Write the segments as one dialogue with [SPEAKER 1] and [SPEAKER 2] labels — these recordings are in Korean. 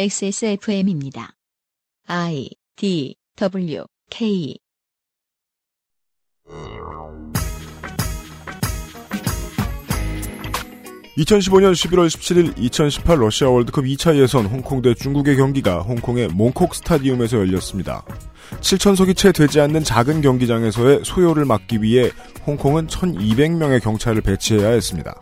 [SPEAKER 1] XSFM입니다. I D W K
[SPEAKER 2] (2015년 11월 17일) (2018) 러시아 월드컵 (2차) 예선 홍콩 대 중국의 경기가 홍콩의 몽콕 스타디움에서 열렸습니다 (7천석이) 채 되지 않는 작은 경기장에서의 소요를 막기 위해 홍콩은 (1200명의) 경찰을 배치해야 했습니다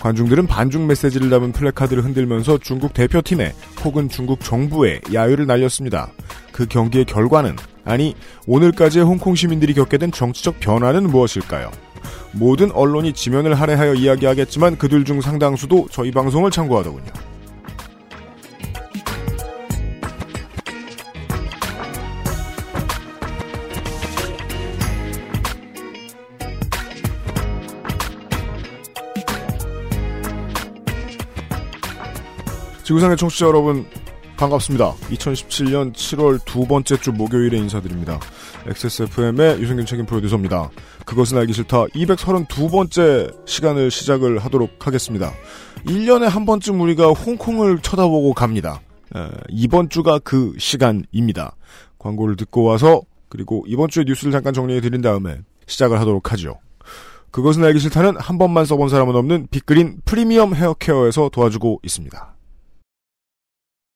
[SPEAKER 2] 관중들은 반중 메시지를 담은 플래카드를 흔들면서 중국 대표팀에 혹은 중국 정부에 야유를 날렸습니다. 그 경기의 결과는 아니 오늘까지의 홍콩 시민들이 겪게 된 정치적 변화는 무엇일까요? 모든 언론이 지면을 할애하여 이야기하겠지만 그들 중 상당수도 저희 방송을 참고하더군요. 지구상의 청취자 여러분 반갑습니다. 2017년 7월 두 번째 주 목요일에 인사드립니다. XSFM의 유승균 책임 프로듀서입니다. 그것은 알기 싫다 232번째 시간을 시작을 하도록 하겠습니다. 1년에 한 번쯤 우리가 홍콩을 쳐다보고 갑니다. 에, 이번 주가 그 시간입니다. 광고를 듣고 와서 그리고 이번 주의 뉴스를 잠깐 정리해 드린 다음에 시작을 하도록 하죠. 그것은 알기 싫다는 한 번만 써본 사람은 없는 빅그린 프리미엄 헤어케어에서 도와주고 있습니다.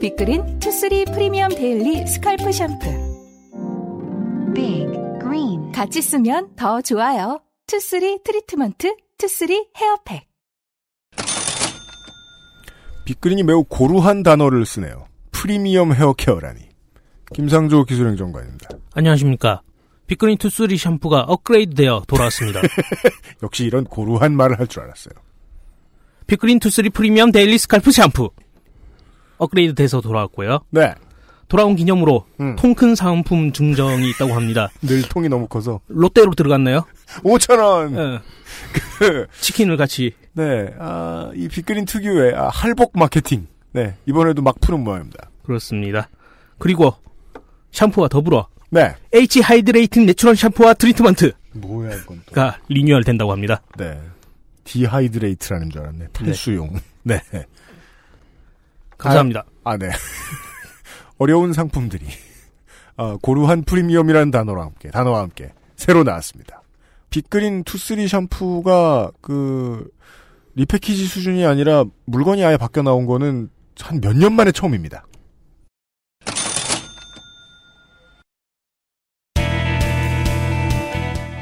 [SPEAKER 3] 빅그린 투쓰리 프리미엄 데일리 스칼프 샴푸
[SPEAKER 4] Big green.
[SPEAKER 3] 같이 쓰면 더 좋아요. 투쓰리 트리트먼트, 투쓰리 헤어팩.
[SPEAKER 2] 빅그린이 매우 고루한 단어를 쓰네요. 프리미엄 헤어케어라니. 김상조 기술행정관입니다.
[SPEAKER 5] 안녕하십니까. 빅그린 투쓰리 샴푸가 업그레이드되어 돌아왔습니다.
[SPEAKER 2] 역시 이런 고루한 말을 할 줄 알았어요.
[SPEAKER 5] 빅그린 투쓰리 프리미엄 데일리 스칼프 샴푸 업그레이드돼서 돌아왔고요.
[SPEAKER 2] 네.
[SPEAKER 5] 돌아온 기념으로
[SPEAKER 2] 음.
[SPEAKER 5] 통 큰 사은품 증정이 있다고 합니다.
[SPEAKER 2] 늘 통이 너무 커서.
[SPEAKER 5] 롯데로 들어갔나요?
[SPEAKER 6] 음.
[SPEAKER 2] 5,000원!
[SPEAKER 5] 예.
[SPEAKER 6] 그
[SPEAKER 5] 치킨을 같이
[SPEAKER 2] 네. 아, 이 빅그린 특유의 아, 할복 마케팅. 네. 이번에도 막 푸는 모양입니다.
[SPEAKER 5] 그렇습니다. 그리고 샴푸와 더불어
[SPEAKER 2] 네.
[SPEAKER 5] H 하이드레이팅 내추럴 샴푸와 트리트먼트가
[SPEAKER 2] 뭐야, 이건 또.
[SPEAKER 5] 리뉴얼 된다고 합니다.
[SPEAKER 2] 네. 디하이드레이트라는 줄 알았네. 탈수용. 네.
[SPEAKER 5] 감사합니다.
[SPEAKER 2] 아, 네. 어려운 상품들이. 아, 고루한 프리미엄이라는 단어와 함께, 단어와 함께, 새로 나왔습니다. 빅그린 투쓰리 샴푸가, 그, 리패키지 수준이 아니라 물건이 아예 바뀌어 나온 거는 한 몇 년 만에 처음입니다.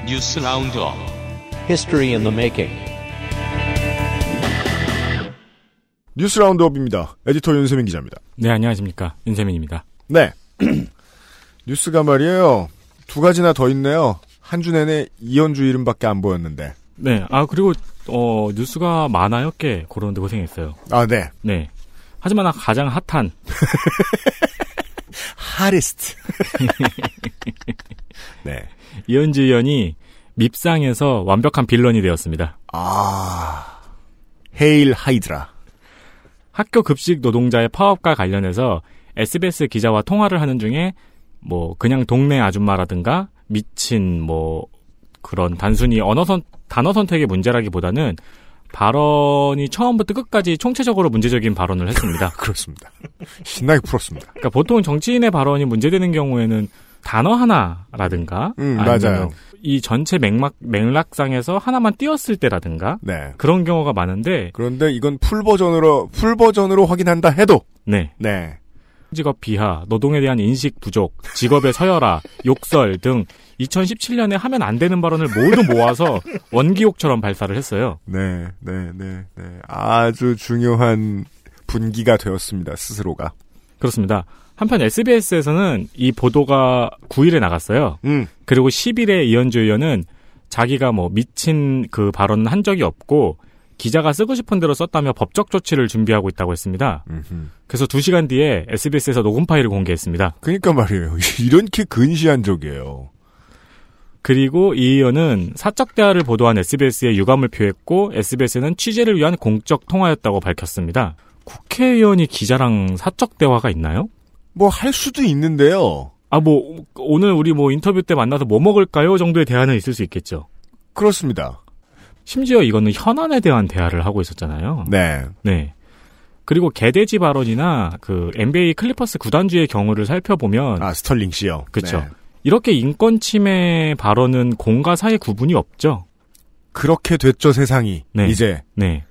[SPEAKER 7] 뉴스 라운드업
[SPEAKER 8] History in the making.
[SPEAKER 2] 뉴스 라운드업입니다. 에디터 윤세민 기자입니다.
[SPEAKER 9] 네, 안녕하십니까. 윤세민입니다.
[SPEAKER 2] 네. 뉴스가 말이에요. 두 가지나 더 있네요. 한 주 내내 이현주 이름밖에 안 보였는데.
[SPEAKER 9] 네, 아, 그리고, 어, 뉴스가 많아요, 꽤. 그런데 고생했어요.
[SPEAKER 2] 아, 네.
[SPEAKER 9] 네. 하지만 아, 가장 핫한,
[SPEAKER 2] 하리스트. 네.
[SPEAKER 9] 이현주 의원이 밉상에서 완벽한 빌런이 되었습니다.
[SPEAKER 2] 아, 헤일 하이드라.
[SPEAKER 9] 학교 급식 노동자의 파업과 관련해서 SBS 기자와 통화를 하는 중에, 뭐, 그냥 동네 아줌마라든가, 미친, 뭐, 그런 단순히 언어 선, 단어 선택의 문제라기보다는 발언이 처음부터 끝까지 총체적으로 문제적인 발언을 했습니다.
[SPEAKER 2] 그렇습니다. 신나게 풀었습니다.
[SPEAKER 9] 그러니까 보통 정치인의 발언이 문제되는 경우에는 단어 하나라든가
[SPEAKER 2] 음,
[SPEAKER 9] 아니면은
[SPEAKER 2] 맞아요.
[SPEAKER 9] 이 전체 맥락 맥락상에서 하나만 띄었을 때라든가
[SPEAKER 2] 네.
[SPEAKER 9] 그런 경우가 많은데
[SPEAKER 2] 그런데 이건 풀 버전으로 풀 버전으로 확인한다 해도
[SPEAKER 9] 네
[SPEAKER 2] 네.
[SPEAKER 9] 직업 비하, 노동에 대한 인식 부족, 직업의 서열화, 욕설 등 2017년에 하면 안 되는 발언을 모두 모아서 원기옥처럼 발사를 했어요.
[SPEAKER 2] 네, 네, 네, 네. 아주 중요한 분기가 되었습니다. 스스로가.
[SPEAKER 9] 그렇습니다. 한편 SBS에서는 이 보도가 9일에 나갔어요.
[SPEAKER 2] 음.
[SPEAKER 9] 그리고 10일에 이현주 의원은 자기가 뭐 미친 그 발언은 한 적이 없고 기자가 쓰고 싶은 대로 썼다며 법적 조치를 준비하고 있다고 했습니다.
[SPEAKER 2] 음흠.
[SPEAKER 9] 그래서 2시간 뒤에 SBS에서 녹음 파일을 공개했습니다.
[SPEAKER 2] 그러니까 말이에요. 이런 게 근시한 적이에요.
[SPEAKER 9] 그리고 이 의원은 사적 대화를 보도한 SBS에 유감을 표했고 SBS는 취재를 위한 공적 통화였다고 밝혔습니다. 국회의원이 기자랑 사적 대화가 있나요?
[SPEAKER 2] 뭐 할 수도 있는데요.
[SPEAKER 9] 아, 뭐, 오늘 우리 뭐 인터뷰 때 만나서 뭐 먹을까요? 정도의 대화는 있을 수 있겠죠.
[SPEAKER 2] 그렇습니다.
[SPEAKER 9] 심지어 이거는 현안에 대한 대화를 하고 있었잖아요.
[SPEAKER 2] 네.
[SPEAKER 9] 네. 그리고 개돼지 발언이나 그 NBA 클리퍼스 구단주의 경우를 살펴보면
[SPEAKER 2] 아 스털링 씨요.
[SPEAKER 9] 그쵸.
[SPEAKER 2] 네.
[SPEAKER 9] 이렇게 인권 침해 발언은 공과 사의 구분이 없죠.
[SPEAKER 2] 그렇게 됐죠 세상이.
[SPEAKER 9] 네.
[SPEAKER 2] 이제
[SPEAKER 9] 네.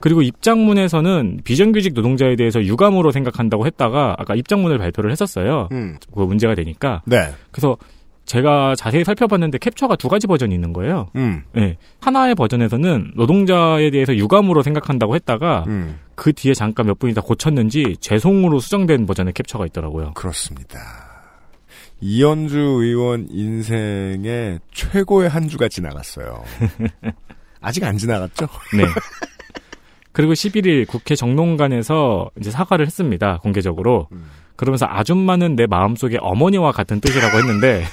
[SPEAKER 9] 그리고 입장문에서는 비정규직 노동자에 대해서 유감으로 생각한다고 했다가 아까 입장문을 발표를 했었어요.
[SPEAKER 2] 음.
[SPEAKER 9] 그 문제가 되니까.
[SPEAKER 2] 네.
[SPEAKER 9] 그래서 제가 자세히 살펴봤는데 캡처가 두 가지 버전이 있는 거예요.
[SPEAKER 2] 음.
[SPEAKER 9] 네. 하나의 버전에서는 노동자에 대해서 유감으로 생각한다고 했다가
[SPEAKER 2] 음.
[SPEAKER 9] 그 뒤에 잠깐 몇 분이 다 고쳤는지 죄송으로 수정된 버전의 캡처가 있더라고요.
[SPEAKER 2] 그렇습니다. 이현주 의원 인생의 최고의 한 주가 지나갔어요. 아직 안 지나갔죠?
[SPEAKER 9] 네. 그리고 11일 국회 정론관에서 이제 사과를 했습니다. 공개적으로.
[SPEAKER 2] 음.
[SPEAKER 9] 그러면서 아줌마는 내 마음속에 어머니와 같은 뜻이라고 했는데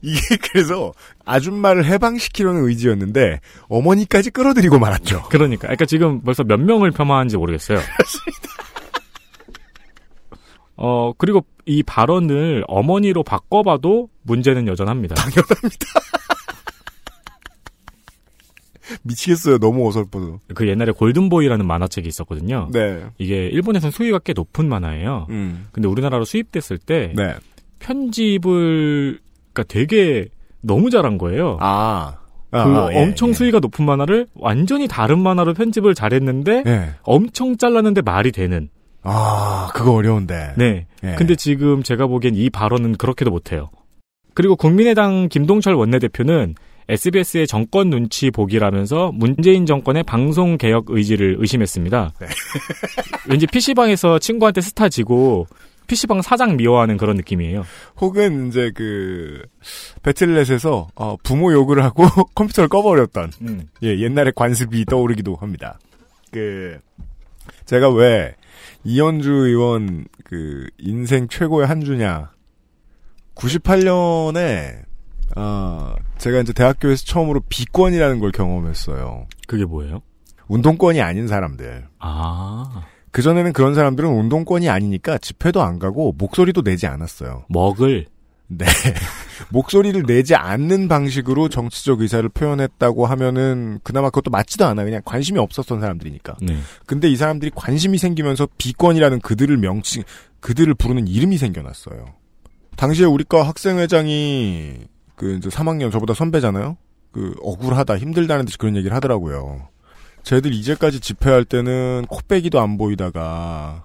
[SPEAKER 2] 이게 그래서 아줌마를 해방시키려는 의지였는데 어머니까지 끌어들이고 말았죠.
[SPEAKER 9] 그러니까 그러니까 지금 벌써 몇 명을 폄하하는지 모르겠어요. 어 그리고 이 발언을 어머니로 바꿔봐도 문제는 여전합니다.
[SPEAKER 2] 미치겠어요. 너무 어설퍼서.
[SPEAKER 9] 그 옛날에 골든보이라는 만화책이 있었거든요.
[SPEAKER 2] 네.
[SPEAKER 9] 이게 일본에선 수위가 꽤 높은 만화예요.
[SPEAKER 2] 음.
[SPEAKER 9] 근데 우리나라로 수입됐을 때
[SPEAKER 2] 네.
[SPEAKER 9] 편집을 그러니까 되게 너무 잘한 거예요.
[SPEAKER 2] 아. 아,
[SPEAKER 9] 그
[SPEAKER 2] 아, 예,
[SPEAKER 9] 엄청
[SPEAKER 2] 예.
[SPEAKER 9] 수위가 높은 만화를 완전히 다른 만화로 편집을 잘했는데
[SPEAKER 2] 예.
[SPEAKER 9] 엄청 잘랐는데 말이 되는.
[SPEAKER 2] 아, 그거 어려운데.
[SPEAKER 9] 네.
[SPEAKER 2] 예.
[SPEAKER 9] 근데 지금 제가 보기엔 이 발언은 그렇게도 못해요. 그리고 국민의당 김동철 원내대표는 SBS의 정권 눈치 보기라면서 문재인 정권의 방송 개혁 의지를 의심했습니다.
[SPEAKER 2] 네.
[SPEAKER 9] 왠지 PC방에서 친구한테 스타 지고 PC방 사장 미워하는 그런 느낌이에요.
[SPEAKER 2] 혹은 이제 그 배틀넷에서 어, 부모 욕을 하고 컴퓨터를 꺼버렸던 예, 옛날의 관습이 떠오르기도 합니다. 그 제가 왜 이현주 의원 그 인생 최고의 한 주냐 98년에 아 제가 이제 대학교에서 처음으로 비권이라는 걸 경험했어요.
[SPEAKER 9] 그게 뭐예요?
[SPEAKER 2] 운동권이 아닌 사람들.
[SPEAKER 9] 아,
[SPEAKER 2] 그전에는 그런 사람들은 운동권이 아니니까 집회도 안 가고 목소리도 내지 않았어요.
[SPEAKER 9] 먹을.
[SPEAKER 2] 네. 목소리를 내지 않는 방식으로 정치적 의사를 표현했다고 하면은 그나마 그것도 맞지도 않아. 그냥 관심이 없었던 사람들이니까.
[SPEAKER 9] 네.
[SPEAKER 2] 근데 이 사람들이 관심이 생기면서 비권이라는 그들을 명칭, 그들을 부르는 이름이 생겨났어요. 당시에 우리과 학생회장이 그 이제 3학년 저보다 선배잖아요. 그 억울하다, 힘들다는 듯이 그런 얘기를 하더라고요. 쟤들 이제까지 집회할 때는 코빼기도 안 보이다가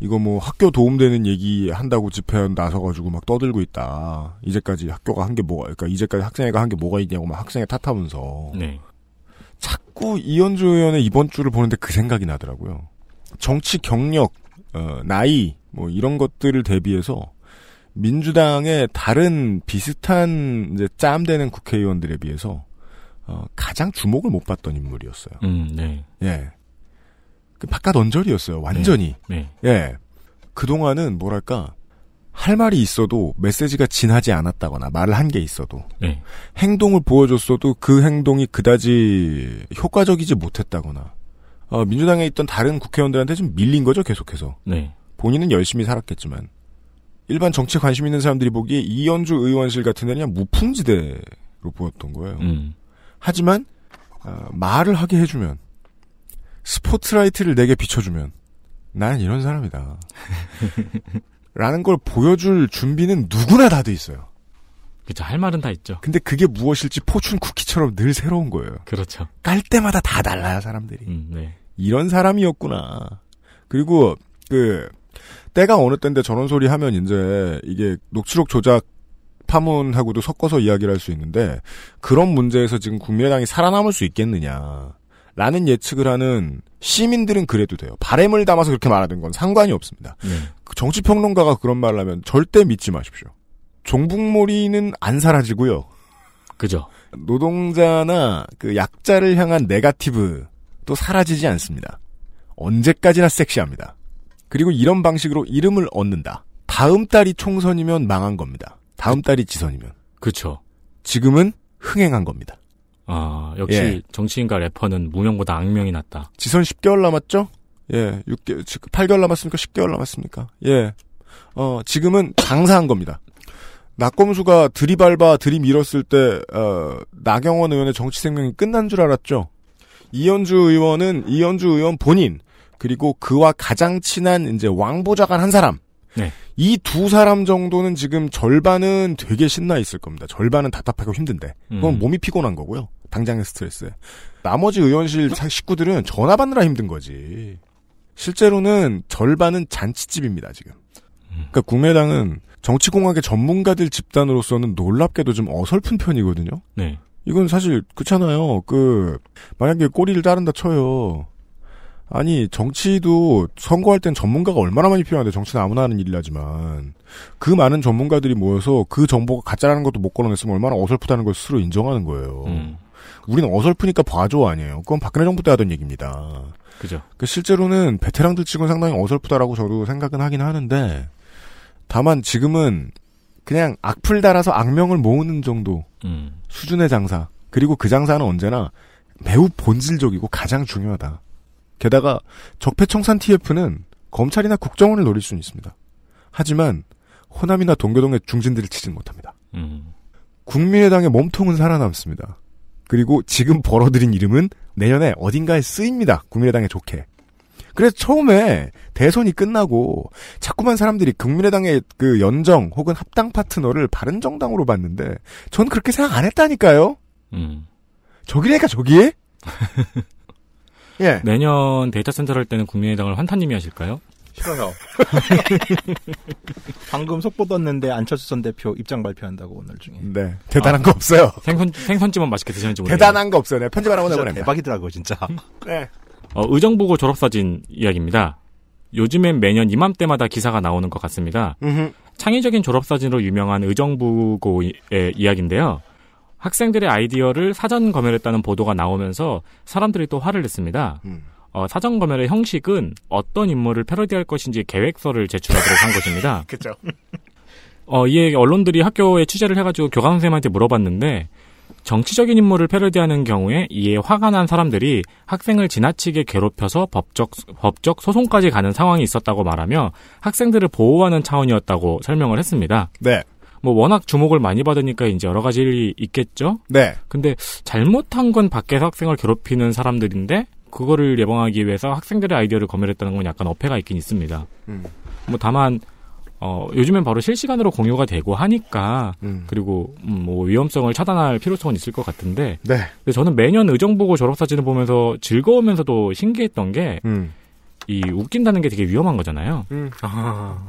[SPEAKER 2] 이거 뭐 학교 도움되는 얘기 한다고 집회 나서가지고 막 떠들고 있다. 이제까지 학교가 한 게 뭐가, 그러니까 이제까지 학생회가 한 게 뭐가 있냐고 막 학생회 탓하면서
[SPEAKER 9] 네.
[SPEAKER 2] 자꾸 이현주 의원의 이번 주를 보는데 그 생각이 나더라고요. 정치 경력, 어, 나이, 뭐 이런 것들을 대비해서 민주당의 다른 비슷한 이제 짬되는 국회의원들에 비해서 어, 가장 주목을 못 받던 인물이었어요.
[SPEAKER 9] 음, 네.
[SPEAKER 2] 예. 그 바깥 언저리였어요. 완전히.
[SPEAKER 9] 네.
[SPEAKER 2] 예. 그동안은 뭐랄까 할 말이 있어도 메시지가 진하지 않았다거나 말을 한 게 있어도
[SPEAKER 9] 네.
[SPEAKER 2] 행동을 보여줬어도 그 행동이 그다지 효과적이지 못했다거나 어, 민주당에 있던 다른 국회의원들한테 좀 밀린 거죠 계속해서
[SPEAKER 9] 네.
[SPEAKER 2] 본인은 열심히 살았겠지만 일반 정치 관심 있는 사람들이 보기에 이현주 의원실 같은 데는 그냥 무풍지대로 보였던 거예요.
[SPEAKER 9] 음.
[SPEAKER 2] 하지만 어, 말을 하게 해주면 스포트라이트를 내게 비춰주면 난 이런 사람이다. 라는 걸 보여줄 준비는 누구나 다 돼 있어요.
[SPEAKER 9] 그쵸. 할 말은 다 있죠.
[SPEAKER 2] 근데 그게 무엇일지 포춘 쿠키처럼 늘 새로운 거예요.
[SPEAKER 9] 그렇죠.
[SPEAKER 2] 깔 때마다 다 달라요, 사람들이.
[SPEAKER 9] 음, 네.
[SPEAKER 2] 이런 사람이었구나. 그리고, 그, 때가 어느 때인데 저런 소리 하면 이제 이게 녹취록 조작 파문하고도 섞어서 이야기를 할 수 있는데, 그런 문제에서 지금 국민의당이 살아남을 수 있겠느냐. 라는 예측을 하는 시민들은 그래도 돼요. 바램을 담아서 그렇게 말하는 건 상관이 없습니다.
[SPEAKER 9] 네.
[SPEAKER 2] 그 정치평론가가 그런 말을 하면 절대 믿지 마십시오. 종북몰이는 안 사라지고요.
[SPEAKER 9] 그죠.
[SPEAKER 2] 노동자나 그 약자를 향한 네가티브 또 사라지지 않습니다. 언제까지나 섹시합니다. 그리고 이런 방식으로 이름을 얻는다. 다음 달이 총선이면 망한 겁니다. 다음 달이 지선이면.
[SPEAKER 9] 그쵸.
[SPEAKER 2] 지금은 흥행한 겁니다.
[SPEAKER 9] 아, 역시
[SPEAKER 2] 예.
[SPEAKER 9] 정치인과 래퍼는 무명보다 악명이 났다.
[SPEAKER 2] 지선 10개월 남았죠? 예, 6개, 즉 8개월 남았습니까? 10개월 남았습니까? 예. 어, 지금은 장사한 겁니다. 낙검수가 들이밟아 들이밀었을 때, 어, 나경원 의원의 정치 생명이 끝난 줄 알았죠? 이현주 의원은 이현주 의원 본인, 그리고 그와 가장 친한 이제 왕보좌관 한 사람.
[SPEAKER 9] 네.
[SPEAKER 2] 이 두 사람 정도는 지금 절반은 되게 신나 있을 겁니다. 절반은 답답하고 힘든데. 그건
[SPEAKER 9] 음.
[SPEAKER 2] 몸이 피곤한 거고요. 당장의 스트레스. 나머지 의원실 사- 식구들은 전화 받느라 힘든 거지. 실제로는 절반은 잔치집입니다, 지금. 그러니까 국민의당은 정치공학의 전문가들 집단으로서는 놀랍게도 좀 어설픈 편이거든요.
[SPEAKER 9] 네.
[SPEAKER 2] 이건 사실 그렇잖아요. 그 만약에 꼬리를 자른다 쳐요. 아니 정치도 선거할 땐 전문가가 얼마나 많이 필요한데 정치는 아무나 하는 일이라지만 그 많은 전문가들이 모여서 그 정보가 가짜라는 것도 못 걸어냈으면 얼마나 어설프다는 걸 스스로 인정하는 거예요.
[SPEAKER 9] 음.
[SPEAKER 2] 우리는 어설프니까 봐줘 아니에요. 그건 박근혜 정부 때 하던 얘기입니다.
[SPEAKER 9] 그죠.
[SPEAKER 2] 그 실제로는 베테랑들 치곤 상당히 어설프다라고 저도 생각은 하긴 하는데 다만 지금은 그냥 악플 달아서 악명을 모으는 정도
[SPEAKER 9] 음.
[SPEAKER 2] 수준의 장사. 그리고 그 장사는 언제나 매우 본질적이고 가장 중요하다. 게다가 적폐청산 TF는 검찰이나 국정원을 노릴 수는 있습니다. 하지만 호남이나 동교동의 중진들을 치진 못합니다.
[SPEAKER 9] 음.
[SPEAKER 2] 국민의당의 몸통은 살아남습니다. 그리고 지금 벌어들인 이름은 내년에 어딘가에 쓰입니다. 국민의당에 좋게. 그래서 처음에 대선이 끝나고 자꾸만 사람들이 국민의당의 그 연정 혹은 합당 파트너를 바른 정당으로 봤는데 전 그렇게 생각 안 했다니까요.
[SPEAKER 9] 음.
[SPEAKER 2] 저기래니까 저기에? 예.
[SPEAKER 9] 내년 데이터 센터를 할 때는 국민의당을 환타님이 하실까요?
[SPEAKER 7] 싫어요. 방금 속보 떴는데 안철수 전 대표 입장 발표한다고 오늘 중에.
[SPEAKER 2] 네. 대단한
[SPEAKER 7] 아,
[SPEAKER 2] 거 없어요.
[SPEAKER 9] 생선, 생선찜만 맛있게 드시는지 모르겠네요.
[SPEAKER 2] 대단한 거 없어요. 네. 편집 안 하고
[SPEAKER 7] 진짜
[SPEAKER 2] 내보냅니다.
[SPEAKER 7] 대박이더라고요, 진짜.
[SPEAKER 2] 네.
[SPEAKER 9] 어, 의정보고 졸업사진 이야기입니다. 요즘엔 매년 이맘때마다 기사가 나오는 것 같습니다.
[SPEAKER 2] 음흠.
[SPEAKER 9] 창의적인 졸업사진으로 유명한 의정부고의 이야기인데요. 학생들의 아이디어를 사전 검열했다는 보도가 나오면서 사람들이 또 화를 냈습니다.
[SPEAKER 2] 음.
[SPEAKER 9] 어, 사전 검열의 형식은 어떤 인물을 패러디할 것인지 계획서를 제출하도록 한 것입니다.
[SPEAKER 2] 그죠.
[SPEAKER 9] 어, 이에 언론들이 학교에 취재를 해가지고 교감 선생님한테 물어봤는데 정치적인 인물을 패러디하는 경우에 이에 화가 난 사람들이 학생을 지나치게 괴롭혀서 법적 법적 소송까지 가는 상황이 있었다고 말하며 학생들을 보호하는 차원이었다고 설명을 했습니다.
[SPEAKER 2] 네.
[SPEAKER 9] 뭐 워낙 주목을 많이 받으니까 이제 여러 가지 일이 있겠죠.
[SPEAKER 2] 네.
[SPEAKER 9] 근데 잘못한 건 밖에서 학생을 괴롭히는 사람들인데 그거를 예방하기 위해서 학생들의 아이디어를 검열했다는 건 약간 어폐가 있긴 있습니다.
[SPEAKER 2] 음.
[SPEAKER 9] 뭐 다만 어 요즘엔 바로 실시간으로 공유가 되고 하니까
[SPEAKER 2] 음.
[SPEAKER 9] 그리고 음, 뭐 위험성을 차단할 필요성은 있을 것 같은데
[SPEAKER 2] 네.
[SPEAKER 9] 근데 저는 매년 의정보고 졸업 사진을 보면서 즐거우면서도 신기했던 게 이
[SPEAKER 2] 음.
[SPEAKER 9] 웃긴다는 게 되게 위험한 거잖아요.
[SPEAKER 2] 음.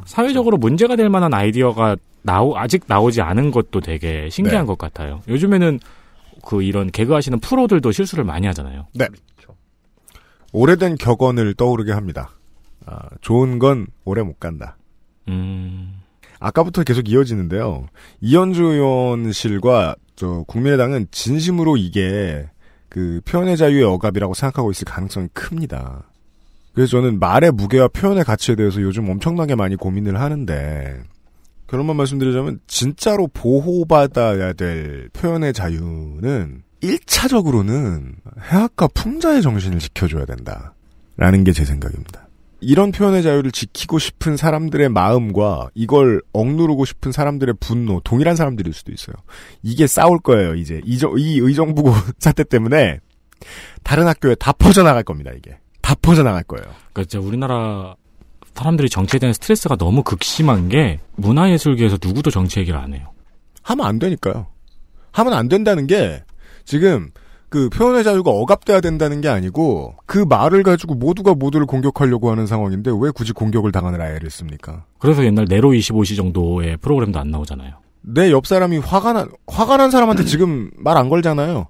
[SPEAKER 9] 사회적으로 문제가 될 만한 아이디어가 나오 아직 나오지 않은 것도 되게 신기한 것 같아요. 요즘에는 그 이런 개그 하시는 프로들도 실수를 많이 하잖아요.
[SPEAKER 2] 오래된 격언을 떠오르게 합니다. 아, 좋은 건 오래 못 간다.
[SPEAKER 9] 음.
[SPEAKER 2] 아까부터 계속 이어지는데요. 이현주 의원실과 저 국민의당은 진심으로 이게 그 표현의 자유의 억압이라고 생각하고 있을 가능성이 큽니다. 그래서 저는 말의 무게와 표현의 가치에 대해서 요즘 엄청나게 많이 고민을 하는데 결론만 말씀드리자면 진짜로 보호받아야 될 표현의 자유는 1차적으로는 해학과 풍자의 정신을 지켜줘야 된다. 라는 게 제 생각입니다. 이런 표현의 자유를 지키고 싶은 사람들의 마음과 이걸 억누르고 싶은 사람들의 분노, 동일한 사람들일 수도 있어요. 이게 싸울 거예요, 이제. 이, 저- 이 의정부고 사태 때문에 다른 학교에 다 퍼져나갈 겁니다, 이게. 다 퍼져나갈 거예요.
[SPEAKER 9] 그러니까 진짜 우리나라 사람들이 정치에 대한 스트레스가 너무 극심한 게 문화예술계에서 누구도 정치 얘기를 안 해요.
[SPEAKER 2] 하면 안 되니까요. 하면 안 된다는 게 지금 그 표현의 자유가 억압돼야 된다는 게 아니고 그 말을 가지고 모두가 모두를 공격하려고 하는 상황인데 왜 굳이 공격을 당하느라 애를 씁니까?
[SPEAKER 9] 그래서 옛날 네로 25시 정도의 프로그램도 안 나오잖아요.
[SPEAKER 2] 내 옆 사람이 화가 난 화가 난
[SPEAKER 7] 음.
[SPEAKER 2] 사람한테 지금 말 안 걸잖아요.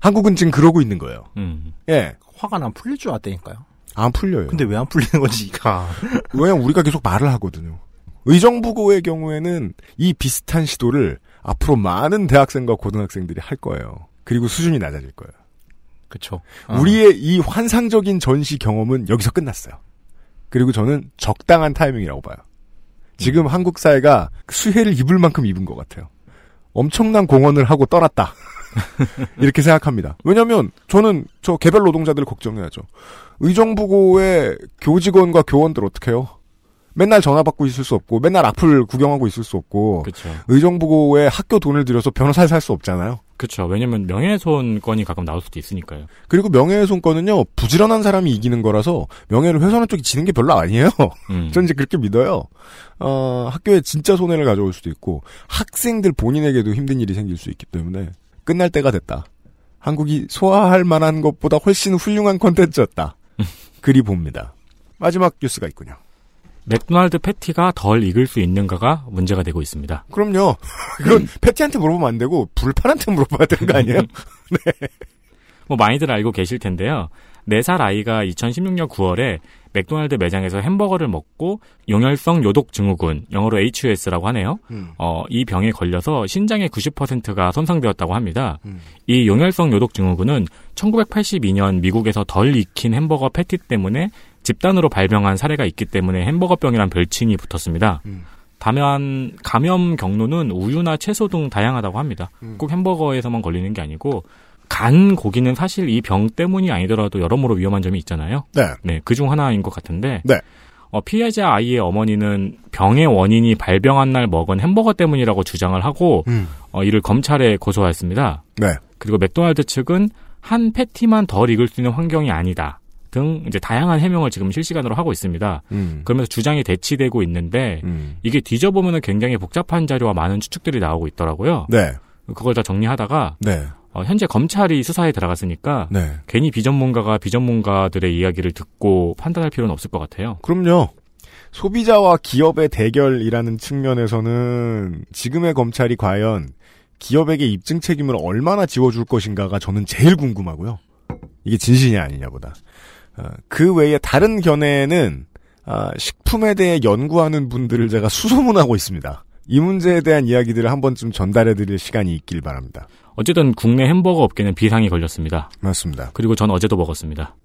[SPEAKER 2] 한국은 지금 그러고 있는 거예요.
[SPEAKER 9] 음.
[SPEAKER 2] 예,
[SPEAKER 7] 화가 난 풀릴 줄 알았다니까요.
[SPEAKER 2] 안 풀려요. 아.
[SPEAKER 7] 근데 왜 안 풀리는 거지, 이가.
[SPEAKER 2] 왜냐면 우리가 계속 말을 하거든요. 의정부고의 경우에는 이 비슷한 시도를 앞으로 많은 대학생과 고등학생들이 할 거예요. 그리고 수준이 낮아질 거예요.
[SPEAKER 7] 그쵸.
[SPEAKER 2] 우리의 이 환상적인 전시 경험은 여기서 끝났어요. 그리고 저는 적당한 타이밍이라고 봐요. 지금 한국 사회가 수혜를 입을 만큼 입은 것 같아요. 엄청난 공헌을 하고 떠났다. 이렇게 생각합니다. 왜냐면 저는 저 개별 노동자들 걱정해야죠. 의정부고의 교직원과 교원들 어떡해요? 맨날 전화 받고 있을 수 없고 맨날 악플 구경하고 있을 수 없고
[SPEAKER 9] 그렇죠.
[SPEAKER 2] 의정부고에 학교 돈을 들여서 변호사 살 수 없잖아요.
[SPEAKER 9] 그렇죠. 왜냐면 명예훼손 건이 가끔 나올 수도 있으니까요.
[SPEAKER 2] 그리고 명예훼손권은요 부지런한 사람이 이기는 거라서 명예를 훼손한 쪽이 지는 게 별로 아니에요.
[SPEAKER 9] 음.
[SPEAKER 2] 전 이제 그렇게 믿어요. 어, 학교에 진짜 손해를 가져올 수도 있고 학생들 본인에게도 힘든 일이 생길 수 있기 때문에 끝날 때가 됐다. 한국이 소화할 만한 것보다 훨씬 훌륭한 콘텐츠였다. 그리 봅니다. 마지막 뉴스가 있군요.
[SPEAKER 9] 맥도날드 패티가 덜 익을 수 있는가가 문제가 되고 있습니다.
[SPEAKER 2] 그럼요. 그건 패티한테 물어보면 안 되고 불판한테 물어봐야 되는 거
[SPEAKER 9] 음.
[SPEAKER 2] 아니에요?
[SPEAKER 9] 뭐 많이들 알고 계실 텐데요. 4살 아이가 2016년 9월에 맥도날드 매장에서 햄버거를 먹고 용혈성 요독 증후군, 영어로 HUS라고 하네요.
[SPEAKER 2] 음.
[SPEAKER 9] 어, 이 병에 걸려서 신장의 90%가 손상되었다고 합니다.
[SPEAKER 2] 음.
[SPEAKER 9] 이 용혈성 요독 증후군은 1982년 미국에서 덜 익힌 햄버거 패티 때문에 집단으로 발병한 사례가 있기 때문에 햄버거병이란 별칭이 붙었습니다.
[SPEAKER 2] 음.
[SPEAKER 9] 다만 감염 경로는 우유나 채소 등 다양하다고 합니다.
[SPEAKER 2] 음.
[SPEAKER 9] 꼭 햄버거에서만 걸리는 게 아니고 간 고기는 사실 이 병 때문이 아니더라도 여러모로 위험한 점이 있잖아요.
[SPEAKER 2] 네.
[SPEAKER 9] 네, 그 중 하나인 것 같은데.
[SPEAKER 2] 네.
[SPEAKER 9] 어, 피해자 아이의 어머니는 병의 원인이 발병한 날 먹은 햄버거 때문이라고 주장을 하고
[SPEAKER 2] 음.
[SPEAKER 9] 어, 이를 검찰에 고소하였습니다.
[SPEAKER 2] 네.
[SPEAKER 9] 그리고 맥도날드 측은 한 패티만 덜 익을 수 있는 환경이 아니다 등 이제 다양한 해명을 지금 실시간으로 하고 있습니다.
[SPEAKER 2] 음.
[SPEAKER 9] 그러면서 주장이 대치되고 있는데
[SPEAKER 2] 음.
[SPEAKER 9] 이게 뒤져보면 굉장히 복잡한 자료와 많은 추측들이 나오고 있더라고요.
[SPEAKER 2] 네.
[SPEAKER 9] 그걸 다 정리하다가
[SPEAKER 2] 네.
[SPEAKER 9] 어, 현재 검찰이 수사에 들어갔으니까
[SPEAKER 2] 네.
[SPEAKER 9] 괜히 비전문가가 비전문가들의 이야기를 듣고 판단할 필요는 없을 것 같아요.
[SPEAKER 2] 그럼요. 소비자와 기업의 대결이라는 측면에서는 지금의 검찰이 과연 기업에게 입증 책임을 얼마나 지워줄 것인가가 저는 제일 궁금하고요. 이게 진실이냐 아니냐보다. 어, 그 외에 다른 견해는 아, 식품에 대해 연구하는 분들을 제가 수소문하고 있습니다. 이 문제에 대한 이야기들을 한 번쯤 전달해드릴 시간이 있길 바랍니다.
[SPEAKER 9] 어쨌든 국내 햄버거 업계는 비상이 걸렸습니다.
[SPEAKER 2] 맞습니다.
[SPEAKER 9] 그리고 전 어제도 먹었습니다.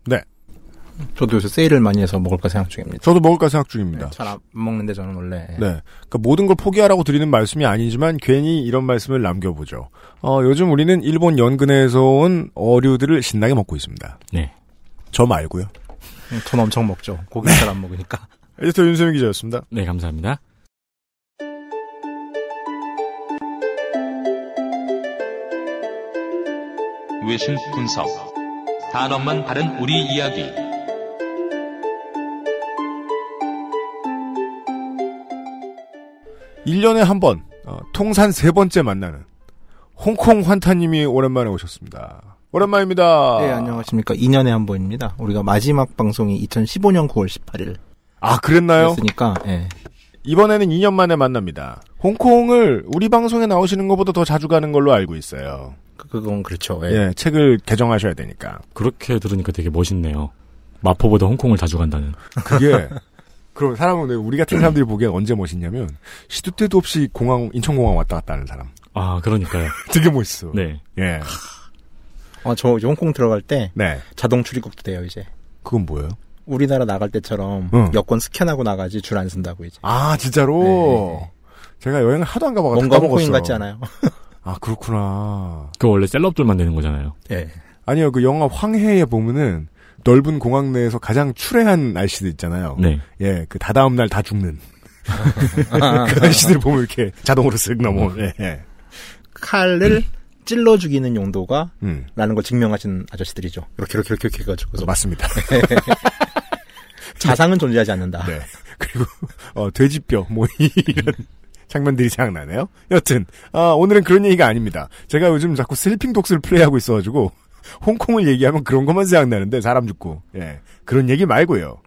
[SPEAKER 7] 저도 요새 세일을 많이 해서 먹을까 생각 중입니다.
[SPEAKER 2] 네. 저도 먹을까 생각 중입니다.
[SPEAKER 7] 잘 안 먹는데 저는 원래.
[SPEAKER 2] 네. 그러니까 모든 걸 포기하라고 드리는 말씀이 아니지만 괜히 이런 말씀을 남겨보죠. 어, 요즘 우리는 일본 연근해에서 온 어류들을 신나게 먹고 있습니다.
[SPEAKER 9] 네.
[SPEAKER 2] 저 말고요.
[SPEAKER 7] 돈 엄청 먹죠. 고기
[SPEAKER 2] 네.
[SPEAKER 7] 잘 안 먹으니까.
[SPEAKER 2] 에디터 윤세민 기자였습니다.
[SPEAKER 9] 네, 감사합니다.
[SPEAKER 10] 외신 분석. 단어만 다른 우리 이야기.
[SPEAKER 2] 일년에 한 번, 어, 통산 세 번째 만나는 홍콩 환타님이 오랜만에 오셨습니다. 오랜만입니다.
[SPEAKER 7] 네, 안녕하십니까. 2년에 한 번입니다. 우리가 마지막 방송이 2015년 9월 18일.
[SPEAKER 2] 아, 그랬나요?
[SPEAKER 7] 했으니까, 예.
[SPEAKER 2] 이번에는 2년 만에 만납니다. 홍콩을 우리 방송에 나오시는 것보다 더 자주 가는 걸로 알고 있어요.
[SPEAKER 7] 그- 그건 그렇죠. 예.
[SPEAKER 2] 예, 책을 개정하셔야 되니까.
[SPEAKER 9] 그렇게 들으니까 되게 멋있네요. 마포보다 홍콩을 자주 간다는.
[SPEAKER 2] 그게 그럼 사람은 왜 우리 같은 사람들이 보기엔 언제 멋있냐면 시도 때도 없이 공항 인천공항 왔다 갔다 하는 사람
[SPEAKER 9] 아, 그러니까요.
[SPEAKER 2] 되게 멋있어.
[SPEAKER 9] 네.
[SPEAKER 2] 예.
[SPEAKER 7] 아, 저 이제 홍콩 들어갈 때
[SPEAKER 2] 네.
[SPEAKER 7] 자동 출입국도 돼요, 이제.
[SPEAKER 2] 그건 뭐예요?
[SPEAKER 7] 우리나라 나갈 때처럼
[SPEAKER 2] 응.
[SPEAKER 7] 여권 스캔하고 나가지 줄 안 쓴다고 이제.
[SPEAKER 2] 아 진짜로 제가 여행을 하도 안 가봐가지고
[SPEAKER 7] 네. 뭔가
[SPEAKER 2] 까먹었어.
[SPEAKER 7] 홍콩인 같지 않아요?
[SPEAKER 2] 아 그렇구나.
[SPEAKER 9] 그 원래 셀럽들만 되는 거잖아요.
[SPEAKER 7] 예.
[SPEAKER 2] 아니요 그 영화 황해에 보면은 넓은 공항 내에서 가장 추레한 날씨들 있잖아요.
[SPEAKER 9] 네.
[SPEAKER 2] 예, 그 다다음 날 다 죽는 그 날씨들 보면 이렇게 자동으로 쓱 넘어.
[SPEAKER 7] 음.
[SPEAKER 2] 예, 예.
[SPEAKER 7] 칼을 찔러 죽이는 용도가
[SPEAKER 2] 음 네.
[SPEAKER 7] 라는 걸 증명하신 아저씨들이죠. 이렇게 이렇게 이렇게 이렇게 해가지고서
[SPEAKER 2] 맞습니다.
[SPEAKER 7] 자상은 존재하지 않는다.
[SPEAKER 2] 네. 그리고 어, 돼지뼈 뭐 이런 장면들이 생각나네요. 여튼 아, 오늘은 그런 얘기가 아닙니다. 제가 요즘 자꾸 슬리핑 독스를 플레이하고 있어가지고 홍콩을 얘기하면 그런 것만 생각나는데 사람 죽고 예 그런 얘기 말고요.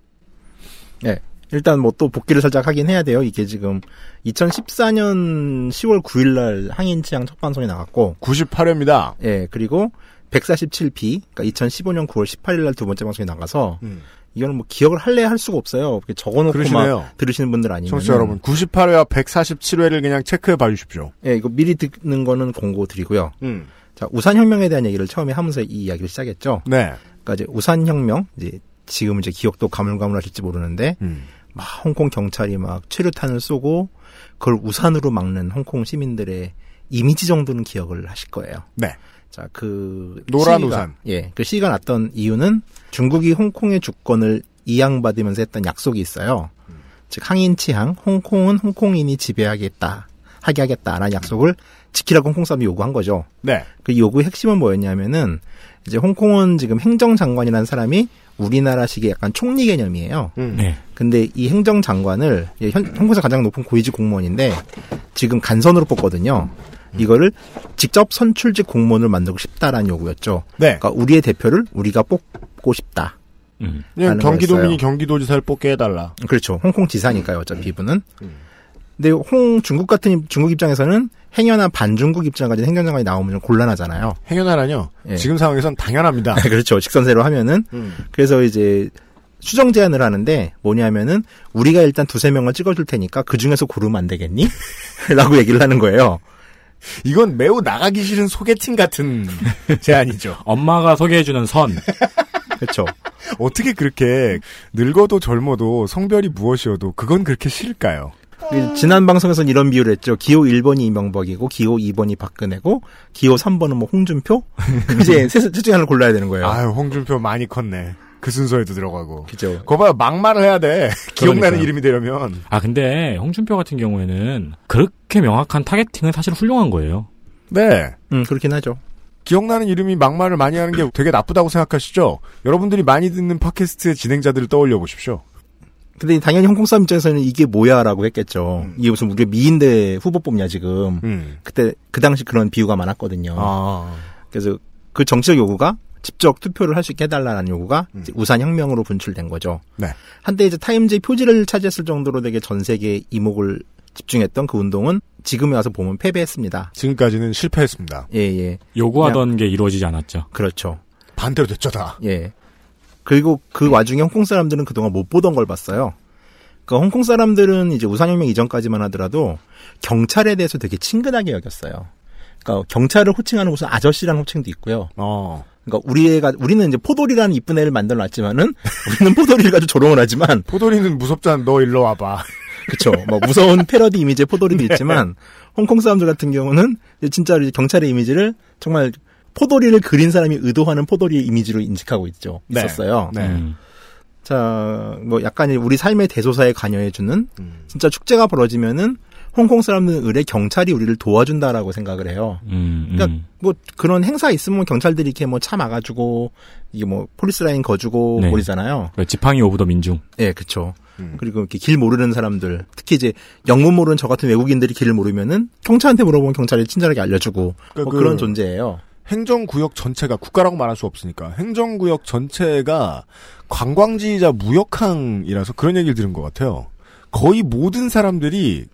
[SPEAKER 7] 일단 뭐 또 복귀를 살짝 하긴 해야 돼요. 이게 지금 2014년 10월 9일날 항인 취향 첫 방송이 나갔고,
[SPEAKER 2] 98회입니다.
[SPEAKER 7] 예 그리고 147P, 그러니까 2015년 9월 18일날 두 번째 방송이 나가서 이거는 뭐 기억을 할래 할 수가 없어요. 이렇게 적어놓고
[SPEAKER 2] 음. 그러시네요.
[SPEAKER 7] 막 들으시는 분들 아니면
[SPEAKER 2] 청취자 여러분, 98회와 147회를 그냥 체크해 봐 주십시오.
[SPEAKER 7] 예, 이거 미리 듣는 거는 공고 드리고요. 자, 우산혁명에 대한 얘기를 처음에 하면서 이 이야기를 시작했죠.
[SPEAKER 2] 네.
[SPEAKER 7] 그러니까 이제 우산혁명, 이제 지금 이제 기억도 가물가물하실지 모르는데
[SPEAKER 2] 음.
[SPEAKER 7] 막 홍콩 경찰이 막 최루탄을 쏘고 그걸 우산으로 막는 홍콩 시민들의 이미지 정도는 기억을 하실 거예요.
[SPEAKER 2] 네.
[SPEAKER 7] 자, 그
[SPEAKER 2] 노란
[SPEAKER 7] 시위가-
[SPEAKER 2] 우산.
[SPEAKER 7] 예, 그 시위가 났던 이유는 중국이 홍콩의 주권을 이양받으면서 했던 약속이 있어요. 즉 항인 치항, 홍콩은 홍콩인이 지배하겠다, 하게 하겠다라는 약속을 지키라고 홍콩 사람이 요구한 거죠.
[SPEAKER 2] 네.
[SPEAKER 7] 그 요구의 핵심은 뭐였냐면은 이제 홍콩은 지금 행정장관이라는 사람이 우리나라식의 약간 총리 개념이에요.
[SPEAKER 9] 네.
[SPEAKER 7] 근데 이 행정장관을 예, 현- 홍콩에서 가장 높은 고위직 공무원인데 지금 간선으로 뽑거든요. 이거를 직접 선출직 공무원을 만들고 싶다라는 요구였죠.
[SPEAKER 2] 네.
[SPEAKER 7] 그러니까 우리의 대표를 우리가 뽑고 싶다.
[SPEAKER 9] 음.
[SPEAKER 2] 그냥
[SPEAKER 7] 하는
[SPEAKER 2] 예, 경기도민이
[SPEAKER 7] 아, 거였어요.
[SPEAKER 2] 경기도지사를 뽑게 해달라.
[SPEAKER 7] 그렇죠. 홍콩 지사니까요. 어차피 이분은. 근데 홍 중국 같은 입- 중국 입장에서는 행여나 반중국 입장을 가진 행정장관이 나오면 좀 곤란하잖아요.
[SPEAKER 2] 행여나라뇨.
[SPEAKER 7] 예.
[SPEAKER 2] 지금 상황에선 당연합니다.
[SPEAKER 7] 그렇죠. 직선제로 하면은
[SPEAKER 2] 음.
[SPEAKER 7] 그래서 이제 수정 제안을 하는데 뭐냐면은 우리가 일단 두세 명을 찍어줄 테니까 그 중에서 고르면 안 되겠니? 라고 얘기를 하는 거예요.
[SPEAKER 2] 이건 매우 나가기 싫은 소개팅 같은 제안이죠.
[SPEAKER 9] 엄마가 소개해주는 선.
[SPEAKER 7] 그렇죠.
[SPEAKER 2] 어떻게 그렇게 늙어도 젊어도 성별이 무엇이어도 그건 그렇게 싫을까요?
[SPEAKER 7] 그 지난 방송에서는 이런 비유를 했죠. 기호 1번이 이명박이고 기호 2번이 박근혜고 기호 3번은 뭐 홍준표. 그럼 이제 셋 중에 하나를 골라야 되는 거예요.
[SPEAKER 2] 아유, 홍준표 많이 컸네. 그 순서에도 들어가고.
[SPEAKER 7] 그죠.
[SPEAKER 2] 거 봐요, 막말을 해야 돼. 기억나는
[SPEAKER 9] 그러니까요.
[SPEAKER 2] 이름이 되려면.
[SPEAKER 9] 아, 근데 홍준표 같은 경우에는 그렇게 명확한 타겟팅은 사실 훌륭한 거예요.
[SPEAKER 2] 네.
[SPEAKER 7] 음, 그렇긴 하죠.
[SPEAKER 2] 기억나는 이름이 막말을 많이 하는 게 되게 나쁘다고 생각하시죠? 여러분들이 많이 듣는 팟캐스트의 진행자들을 떠올려 보십시오.
[SPEAKER 7] 근데 당연히 홍콩 사람 입장에서는 이게 뭐야라고 했겠죠. 이게 무슨 우리가 미인대 후보 뽑냐 지금.
[SPEAKER 2] 음.
[SPEAKER 7] 그때 그 당시 그런 비유가 많았거든요.
[SPEAKER 2] 아.
[SPEAKER 7] 그래서 그 정치적 요구가 직접 투표를 할 수 있게 해달라는 요구가
[SPEAKER 2] 음.
[SPEAKER 7] 이제 우산혁명으로 분출된 거죠.
[SPEAKER 2] 네.
[SPEAKER 7] 한때 이제 타임즈의 표지를 차지했을 정도로 되게 전 세계에 이목을 집중했던 그 운동은 지금에 와서 보면 패배했습니다.
[SPEAKER 2] 지금까지는 실패했습니다.
[SPEAKER 7] 예, 예.
[SPEAKER 9] 요구하던 게 이루어지지 않았죠.
[SPEAKER 7] 그렇죠.
[SPEAKER 2] 반대로 됐죠, 다.
[SPEAKER 7] 예. 그리고
[SPEAKER 2] 음.
[SPEAKER 7] 그 와중에 홍콩 사람들은 그동안 못 보던 걸 봤어요. 그 홍콩 사람들은 이제 우산혁명 이전까지만 하더라도 경찰에 대해서 되게 친근하게 여겼어요. 그러니까 경찰을 호칭하는 곳은 아저씨라는 호칭도 있고요.
[SPEAKER 2] 어.
[SPEAKER 7] 그러니까 우리 애가 우리는 이제 포돌이라는 이쁜 애를 만들어 놨지만은 우리는 포돌이를 가지고 조롱을 하지만
[SPEAKER 2] 포도리는 무섭잖아. 너 일로 와봐.
[SPEAKER 7] 그쵸 뭐 무서운 패러디 이미지의 포돌이도 있지만 홍콩 사람들 같은 경우는 이제 진짜로 이제 경찰의 이미지를 정말 포돌이를 그린 사람이 의도하는 포돌이의 이미지로 인식하고 있죠
[SPEAKER 2] 네.
[SPEAKER 7] 있었어요.
[SPEAKER 2] 네.
[SPEAKER 9] 음.
[SPEAKER 7] 자뭐 약간 우리 삶의 대소사에 관여해 주는
[SPEAKER 2] 음.
[SPEAKER 7] 진짜 축제가 벌어지면은 홍콩 사람들은 의뢰 경찰이 우리를 도와준다라고 생각을 해요.
[SPEAKER 9] 음, 음.
[SPEAKER 7] 그러니까 뭐 그런 행사 있으면 경찰들이 이렇게 뭐 차 막아주고 이게 뭐 폴리스 라인 거주고
[SPEAKER 9] 네.
[SPEAKER 7] 그러잖아요.
[SPEAKER 9] 그 지팡이 오브 더 민중.
[SPEAKER 7] 예, 그쵸. 그리고 이렇게 길 모르는 사람들, 특히 이제 영문 모르는 저 같은 외국인들이 길을 모르면은 경찰한테 물어보면 경찰이 친절하게 알려주고
[SPEAKER 2] 그러니까
[SPEAKER 7] 뭐
[SPEAKER 2] 그-
[SPEAKER 7] 그런 존재예요.
[SPEAKER 2] 행정구역 전체가 국가라고 말할 수 없으니까 행정구역 전체가 관광지이자 무역항이라서 그런 얘기를 들은 것 같아요. 거의 모든 사람들이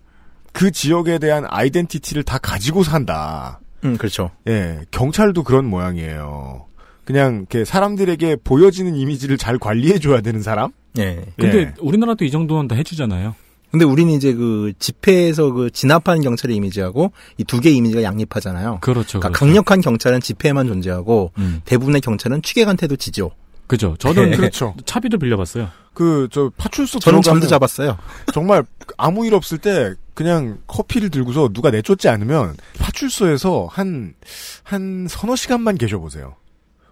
[SPEAKER 2] 그 지역에 대한 아이덴티티를 다 가지고 산다.
[SPEAKER 7] 음, 그렇죠.
[SPEAKER 2] 예, 경찰도 그런 모양이에요. 그냥 이렇게 사람들에게 보여지는 이미지를 잘 관리해줘야 되는 사람?
[SPEAKER 7] 예.
[SPEAKER 9] 근데
[SPEAKER 2] 예.
[SPEAKER 9] 우리나라도 이 정도는 다 해주잖아요.
[SPEAKER 7] 근데 우리는 이제 그 집회에서 그 진압하는 경찰의 이미지하고 이 두 개의 이미지가 양립하잖아요.
[SPEAKER 9] 그렇죠.
[SPEAKER 7] 그러니까
[SPEAKER 9] 그렇죠.
[SPEAKER 7] 강력한 경찰은 집회에만 존재하고
[SPEAKER 9] 음.
[SPEAKER 7] 대부분의 경찰은 추객한테도 지죠.
[SPEAKER 9] 그죠. 저는
[SPEAKER 7] 네.
[SPEAKER 2] 그렇죠.
[SPEAKER 9] 차비도 빌려봤어요.
[SPEAKER 2] 그, 저, 파출소
[SPEAKER 7] 저는
[SPEAKER 2] 들어가면
[SPEAKER 7] 잠도 잡았어요.
[SPEAKER 2] 정말 아무 일 없을 때 그냥 커피를 들고서 누가 내쫓지 않으면 파출소에서 한, 한 서너 시간만 계셔보세요.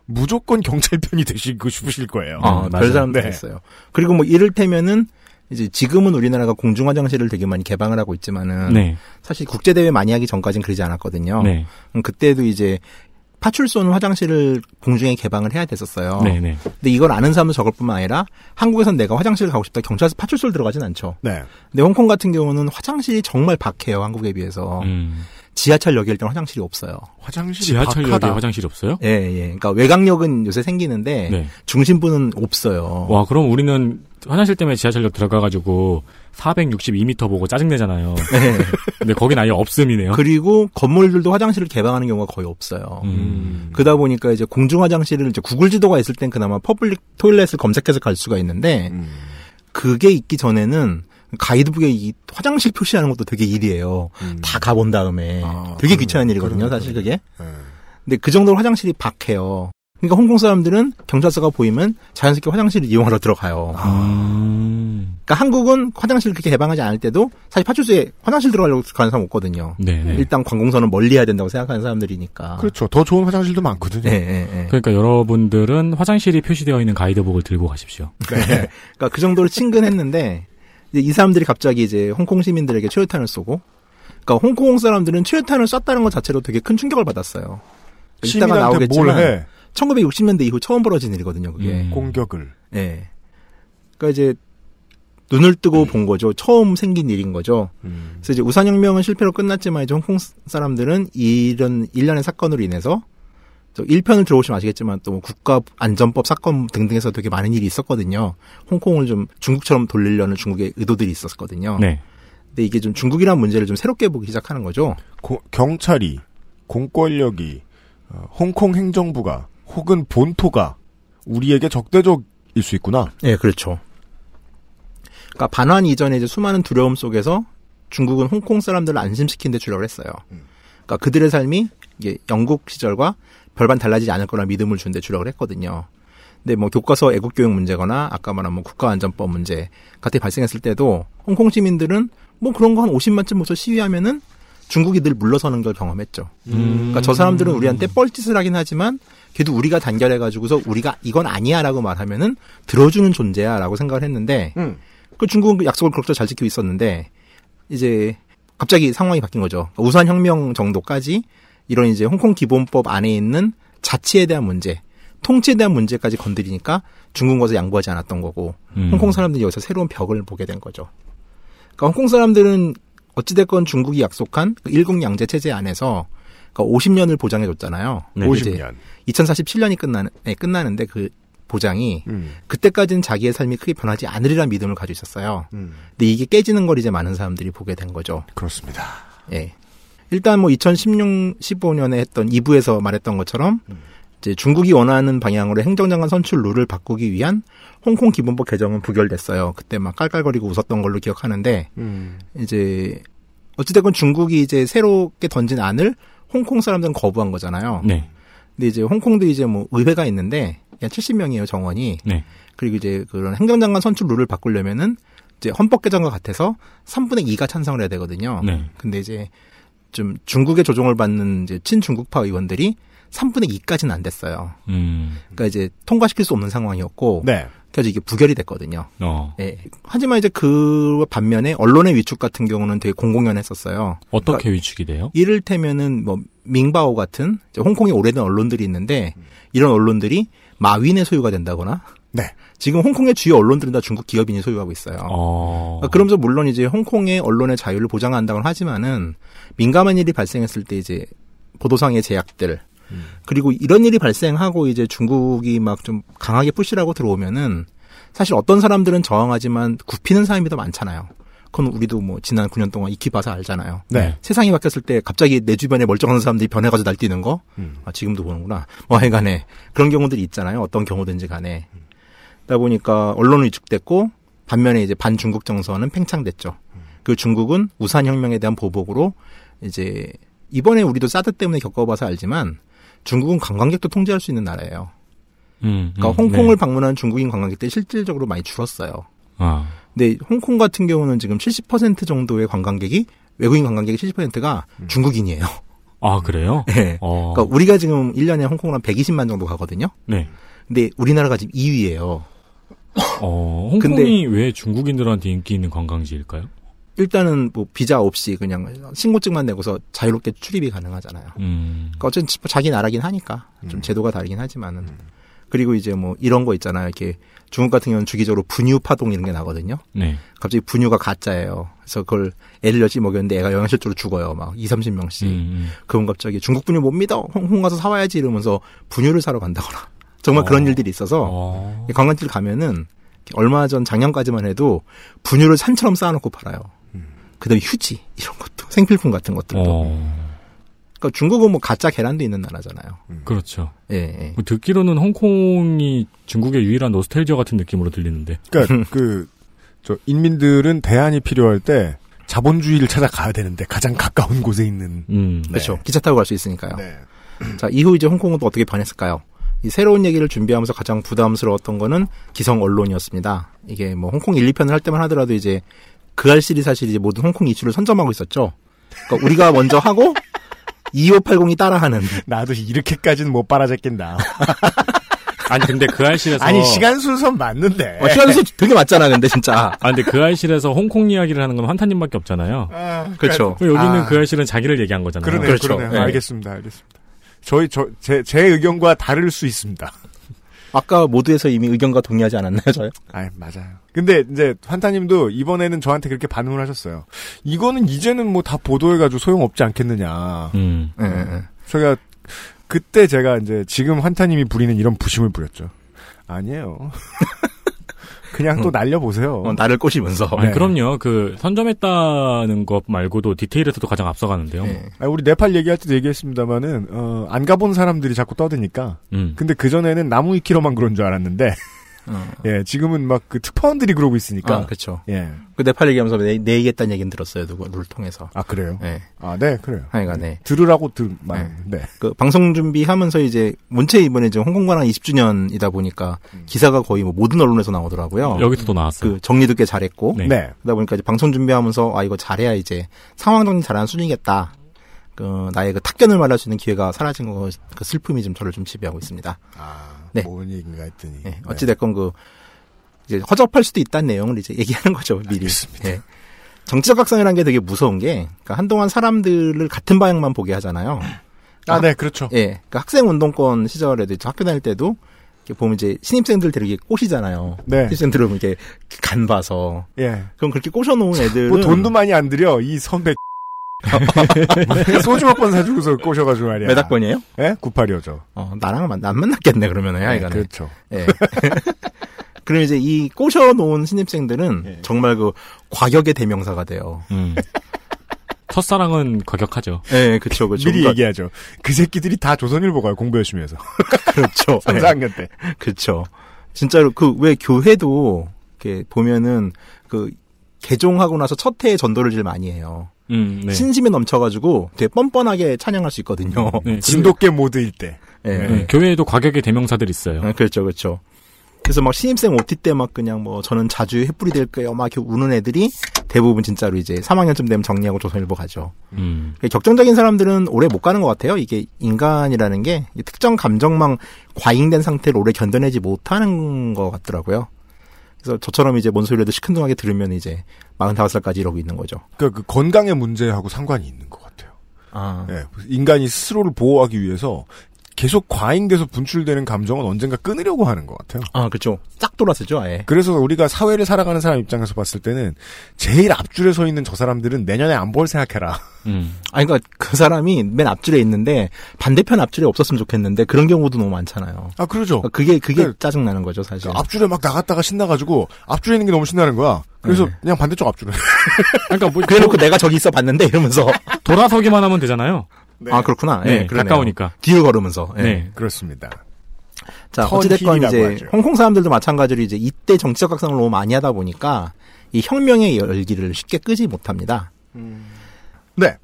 [SPEAKER 2] 무조건 경찰 편이 되시고 싶으실 거예요.
[SPEAKER 9] 아, 맞아요.
[SPEAKER 7] 어, 별 사람도
[SPEAKER 2] 네.
[SPEAKER 7] 있어요. 그리고 뭐 이를테면은 이제 지금은 우리나라가 공중 화장실을 되게 많이 개방을 하고 있지만은
[SPEAKER 9] 네.
[SPEAKER 7] 사실 국제대회 많이 하기 전까진 그러지 않았거든요.
[SPEAKER 9] 네.
[SPEAKER 7] 음, 그때도 이제 파출소는 화장실을 공중에 개방을 해야 됐었어요.
[SPEAKER 9] 네. 네.
[SPEAKER 7] 근데 이걸 아는 사람은 적을 뿐만 아니라 한국에선 내가 화장실을 가고 싶다 경찰서 파출소를 들어가진 않죠.
[SPEAKER 2] 네.
[SPEAKER 7] 근데 홍콩 같은 경우는 화장실이 정말 박해요. 한국에 비해서.
[SPEAKER 9] 음.
[SPEAKER 7] 지하철 역일 때는 화장실이 없어요.
[SPEAKER 2] 화장실이
[SPEAKER 9] 지하철역에
[SPEAKER 2] 박하다.
[SPEAKER 9] 화장실이 없어요?
[SPEAKER 7] 예, 예. 그러니까 외곽역은 요새 생기는데
[SPEAKER 9] 네.
[SPEAKER 7] 중심부는 예. 없어요.
[SPEAKER 9] 와, 그럼 우리는 화장실 때문에 지하철역 들어가가지고 462m 보고 짜증내잖아요.
[SPEAKER 7] 예.
[SPEAKER 9] 근데 거긴 아예 없음이네요.
[SPEAKER 7] 그리고 건물들도 화장실을 개방하는 경우가 거의 없어요.
[SPEAKER 9] 음.
[SPEAKER 7] 그러다 보니까 이제 공중 화장실을 이제 구글 지도가 있을 땐 그나마 퍼블릭 토일렛을 검색해서 갈 수가 있는데
[SPEAKER 2] 음.
[SPEAKER 7] 그게 있기 전에는 가이드북에 이 화장실 표시하는 것도 되게 일이에요.
[SPEAKER 2] 음.
[SPEAKER 7] 다 가본 다음에
[SPEAKER 2] 아,
[SPEAKER 7] 되게
[SPEAKER 2] 그러네,
[SPEAKER 7] 귀찮은 일이거든요,
[SPEAKER 2] 그러네,
[SPEAKER 7] 사실 그게.
[SPEAKER 2] 예.
[SPEAKER 7] 근데 그 정도로 화장실이 박해요. 그러니까 홍콩 사람들은 경찰서가 보이면 자연스럽게 화장실을 이용하러 들어가요.
[SPEAKER 2] 아.
[SPEAKER 9] 음.
[SPEAKER 7] 그러니까 한국은 화장실 그렇게 개방하지 않을 때도 사실 파출소에 화장실 들어가려고 가는 사람 없거든요.
[SPEAKER 9] 네네.
[SPEAKER 7] 일단 관공서는 멀리해야 된다고 생각하는 사람들이니까.
[SPEAKER 2] 그렇죠. 더 좋은 화장실도 많거든요.
[SPEAKER 7] 예, 예, 예.
[SPEAKER 9] 그러니까 여러분들은 화장실이 표시되어 있는 가이드북을 들고 가십시오.
[SPEAKER 7] 그러니까 그 정도로 친근했는데 이제 이 사람들이 갑자기 이제 홍콩 시민들에게 최루탄을 쏘고 그러니까 홍콩 사람들은 최루탄을 쐈다는 것 자체로 되게 큰 충격을 받았어요. 이따가
[SPEAKER 2] 시민한테 뭘
[SPEAKER 7] 나오겠지만
[SPEAKER 2] 해?
[SPEAKER 7] 1960년대 이후 처음 벌어진 일이거든요, 그게.
[SPEAKER 9] 음.
[SPEAKER 2] 공격을.
[SPEAKER 7] 예. 그러니까 이제 눈을 뜨고 본 거죠. 처음 생긴 일인 거죠.
[SPEAKER 2] 음.
[SPEAKER 7] 그래서 이제 우산혁명은 실패로 끝났지만 이제 홍콩 사람들은 이런 일련의 사건으로 인해서 저 1편을 들어오시면 아시겠지만 또뭐 국가안전법 사건 등등에서 되게 많은 일이 있었거든요. 홍콩을 좀 중국처럼 돌리려는 중국의 의도들이 있었거든요.
[SPEAKER 9] 네.
[SPEAKER 7] 근데 이게 좀 중국이라는 문제를 좀 새롭게 보기 시작하는 거죠.
[SPEAKER 2] 고- 경찰이, 공권력이, 어, 홍콩 행정부가 혹은 본토가 우리에게 적대적일 수 있구나.
[SPEAKER 7] 예, 그렇죠. 그러니까 반환 이전에 이제 수많은 두려움 속에서 중국은 홍콩 사람들을 안심시키는 데 주력을 했어요. 그러니까 그들의 삶이 이게 영국 시절과 별반 달라지지 않을 거라 믿음을 준 데 주력을 했거든요. 근데 뭐 교과서 애국 교육 문제거나 아까 말한 뭐 국가안전법 문제 같은 게 발생했을 때도 홍콩 시민들은 뭐 그런 거 한 50만쯤부터 시위하면은 중국이 늘 물러서는 걸 경험했죠. 그러니까 저 사람들은 우리한테 뻘짓을 하긴 하지만 그래도 우리가 단결해가지고서 우리가 이건 아니야라고 말하면은 들어주는 존재야라고 생각을 했는데
[SPEAKER 2] 음.
[SPEAKER 7] 그 중국은 그 약속을 그렇게 잘 지키고 있었는데 이제 갑자기 상황이 바뀐 거죠. 그러니까 우산 혁명 정도까지 이런 이제 홍콩 기본법 안에 있는 자치에 대한 문제, 통치에 대한 문제까지 건드리니까 중국에서 양보하지 않았던 거고
[SPEAKER 9] 음.
[SPEAKER 7] 홍콩 사람들이 여기서 새로운 벽을 보게 된 거죠. 그러니까 홍콩 사람들은 어찌됐건 중국이 약속한 그 일국 양제 체제 안에서 그러니까 50년을 보장해 줬잖아요.
[SPEAKER 9] 네.
[SPEAKER 2] 50년.
[SPEAKER 7] 2047년이 끝나는 네, 끝나는데 그 보장이
[SPEAKER 2] 음.
[SPEAKER 7] 그때까지는 자기의 삶이 크게 변하지 않으리란 믿음을 가지고 있었어요.
[SPEAKER 2] 음.
[SPEAKER 7] 근데 이게 깨지는 걸 이제 많은 사람들이 보게 된 거죠.
[SPEAKER 2] 그렇습니다.
[SPEAKER 7] 예. 일단 뭐 2016, 15년에 했던 2부에서 말했던 것처럼 이제 중국이 원하는 방향으로 행정장관 선출 룰을 바꾸기 위한 홍콩 기본법 개정은 부결됐어요. 그때 막 깔깔거리고 웃었던 걸로 기억하는데 이제 어찌됐건 중국이 이제 새롭게 던진 안을 홍콩 사람들은 거부한 거잖아요.
[SPEAKER 9] 네.
[SPEAKER 7] 근데 이제 홍콩도 이제 뭐 의회가 있는데 약 70명이에요 정원이.
[SPEAKER 9] 네.
[SPEAKER 7] 그리고 이제 그런 행정장관 선출 룰을 바꾸려면은 이제 헌법 개정과 같아서 3분의 2가 찬성을 해야 되거든요.
[SPEAKER 9] 네.
[SPEAKER 7] 근데 이제 좀 중국의 조종을 받는 이제 친중국파 의원들이 3분의 2까지는 안 됐어요.
[SPEAKER 9] 음.
[SPEAKER 7] 그러니까 이제 통과시킬 수 없는 상황이었고
[SPEAKER 2] 네.
[SPEAKER 7] 그래서 이게 부결이 됐거든요.
[SPEAKER 9] 어.
[SPEAKER 7] 예. 하지만 이제 그 반면에 언론의 위축 같은 경우는 되게 공공연했었어요.
[SPEAKER 9] 어떻게 위축이 돼요?
[SPEAKER 7] 이를테면은 뭐 밍바오 같은 이제 홍콩에 오래된 언론들이 있는데 이런 언론들이 마윈의 소유가 된다거나
[SPEAKER 2] 네.
[SPEAKER 7] 지금 홍콩의 주요 언론들은 다 중국 기업인이 소유하고 있어요.
[SPEAKER 9] 어.
[SPEAKER 7] 그러니까 그러면서 물론 이제 홍콩의 언론의 자유를 보장한다고는 하지만은 민감한 일이 발생했을 때 이제 보도상의 제약들 그리고 이런 일이 발생하고 이제 중국이 막 좀 강하게 푸시라고 들어오면은 사실 어떤 사람들은 저항하지만 굽히는 사람이 더 많잖아요. 그건 우리도 뭐 지난 9년 동안 익히 봐서 알잖아요.
[SPEAKER 2] 네.
[SPEAKER 7] 세상이 바뀌었을 때 갑자기 내 주변에 멀쩡한 사람들이 변해가지고 날뛰는 거?
[SPEAKER 9] 음.
[SPEAKER 7] 아, 지금도 보는구나. 뭐 하여간에 그런 경우들이 있잖아요. 어떤 경우든지 간에. 그러다 보니까 언론은 위축됐고 반면에 이제 반중국 정서는 팽창됐죠. 그 중국은 우산혁명에 대한 보복으로 이제 이번에 우리도 사드 때문에 겪어봐서 알지만 중국은 관광객도 통제할 수 있는 나라예요.
[SPEAKER 9] 음,
[SPEAKER 7] 그러니까
[SPEAKER 9] 음,
[SPEAKER 7] 홍콩을
[SPEAKER 9] 네.
[SPEAKER 7] 방문하는 중국인 관광객들이 실질적으로 많이 줄었어요.
[SPEAKER 9] 아.
[SPEAKER 7] 근데 홍콩 같은 경우는 지금 70% 정도의 관광객이 외국인 관광객의 70%가 중국인이에요.
[SPEAKER 9] 아, 그래요?
[SPEAKER 7] 예.
[SPEAKER 9] 음. 어.
[SPEAKER 7] 그러니까 우리가 지금 1년에 홍콩을 한 120만 정도 가거든요.
[SPEAKER 9] 네.
[SPEAKER 7] 근데 우리나라가 지금 2위예요.
[SPEAKER 9] 어, 홍콩이
[SPEAKER 7] 근데-
[SPEAKER 9] 왜 중국인들한테 인기 있는 관광지일까요?
[SPEAKER 7] 일단은 뭐 비자 없이 그냥 신고증만 내고서 자유롭게 출입이 가능하잖아요.
[SPEAKER 9] 음. 음.
[SPEAKER 7] 그러니까 어쨌든 자기 나라긴 하니까 좀 제도가 다르긴 하지만은 그리고 이제 뭐 이런 거 있잖아요. 이렇게 중국 같은 경우는 주기적으로 분유 파동 이런 게 나거든요.
[SPEAKER 9] 네.
[SPEAKER 7] 갑자기 분유가 가짜예요. 그래서 그걸 애를 열심히 먹였는데 애가 영양실조로 죽어요. 막 2, 30명씩.
[SPEAKER 9] 음,
[SPEAKER 7] 그럼 갑자기 중국 분유 못 믿어. 홍콩 가서 사와야지 이러면서 분유를 사러 간다거나. 정말 그런
[SPEAKER 9] 어.
[SPEAKER 7] 일들이 있어서
[SPEAKER 9] 어.
[SPEAKER 7] 관광지를 가면은 얼마 전 작년까지만 해도 분유를 산처럼 쌓아놓고 팔아요. 그다음에 휴지 이런 것도 생필품 같은 것들도.
[SPEAKER 9] 어.
[SPEAKER 7] 그러니까 중국은 뭐 가짜 계란도 있는 나라잖아요.
[SPEAKER 9] 그렇죠.
[SPEAKER 7] 예. 예.
[SPEAKER 9] 뭐 듣기로는 홍콩이 중국의 유일한 노스텔지어 같은 느낌으로 들리는데.
[SPEAKER 2] 그러니까 그 저 인민들은 대안이 필요할 때 자본주의를 찾아가야 되는데 가장 가까운 곳에 있는
[SPEAKER 9] 음.
[SPEAKER 7] 그렇죠. 기차 타고 갈 수 있으니까요.
[SPEAKER 2] 네.
[SPEAKER 7] 자 이후 이제 홍콩은 또 어떻게 변했을까요? 이 새로운 얘기를 준비하면서 가장 부담스러웠던 거는 기성 언론이었습니다. 이게 뭐 홍콩 1, 2편을 할 때만 하더라도 이제 그 알실이 사실 이제 모든 홍콩 이슈를 선점하고 있었죠. 그러니까 우리가 먼저 하고 2580이 따라하는
[SPEAKER 2] 나도 이렇게까지는 못 빨아잡겠다.
[SPEAKER 9] 아니 근데 그 알실에서
[SPEAKER 2] 아니 시간 순서는 맞는데.
[SPEAKER 7] 어, 시간에서 되게 맞잖아, 근데 진짜.
[SPEAKER 9] 아 근데 그 알실에서 홍콩 이야기를 하는 건 환타님밖에 없잖아요.
[SPEAKER 2] 아,
[SPEAKER 7] 그렇죠.
[SPEAKER 9] 그럼 여기는
[SPEAKER 7] 아,
[SPEAKER 9] 그 알실은 자기를 얘기한 거잖아요.
[SPEAKER 2] 그러네요.
[SPEAKER 7] 그렇죠.
[SPEAKER 2] 그러네요.
[SPEAKER 7] 네.
[SPEAKER 2] 알겠습니다. 알겠습니다. 저희 저 제 제 의견과 다를 수 있습니다.
[SPEAKER 7] 아까 모두에서 이미 의견과 동의하지 않았나요, 저요?
[SPEAKER 2] 아, 맞아요. 근데 이제 환타님도 이번에는 저한테 그렇게 반응을 하셨어요. 이거는 이제는 뭐 다 보도해가지고 소용없지 않겠느냐.
[SPEAKER 9] 음.
[SPEAKER 7] 예, 예.
[SPEAKER 2] 제가 그때 제가 이제 지금 환타님이 부리는 이런 부심을 부렸죠. 아니에요. 그냥 또 날려보세요.
[SPEAKER 7] 어, 나를 꼬시면서.
[SPEAKER 9] 아니,
[SPEAKER 2] 네.
[SPEAKER 9] 그럼요. 그 선점했다는 것 말고도 디테일에서도 가장 앞서가는데요.
[SPEAKER 7] 예.
[SPEAKER 2] 아, 우리 네팔 얘기할 때도 얘기했습니다만은 어, 안 가본 사람들이 자꾸 떠드니까.
[SPEAKER 9] 음.
[SPEAKER 2] 근데 그 전에는 나무 위키로만 그런 줄 알았는데,
[SPEAKER 7] 어.
[SPEAKER 2] 예, 지금은 막 그 특파원들이 그러고 있으니까.
[SPEAKER 7] 아, 그렇죠.
[SPEAKER 2] 예,
[SPEAKER 7] 그 네팔 얘기하면서 내, 내 얘기했다는 얘기는 들었어요, 누구, 누를 통해서.
[SPEAKER 2] 아 그래요.
[SPEAKER 7] 예.
[SPEAKER 2] 아, 네, 그래요.
[SPEAKER 7] 하여간, 네.
[SPEAKER 2] 들으라고 들만. 네.
[SPEAKER 7] 그 방송 준비하면서 이제 원체 이번에 이제 홍콩관항 20주년이다 보니까 기사가 거의 뭐 모든 언론에서 나오더라고요.
[SPEAKER 9] 음. 여기서 또 나왔어요.
[SPEAKER 7] 그 정리도 꽤 잘했고
[SPEAKER 9] 네.
[SPEAKER 2] 네.
[SPEAKER 7] 그러다 보니까 이제 방송 준비하면서 아 이거 잘해야 이제 상황 정리 잘하는 수준이겠다. 그 나의 그 탁견을 말할 수 있는 기회가 사라진 거 그 슬픔이 좀 저를 좀 지배하고 있습니다.
[SPEAKER 2] 아,
[SPEAKER 7] 네.
[SPEAKER 2] 뭔 얘기인가 했더니.
[SPEAKER 9] 네.
[SPEAKER 2] 네.
[SPEAKER 7] 예, 어찌됐건 그, 이제 허접할 수도 있다는 내용을 이제 얘기하는 거죠, 미리. 예. 정치적 각성이라는 게 되게 무서운 게, 그러니까 한동안 사람들을 같은 방향만 보게 하잖아요.
[SPEAKER 2] 아, 네, 그렇죠.
[SPEAKER 7] 예. 그러니까 학생 운동권 시절에도 이제 학교 다닐 때도, 이렇게 보면 이제 신입생들 되게 꼬시잖아요.
[SPEAKER 2] 네.
[SPEAKER 7] 신입생들은 이렇게 간 봐서.
[SPEAKER 2] 예.
[SPEAKER 7] 그럼 그렇게 꼬셔놓은 애들은.
[SPEAKER 2] 뭐 돈도 많이 안 들여 이 선배. 소주 몇 번 사주고서 꼬셔가지고 말이야.
[SPEAKER 7] 몇 학번이에요?
[SPEAKER 2] 예? 98이죠.
[SPEAKER 7] 어, 나랑은 만- 안 만났겠네, 그러면은, 하여간에.
[SPEAKER 2] 그렇죠.
[SPEAKER 7] 예. 그럼 이제 이 꼬셔놓은 신입생들은
[SPEAKER 2] 예.
[SPEAKER 7] 정말 그 과격의 대명사가 돼요.
[SPEAKER 9] 음. 첫사랑은 과격하죠.
[SPEAKER 7] 예, 그쵸, 그쵸.
[SPEAKER 2] 미리
[SPEAKER 7] 그러니까-
[SPEAKER 2] 얘기하죠. 그 새끼들이 다 조선일보 가요. 공부 열심히 해서.
[SPEAKER 7] 그렇죠.
[SPEAKER 2] 3, 4학년 때.
[SPEAKER 7] 예, 그쵸. 진짜로, 그, 왜 교회도, 이렇게 보면은, 그, 개종하고 나서 첫 해에 전도를 제일 많이 해요.
[SPEAKER 9] 음, 네.
[SPEAKER 7] 신심에 어, 넘쳐가지고 되게 뻔뻔하게 찬양할 수 있거든요.
[SPEAKER 9] 네,
[SPEAKER 2] 진돗개 모드일 때.
[SPEAKER 7] 예.
[SPEAKER 9] 네, 교회에도 과격의 대명사들 있어요.
[SPEAKER 7] 예, 그렇죠, 그렇죠. 그래서 막 신입생 OT 때 막 그냥 뭐 저는 자주 해뿌리 될 거예요. 막 이렇게 우는 애들이 대부분 진짜로 이제 3학년쯤 되면 정리하고 조선일보 가죠. 그러니까
[SPEAKER 9] 음.
[SPEAKER 7] 격정적인 사람들은 오래 못 가는 것 같아요. 이게 인간이라는 게 특정 감정만 과잉된 상태를 오래 견뎌내지 못하는 것 같더라고요. 그래서 저처럼 이제 뭔 소리라도 시큰둥하게 들으면 이제 45살까지 이러고 있는 거죠.
[SPEAKER 2] 그, 그 건강의 문제하고 상관이 있는 것 같아요.
[SPEAKER 7] 아.
[SPEAKER 2] 예. 인간이 스스로를 보호하기 위해서 계속 과잉돼서 분출되는 감정은 언젠가 끊으려고 하는 것 같아요.
[SPEAKER 7] 아, 그렇죠. 쫙 돌아서죠, 아예.
[SPEAKER 2] 그래서 우리가 사회를 살아가는 사람 입장에서 봤을 때는 제일 앞줄에 서 있는 저 사람들은 내년에 안 볼 생각해라.
[SPEAKER 9] 음.
[SPEAKER 7] 아니, 그러니까 그 사람이 맨 앞줄에 있는데 반대편 앞줄에 없었으면 좋겠는데 그런 경우도 너무 많잖아요.
[SPEAKER 2] 아, 그러죠.
[SPEAKER 7] 그러니까 그게, 그게
[SPEAKER 2] 네.
[SPEAKER 7] 짜증나는 거죠, 사실.
[SPEAKER 2] 그러니까 앞줄에 막 나갔다가 신나가지고 앞줄에 있는 게 너무 신나는 거야. 그래서 그냥 반대쪽 앞줄에.
[SPEAKER 9] 네. 그러니까 뭐
[SPEAKER 7] 그래놓고 내가 저기 있어 봤는데 이러면서.
[SPEAKER 9] 돌아서기만 하면 되잖아요.
[SPEAKER 7] 아, 그렇구나.
[SPEAKER 9] 네,
[SPEAKER 7] 예, 그러네요.
[SPEAKER 9] 가까우니까.
[SPEAKER 7] 뒤를 걸으면서. 예.
[SPEAKER 9] 네.
[SPEAKER 2] 그렇습니다.
[SPEAKER 7] 자,
[SPEAKER 2] 턴
[SPEAKER 7] 어찌됐건
[SPEAKER 2] 힐이라고
[SPEAKER 7] 이제
[SPEAKER 2] 하죠.
[SPEAKER 7] 홍콩 사람들도 마찬가지로 이제 이때 정치적 각성을 너무 많이 하다 보니까 이 혁명의 열기를 쉽게 끄지 못합니다.
[SPEAKER 2] 네.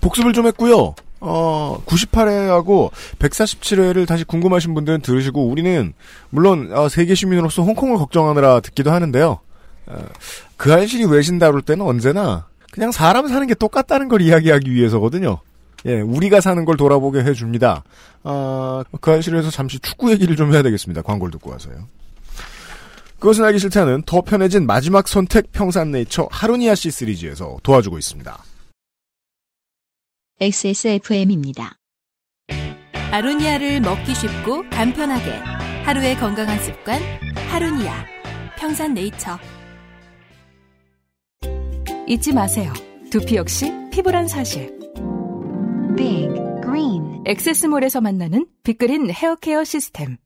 [SPEAKER 2] 복습을 좀 했고요. 어, 98회하고 147회를 다시 궁금하신 분들은 들으시고 우리는 물론 어, 세계 시민으로서 홍콩을 걱정하느라 듣기도 하는데요. 어, 그 알실이 외신 다룰 때는 언제나 그냥 사람 사는 게 똑같다는 걸 이야기하기 위해서거든요. 예, 우리가 사는 걸 돌아보게 해줍니다. 아, 그 알실에서 잠시 축구 얘기를 좀 해야 되겠습니다. 광고를 듣고 와서요. 그것은 알기 싫다는 더 편해진 마지막 선택 평산네이처 하루니아 씨 시리즈에서 도와주고 있습니다.
[SPEAKER 1] XSFM입니다.
[SPEAKER 3] 아로니아를 먹기 쉽고 간편하게 하루의 건강한 습관 하루니아 평산네이처 잊지 마세요. 두피 역시 피부란 사실.
[SPEAKER 4] Big Green.
[SPEAKER 3] 엑세스몰에서 만나는 빅그린 헤어케어 시스템.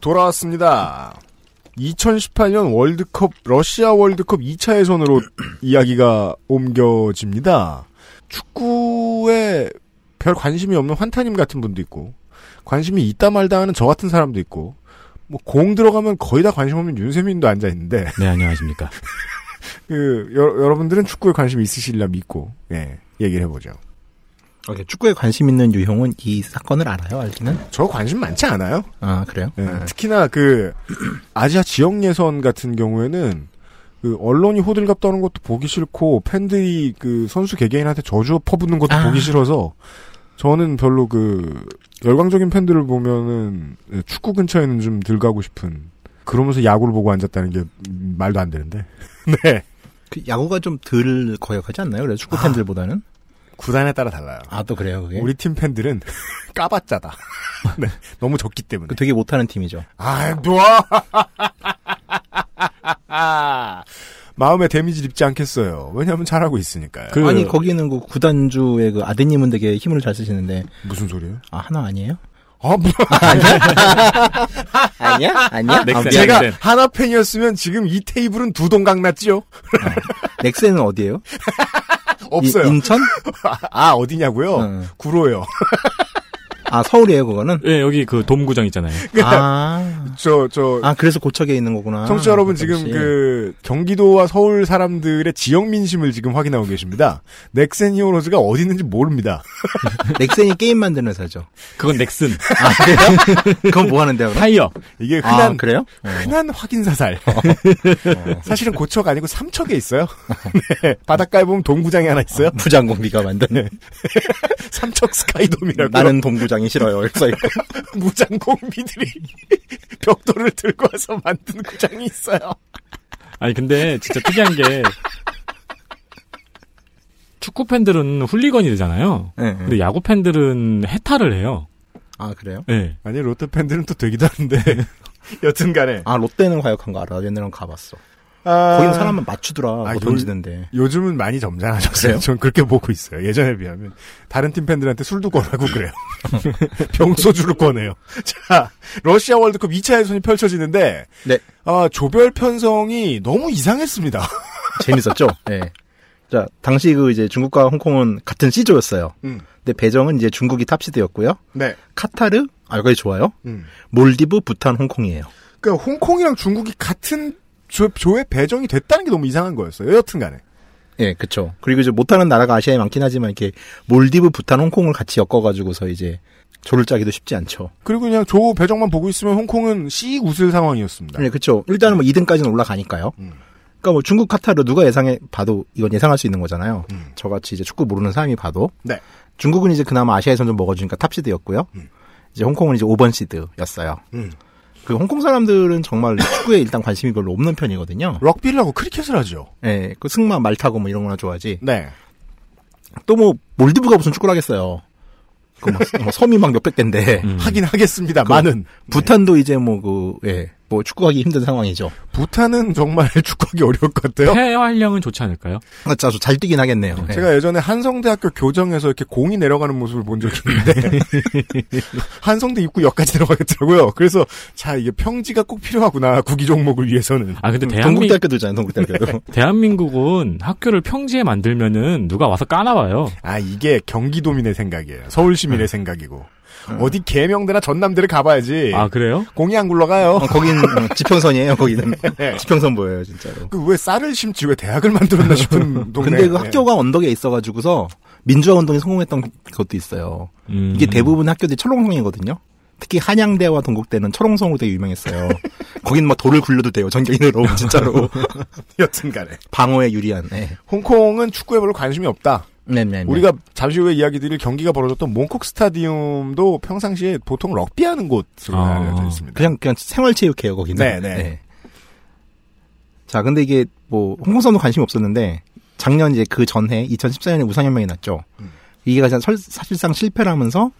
[SPEAKER 2] 돌아왔습니다. 2018년 월드컵 러시아 월드컵 2차 예선으로 이야기가 옮겨집니다. 축구에 별 관심이 없는 환타님 같은 분도 있고 관심이 있다 말다 하는 저 같은 사람도 있고 뭐 공 들어가면 거의 다 관심 없는 윤세민도 앉아 있는데
[SPEAKER 9] 네, 안녕하십니까.
[SPEAKER 2] 그 여, 러분들은 축구에 관심이 있으시리라 믿고 예 얘기를 해보죠.
[SPEAKER 7] 오케이, 축구에 관심 있는 유형은 이 사건을 알아요, 알기는?
[SPEAKER 2] 저 관심 많지 않아요.
[SPEAKER 7] 아, 그래요?
[SPEAKER 2] 예,
[SPEAKER 7] 아,
[SPEAKER 2] 특히나 그 아시아 지역 예선 같은 경우에는 그 언론이 호들갑 떠는 것도 보기 싫고 팬들이 그 선수 개개인한테 저주 퍼붓는 것도
[SPEAKER 7] 아.
[SPEAKER 2] 보기 싫어서 저는 별로 그 열광적인 팬들을 보면은 네, 축구 근처에는 좀 덜 가고 싶은 그러면서 야구를 보고 앉았다는 게 음, 말도 안 되는데 네
[SPEAKER 7] 그 야구가 좀 덜 거역하지 않나요? 그래 축구 팬들보다는?
[SPEAKER 2] 구단에 따라 달라요.
[SPEAKER 7] 아, 또 그래요, 그게?
[SPEAKER 2] 우리 팀 팬들은 까봤자다. 네, 너무 적기 때문에.
[SPEAKER 7] 그 되게 못하는 팀이죠.
[SPEAKER 2] 아, 놓아! 마음에 데미지 입지 않겠어요. 왜냐하면 잘하고 있으니까요.
[SPEAKER 9] 그-
[SPEAKER 7] 아니, 거기는 그 구단주의 그 아드님은 되게 힘을 잘 쓰시는데,
[SPEAKER 2] 무슨 소리예요?
[SPEAKER 7] 아, 하나 아니에요?
[SPEAKER 2] 아, 뭐,
[SPEAKER 7] 아니야? 아니야?
[SPEAKER 9] 넥센.
[SPEAKER 7] 아,
[SPEAKER 2] 제가
[SPEAKER 9] 넥센.
[SPEAKER 2] 하나 팬이었으면 지금 이 테이블은 두 동강 났지요?
[SPEAKER 7] 넥센은 어디예요?
[SPEAKER 2] 없어요.
[SPEAKER 7] 인, 천
[SPEAKER 2] 아, 어디냐고요?
[SPEAKER 7] 어.
[SPEAKER 2] 구로요.
[SPEAKER 7] 아, 서울이에요, 그거는?
[SPEAKER 9] 네, 여기 그 돔구장 있잖아요.
[SPEAKER 7] 아,
[SPEAKER 2] 저, 저,
[SPEAKER 7] 아, 그래서 고척에 있는 거구나.
[SPEAKER 2] 청취자 여러분
[SPEAKER 7] 그렇지.
[SPEAKER 2] 지금 그 경기도와 서울 사람들의 지역 민심을 지금 확인하고 계십니다. 넥센 히어로즈가 어디 있는지 모릅니다.
[SPEAKER 7] 넥센이 게임 만드는 회사죠.
[SPEAKER 9] 그건 넥슨,
[SPEAKER 7] 아, 그래요? 그건 뭐 하는데요, 그럼?
[SPEAKER 9] 타이어.
[SPEAKER 2] 이게
[SPEAKER 7] 아,
[SPEAKER 2] 흔한
[SPEAKER 7] 그래요?
[SPEAKER 2] 흔한 확인 사살.
[SPEAKER 7] 어.
[SPEAKER 2] 사실은 고척 아니고 삼척에 있어요. 네, 바닷가에 보면 동구장이 하나 있어요.
[SPEAKER 7] 부장공비가 만드는.
[SPEAKER 2] 삼척 스카이돔이라고.
[SPEAKER 7] 나는 동부장이 싫어요. 이렇게 써있고.
[SPEAKER 2] 무장공비들이 벽돌을 들고 와서 만든 구장이 있어요.
[SPEAKER 9] 아니 근데 진짜 특이한 게 축구 팬들은 훌리건이 되잖아요.
[SPEAKER 7] 예, 예.
[SPEAKER 9] 근데 야구 팬들은 해탈을 해요.
[SPEAKER 7] 아, 그래요?
[SPEAKER 9] 네.
[SPEAKER 2] 아니 롯데 팬들은 또 되기도 하는데 여튼간에
[SPEAKER 7] 아, 롯데는 화역한 거 알아. 옛날엔 가봤어.
[SPEAKER 2] 아,
[SPEAKER 7] 거기는 사람만 맞추더라.
[SPEAKER 2] 아,
[SPEAKER 7] 뭐
[SPEAKER 2] 요-
[SPEAKER 7] 던지는데.
[SPEAKER 2] 요즘은 많이 점잖아졌어요.
[SPEAKER 7] 그래요?
[SPEAKER 2] 전 그렇게 보고 있어요. 예전에 비하면 다른 팀 팬들한테 술도 권하고 그래요. 병소주를 권해요. 자 러시아 월드컵 2차 예선이 펼쳐지는데
[SPEAKER 7] 네.
[SPEAKER 2] 아, 조별 편성이 너무 이상했습니다.
[SPEAKER 7] 재밌었죠? 예. 자, 당시 그 이제 중국과 홍콩은 같은 C조였어요.
[SPEAKER 2] 음.
[SPEAKER 7] 근데 배정은 이제 중국이 탑시드였고요.
[SPEAKER 2] 네.
[SPEAKER 7] 카타르, 아, 여기 좋아요.
[SPEAKER 2] 음.
[SPEAKER 7] 몰디브, 부탄, 홍콩이에요.
[SPEAKER 2] 그러니까 홍콩이랑 중국이 같은 조, 조에 배정이 됐다는 게 너무 이상한 거였어요. 여튼간에.
[SPEAKER 7] 예, 그쵸. 그리고 이제 못하는 나라가 아시아에 많긴 하지만 이렇게 몰디브, 부탄, 홍콩을 같이 엮어가지고서 이제 조를 짜기도 쉽지 않죠.
[SPEAKER 2] 그리고 그냥 조 배정만 보고 있으면 홍콩은 씩 웃을 상황이었습니다.
[SPEAKER 7] 네, 그쵸. 일단은 뭐 2등까지는 올라가니까요. 그러니까 뭐 중국, 카타르 누가 예상해 봐도 이건 예상할 수 있는 거잖아요. 저같이 이제 축구 모르는 사람이 봐도.
[SPEAKER 2] 네.
[SPEAKER 7] 중국은 이제 그나마 아시아에선 좀 먹어주니까 탑시드였고요. 이제 홍콩은 이제 5번 시드였어요.
[SPEAKER 2] 음.
[SPEAKER 7] 그 홍콩 사람들은 정말 축구에 일단 관심이 별로 없는 편이거든요.
[SPEAKER 2] 럭비를 하고 크리켓을 하죠.
[SPEAKER 7] 예, 그 승마 말 타고 뭐 이런 거나 좋아하지.
[SPEAKER 2] 네.
[SPEAKER 7] 또 뭐 몰디브가 무슨 축구를 하겠어요. 그 막, 뭐 섬이 막 몇백 개인데 아,
[SPEAKER 2] 하긴 하겠습니다. 많은.
[SPEAKER 7] 부탄도 이제 뭐 그 예, 뭐 축구하기 힘든 상황이죠.
[SPEAKER 2] 부탄은 정말 축구하기 어려울 것 같아요.
[SPEAKER 9] 폐 활량은 좋지 않을까요?
[SPEAKER 7] 아, 아주 잘 뛰긴 하겠네요. 예.
[SPEAKER 2] 제가 예전에 한성대학교 교정에서 이렇게 공이 내려가는 모습을 본 적이 있는데 한성대 입구역까지 내려가겠더라고요. 그래서 자 이게 평지가 꼭 필요하구나 구기 종목을 위해서는
[SPEAKER 9] 아 근데 대한민
[SPEAKER 7] 동국대학교도 있잖아요. 음, 동국대학교도.
[SPEAKER 9] 대한민국은 학교를 평지에 만들면은 누가 와서 까나봐요.
[SPEAKER 2] 아 이게 경기도민의 생각이에요. 서울
[SPEAKER 7] 네.
[SPEAKER 2] 시민의 생각이고 어디 계명대나 전남대를
[SPEAKER 7] 예.
[SPEAKER 2] 가봐야지
[SPEAKER 9] 아 그래요?
[SPEAKER 2] 공이 안 굴러가요.
[SPEAKER 7] 어, 거긴 어, 지평선이에요. 거기는
[SPEAKER 2] 네.
[SPEAKER 7] 지평선 보여요, 진짜로.
[SPEAKER 2] 그 왜 쌀을 심지 왜 대학을 만들었나 싶은 동네.
[SPEAKER 7] 근데 그 학교가 언덕에 있어가지고서 민주화 운동에 성공했던 것도 있어요.
[SPEAKER 9] 음.
[SPEAKER 7] 이게 대부분 학교들이 철옹성이거든요. 특히 한양대와 동국대는 철옹성으로 되게 유명했어요. 거긴 막 돌을 굴려도 돼요. 전경인으로 진짜로
[SPEAKER 2] 네. 여튼간에
[SPEAKER 7] 방어에 유리한. 네.
[SPEAKER 2] 홍콩은 축구에 별로 관심이 없다.
[SPEAKER 7] 네, 네, 네.
[SPEAKER 2] 우리가 잠시 후에 이야기 드릴 경기가 벌어졌던 몽콕 스타디움도 평상시에 보통 럭비하는 곳으로
[SPEAKER 9] 아.
[SPEAKER 2] 알려져 있습니다.
[SPEAKER 7] 그냥 그냥 생활체육해요 거기는.
[SPEAKER 2] 네, 네.
[SPEAKER 7] 자, 근데 이게 뭐 홍콩선도 관심이 없었는데 작년 이제 그 전해 2014년에 우상혁명이 났죠.
[SPEAKER 2] 음.
[SPEAKER 7] 이게 가장 설- 사실상 실패를 하면서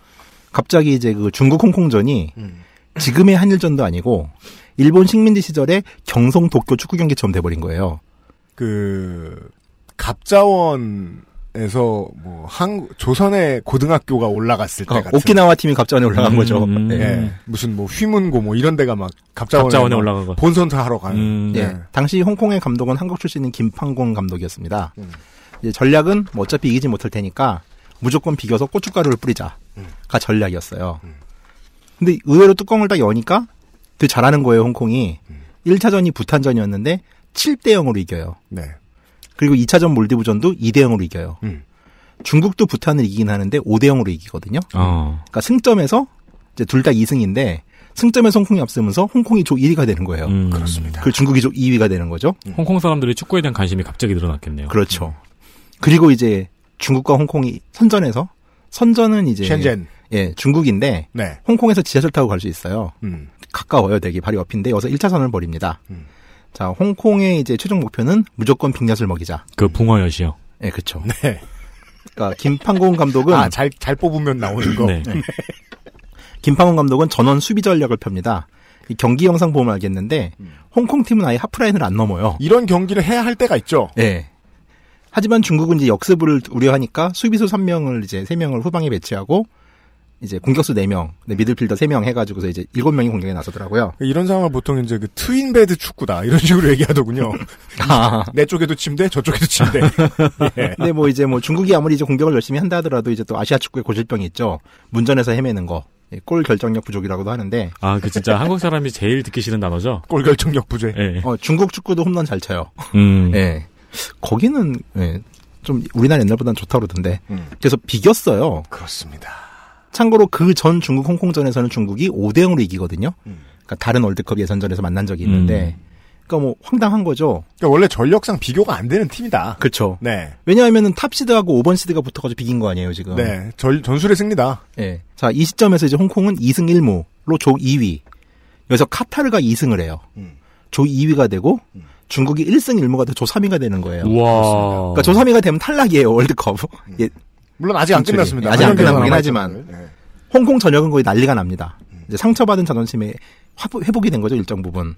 [SPEAKER 7] 갑자기 이제 그 중국 홍콩전이
[SPEAKER 2] 음.
[SPEAKER 7] 지금의 한일전도 아니고 일본 식민지 시절에 경성 도쿄 축구 경기처럼 돼버린 거예요.
[SPEAKER 2] 그 갑자원에서 뭐 한국 조선의 고등학교가 올라갔을 때
[SPEAKER 7] 어,
[SPEAKER 2] 같은
[SPEAKER 7] 오키나와 팀이 갑자원에 올라간
[SPEAKER 9] 음,
[SPEAKER 7] 거죠.
[SPEAKER 9] 음.
[SPEAKER 7] 네.
[SPEAKER 2] 예, 무슨 뭐 휘문고 뭐 이런 데가 막 갑자원에,
[SPEAKER 9] 갑자원에
[SPEAKER 2] 막
[SPEAKER 9] 올라간 거.
[SPEAKER 2] 본선타 하러 가는
[SPEAKER 9] 음,
[SPEAKER 7] 예, 당시 홍콩의 감독은 한국 출신인 김판공 감독이었습니다. 이제 전략은 뭐 어차피 이기지 못할 테니까 무조건 비겨서 고춧가루를 뿌리자가 전략이었어요. 근데 의외로 뚜껑을 딱 여니까 되게 잘하는 거예요, 홍콩이. 1차전이 부탄전이었는데 7대 0으로 이겨요.
[SPEAKER 2] 네.
[SPEAKER 7] 그리고 2차전 몰디브전도 2대 0으로 이겨요.
[SPEAKER 2] 음.
[SPEAKER 7] 중국도 부탄을 이기긴 하는데 5대 0으로 이기거든요.
[SPEAKER 9] 어.
[SPEAKER 7] 그러니까 승점에서 이제 둘 다 2승인데 승점에서 홍콩이 앞서면서 홍콩이 조 1위가 되는 거예요.
[SPEAKER 9] 음.
[SPEAKER 2] 그렇습니다.
[SPEAKER 7] 그 중국이 조 2위가 되는 거죠.
[SPEAKER 9] 홍콩 사람들이 축구에 대한 관심이 갑자기 늘어났겠네요.
[SPEAKER 7] 그렇죠.
[SPEAKER 2] 음.
[SPEAKER 7] 그리고 이제 중국과 홍콩이 선전에서 선전은 이제
[SPEAKER 2] 셴젠.
[SPEAKER 7] 예, 중국인데
[SPEAKER 2] 네.
[SPEAKER 7] 홍콩에서 지하철 타고 갈 수 있어요.
[SPEAKER 2] 음.
[SPEAKER 7] 가까워요, 되게 바로 옆인데 여기서 1차선을 벌입니다.
[SPEAKER 2] 음.
[SPEAKER 7] 자, 홍콩의 이제 최종 목표는 무조건 빅엿을 먹이자.
[SPEAKER 9] 그 붕어여시요.
[SPEAKER 7] 예, 그렇죠.
[SPEAKER 2] 네.
[SPEAKER 7] 그러니까 김판공 감독은
[SPEAKER 2] 아, 잘, 잘 뽑으면 나오는 거.
[SPEAKER 9] 네.
[SPEAKER 7] 김판공 감독은 전원 수비 전략을 펴니다. 이 경기 영상 보면 알겠는데
[SPEAKER 2] 음.
[SPEAKER 7] 홍콩 팀은 아예 하프라인을 안 넘어요.
[SPEAKER 2] 이런 경기를 해야 할 때가 있죠.
[SPEAKER 7] 예. 하지만 중국은 이제 역습을 우려하니까 수비수 3명을 이제 3명을 후방에 배치하고 이제 공격수 4명, 네, 미들필더 3명 해가지고서 이제 7명이 공격에 나서더라고요.
[SPEAKER 2] 이런 상황을 보통 이제 그 트윈베드 축구다. 이런 식으로 얘기하더군요.
[SPEAKER 7] 아.
[SPEAKER 2] 내 쪽에도 침대, 저쪽에도 침대. 예.
[SPEAKER 7] 근데 뭐 이제 뭐 중국이 아무리 이제 공격을 열심히 한다 하더라도 이제 또 아시아 축구의 고질병이 있죠. 문전에서 헤매는 거. 예, 골 결정력 부족이라고도 하는데
[SPEAKER 9] 아, 그 진짜 한국 사람이 제일 듣기 싫은 단어죠?
[SPEAKER 2] 골 결정력 부재.
[SPEAKER 9] 예.
[SPEAKER 7] 어, 중국 축구도 홈런 잘 쳐요.
[SPEAKER 9] 음.
[SPEAKER 7] 예. 거기는 예, 좀 우리나라 옛날보단 좋다 그러던데.
[SPEAKER 2] 음.
[SPEAKER 7] 그래서 비겼어요.
[SPEAKER 2] 그렇습니다.
[SPEAKER 7] 참고로 그 전 중국 홍콩전에서는 중국이 5대 0으로 이기거든요.
[SPEAKER 2] 음.
[SPEAKER 7] 그러니까 다른 월드컵 예선전에서 만난 적이 있는데 그러니까 뭐 황당한 거죠.
[SPEAKER 2] 그러니까 원래 전력상 비교가 안 되는 팀이다.
[SPEAKER 7] 그렇죠.
[SPEAKER 2] 네.
[SPEAKER 7] 왜냐하면은 탑 시드하고 5번 시드가 붙어가지고 비긴 거 아니에요 지금.
[SPEAKER 2] 네. 전, 전술의 승리다.
[SPEAKER 7] 예. 자, 이 시점에서 이제 홍콩은 2승 1무로 조 2위. 여기서 카타르가 2승을 해요.
[SPEAKER 2] 음.
[SPEAKER 7] 조 2위가 되고 중국이 1승 1무가 돼서 조 3위가 되는 거예요.
[SPEAKER 9] 우와.
[SPEAKER 7] 그러니까 조 3위가 되면 탈락이에요 월드컵. 예,
[SPEAKER 2] 물론 아직 안
[SPEAKER 7] 진출이.
[SPEAKER 2] 끝났습니다.
[SPEAKER 7] 아직 안
[SPEAKER 2] 한경기가
[SPEAKER 7] 끝난 거긴
[SPEAKER 2] 남아있거든요. 네.
[SPEAKER 7] 홍콩 전역은 거의 난리가 납니다. 이제 상처받은 자존심에 화보- 회복이 된 거죠 일정 부분.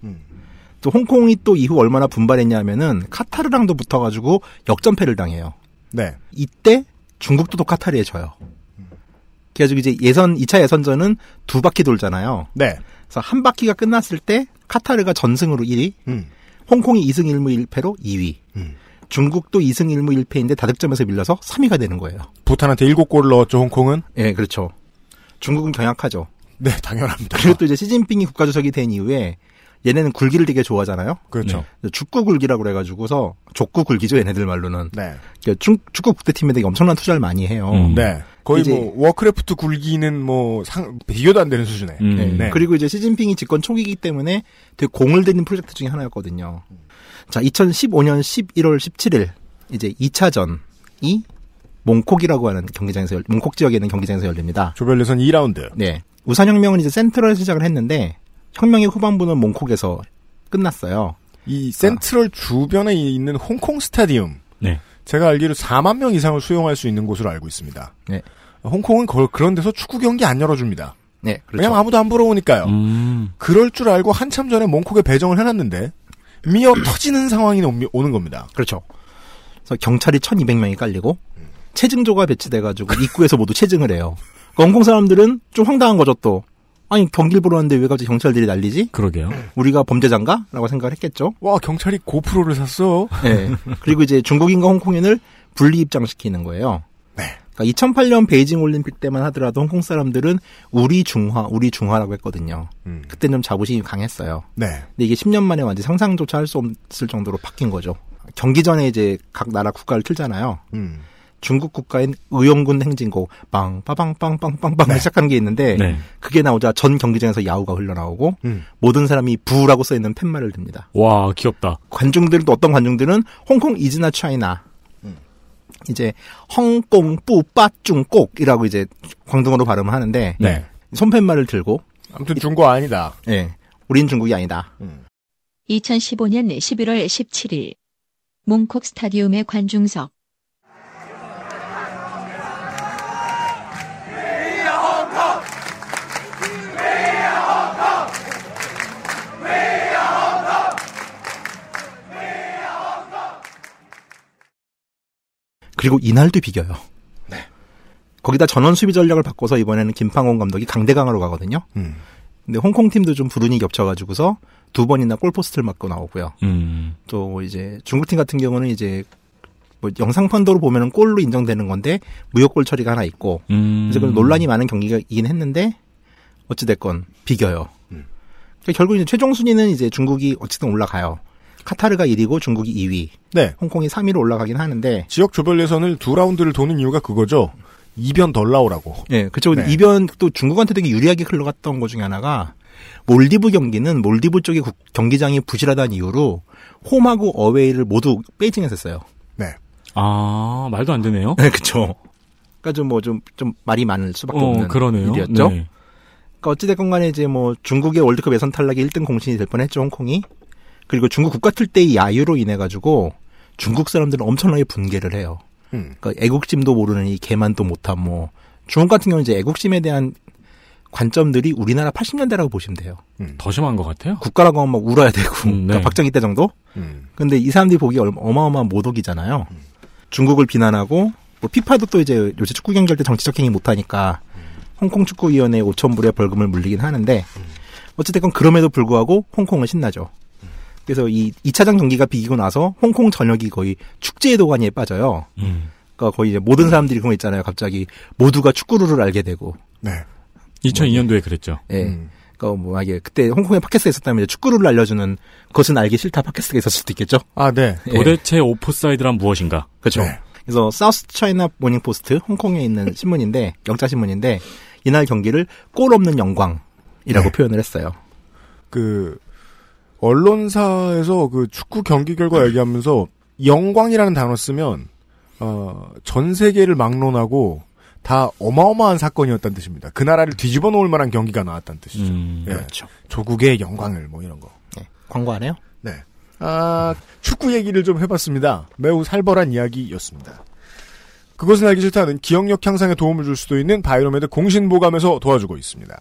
[SPEAKER 7] 또 홍콩이 또 이후 얼마나 분발했냐면은 카타르랑도 붙어가지고 역전패를 당해요.
[SPEAKER 2] 네.
[SPEAKER 7] 이때 중국도 또 카타르에 져요. 그래가지고 이제 예선 2차 예선전은 두 바퀴 돌잖아요.
[SPEAKER 2] 네.
[SPEAKER 7] 그래서 한 바퀴가 끝났을 때 카타르가 전승으로 1위,
[SPEAKER 2] 음.
[SPEAKER 7] 홍콩이 2승 1무 1패로 2위,
[SPEAKER 2] 음.
[SPEAKER 7] 중국도 2승 1무 1패인데 다득점에서 밀려서 3위가 되는 거예요.
[SPEAKER 2] 부탄한테 7골을 넣었죠, 홍콩은.
[SPEAKER 7] 예, 그렇죠. 중국은 경약하죠.
[SPEAKER 2] 네, 당연합니다.
[SPEAKER 7] 그리고 또 이제 시진핑이 국가주석이 된 이후에 얘네는 굴기를 되게 좋아하잖아요.
[SPEAKER 2] 그렇죠.
[SPEAKER 7] 축구 굴기라고 그래가지고서 족구 굴기죠 얘네들 말로는.
[SPEAKER 2] 네.
[SPEAKER 7] 그러니까 중- 축구 국대팀에 되게 엄청난 투자를 많이 해요.
[SPEAKER 9] 음.
[SPEAKER 2] 네. 거의
[SPEAKER 7] 이제-
[SPEAKER 2] 뭐 워크래프트 굴기는 뭐 상, 비교도 안 되는 수준에.
[SPEAKER 9] 음.
[SPEAKER 7] 네.
[SPEAKER 2] 네.
[SPEAKER 7] 그리고 이제 시진핑이 집권 초기이기 때문에 되게 공을 들인 프로젝트 중에 하나였거든요. 자, 2015년 11월 17일 이제 2차전이 몽콕이라고 하는 경기장에서 열- 몽콕 지역에 있는 경기장에서 열립니다.
[SPEAKER 2] 조별 예선 2라운드.
[SPEAKER 7] 네. 우산혁명은 이제 센트럴에서 시작을 했는데 혁명의 후반부는 몽콕에서 끝났어요.
[SPEAKER 2] 이 센트럴 주변에 있는 홍콩 스타디움.
[SPEAKER 9] 네.
[SPEAKER 2] 제가 알기로 4만 명 이상을 수용할 수 있는 곳으로 알고 있습니다.
[SPEAKER 7] 네.
[SPEAKER 2] 홍콩은 그, 런 데서 축구 경기 안 열어줍니다.
[SPEAKER 7] 네,
[SPEAKER 2] 왜냐면 아무도 안 보러 오니까요.
[SPEAKER 9] 음.
[SPEAKER 2] 그럴 줄 알고 한참 전에 몽콕에 배정을 해놨는데 미어 터지는 상황이 옴- 오는 겁니다.
[SPEAKER 7] 그렇죠. 그래서 경찰이 1200명이 깔리고 체증조가 배치돼가지고 입구에서 모두 체증을 해요. 그러니까 홍콩 사람들은 좀 황당한 거죠 또. 아니 경기를 보러 왔는데 왜 갑자기 경찰들이 난리지?
[SPEAKER 9] 그러게요.
[SPEAKER 7] 우리가 범죄자인가? 라고 생각을 했겠죠.
[SPEAKER 2] 와 경찰이 고프로를 샀어.
[SPEAKER 7] 예. 그리고 이제 중국인과 홍콩인을 분리 입장시키는 거예요.
[SPEAKER 2] 네.
[SPEAKER 7] 그러니까 2008년 베이징 올림픽 때만 하더라도 홍콩 사람들은 우리 중화, 우리 중화라고 했거든요.
[SPEAKER 2] 음.
[SPEAKER 7] 그때 좀 자부심이 강했어요.
[SPEAKER 2] 네.
[SPEAKER 7] 근데 이게 10년 만에 완전 상상조차 할 수 없을 정도로 바뀐 거죠. 경기 전에 이제 각 나라 국가를 틀잖아요.
[SPEAKER 2] 음.
[SPEAKER 7] 중국 국가인 의용군 행진곡 빵빠방빵빵빵빵 시작하는 게 있는데
[SPEAKER 9] 네.
[SPEAKER 7] 그게 나오자 전 경기장에서 야우가 흘러나오고
[SPEAKER 2] 음.
[SPEAKER 7] 모든 사람이 부라고 써 있는 팻말을 듭니다.
[SPEAKER 9] 와, 귀엽다.
[SPEAKER 7] 관중들은 또 어떤 관중들은 홍콩 이즈나 차이나 음, 이제 헝콩 뿌빠중곡이라고 이제 광둥어로 발음을 하는데
[SPEAKER 2] 네.
[SPEAKER 7] 손팻말을 들고
[SPEAKER 2] 아무튼 중고 아니다.
[SPEAKER 7] 예 우린 중국이 아니다
[SPEAKER 1] 2015년 11월 17일 몽콕 스타디움의 관중석
[SPEAKER 11] 위야 홍콩! 위야 홍콩!
[SPEAKER 7] 그리고 이날도 비겨요. 거기다 전원 수비 전략을 바꿔서 이번에는 김팡원 감독이 강대강으로 가거든요.
[SPEAKER 2] 음.
[SPEAKER 7] 근데 홍콩 팀도 좀 불운이 겹쳐가지고서 두 번이나 골포스트를 맞고 나오고요.
[SPEAKER 9] 음.
[SPEAKER 7] 또 이제 중국 팀 같은 경우는 이제 뭐 영상 판도로 보면은 골로 인정되는 건데 무효골 처리가 하나 있고
[SPEAKER 9] 음.
[SPEAKER 7] 그래서 그런 논란이 많은 경기이긴 했는데 어찌됐건 비겨요. 그러니까 결국 이제 최종 순위는 이제 중국이 어쨌든 올라가요. 카타르가 1위고 중국이 2위,
[SPEAKER 2] 네.
[SPEAKER 7] 홍콩이 3위로 올라가긴 하는데
[SPEAKER 2] 지역 조별 예선을 두 라운드를 도는 이유가 그거죠. 이변 덜 나오라고.
[SPEAKER 7] 예, 그쪽은
[SPEAKER 2] 네.
[SPEAKER 7] 이변 또 중국한테 되게 유리하게 흘러갔던 것 중에 하나가 몰디브 경기는 몰디브 쪽의 국- 경기장이 부실하다는 이유로 홈하고 어웨이를 모두 베이징에서 했어요.
[SPEAKER 2] 네.
[SPEAKER 9] 아, 말도 안 되네요.
[SPEAKER 7] 네, 그쵸. 그니까 좀 뭐 좀, 좀 말이 많을 수밖에
[SPEAKER 9] 어,
[SPEAKER 7] 없는
[SPEAKER 9] 그러네요.
[SPEAKER 7] 일이었죠.
[SPEAKER 9] 네.
[SPEAKER 7] 그러니까 어찌됐건 간에 이제 뭐 중국의 월드컵 예선 탈락이 1등 공신이 될 뻔했죠, 홍콩이. 그리고 중국 국가 틀때의 야유로 인해가지고 중국 사람들은 엄청나게 분개를 해요.
[SPEAKER 2] 음.
[SPEAKER 7] 그러니까 애국심도 모르는 이 개만도 못한 뭐 중국 같은 경우는 이제 애국심에 대한 관점들이 우리나라 80년대라고 보시면 돼요.
[SPEAKER 9] 더 심한 것 같아요.
[SPEAKER 7] 국가라고 하면 막 울어야 되고
[SPEAKER 9] 음, 네.
[SPEAKER 7] 그러니까 박정희 때 정도?
[SPEAKER 2] 음.
[SPEAKER 7] 근데 이 사람들이 보기 얼- 어마어마한 모독이잖아요. 중국을 비난하고 뭐 피파도 또 이제 요새 축구 경기할 때 정치적 행위 못하니까 홍콩 축구위원회 5천 불의 벌금을 물리긴 하는데 어쨌든 그럼에도 불구하고 홍콩은 신나죠. 그래서 이 2차장 경기가 비기고 나서 홍콩 전역이 거의 축제의 도가니에 빠져요.
[SPEAKER 9] 음.
[SPEAKER 7] 그러니까 거의 이제 모든 사람들이 그런 거 있잖아요. 갑자기 모두가 축구를 알게 되고.
[SPEAKER 2] 네.
[SPEAKER 9] 2002년도에 그랬죠.
[SPEAKER 7] 예.
[SPEAKER 2] 음.
[SPEAKER 7] 그러니까 뭐 이게 그때 홍콩에 팟캐스트가 있었다면 이제 축구를 알려주는 그것은 알기 싫다 팟캐스트가 있었을 수도 있겠죠.
[SPEAKER 2] 아, 네.
[SPEAKER 7] 예.
[SPEAKER 9] 도대체 오프사이드란 무엇인가?
[SPEAKER 7] 그렇죠.
[SPEAKER 2] 네.
[SPEAKER 7] 그래서 사우스 차이나 모닝 포스트 홍콩에 있는 신문인데 영자 신문인데 이날 경기를 골 없는 영광이라고
[SPEAKER 2] 네.
[SPEAKER 7] 표현을 했어요.
[SPEAKER 2] 그 언론사에서 그 축구 경기 결과 얘기하면서 영광이라는 단어 쓰면 어, 전 세계를 막론하고 다 어마어마한 사건이었다는 뜻입니다. 그 나라를 뒤집어 놓을 만한 경기가 나왔다는 뜻이죠.
[SPEAKER 9] 음.
[SPEAKER 2] 예.
[SPEAKER 7] 그렇죠.
[SPEAKER 2] 조국의 영광을 뭐 이런 거.
[SPEAKER 7] 네. 광고 안 해요?
[SPEAKER 2] 네. 아, 축구 얘기를 좀 해봤습니다. 매우 살벌한 이야기였습니다. 그것은 알기 싫다는 기억력 향상에 도움을 줄 수도 있는 바이로메드 공신보감에서 도와주고 있습니다.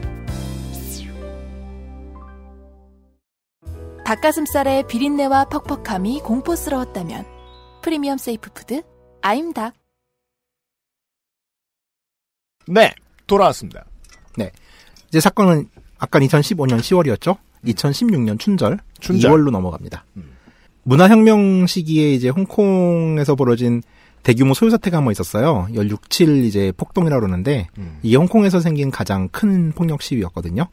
[SPEAKER 3] 닭가슴살의 비린내와 퍽퍽함이 공포스러웠다면 프리미엄 세이프푸드 아임닭
[SPEAKER 2] 네. 돌아왔습니다.
[SPEAKER 7] 이제 사건은 아까 2015년 10월이었죠? 2016년 춘절,
[SPEAKER 2] 음. 춘절. 음.
[SPEAKER 7] 2월로 넘어갑니다. 문화혁명 시기에 이제 홍콩에서 벌어진 대규모 소유 사태가 한 번 있었어요. 16, 7 이제 폭동이라고 그러는데
[SPEAKER 2] 음.
[SPEAKER 7] 이게 홍콩에서 생긴 가장 큰 폭력 시위였거든요.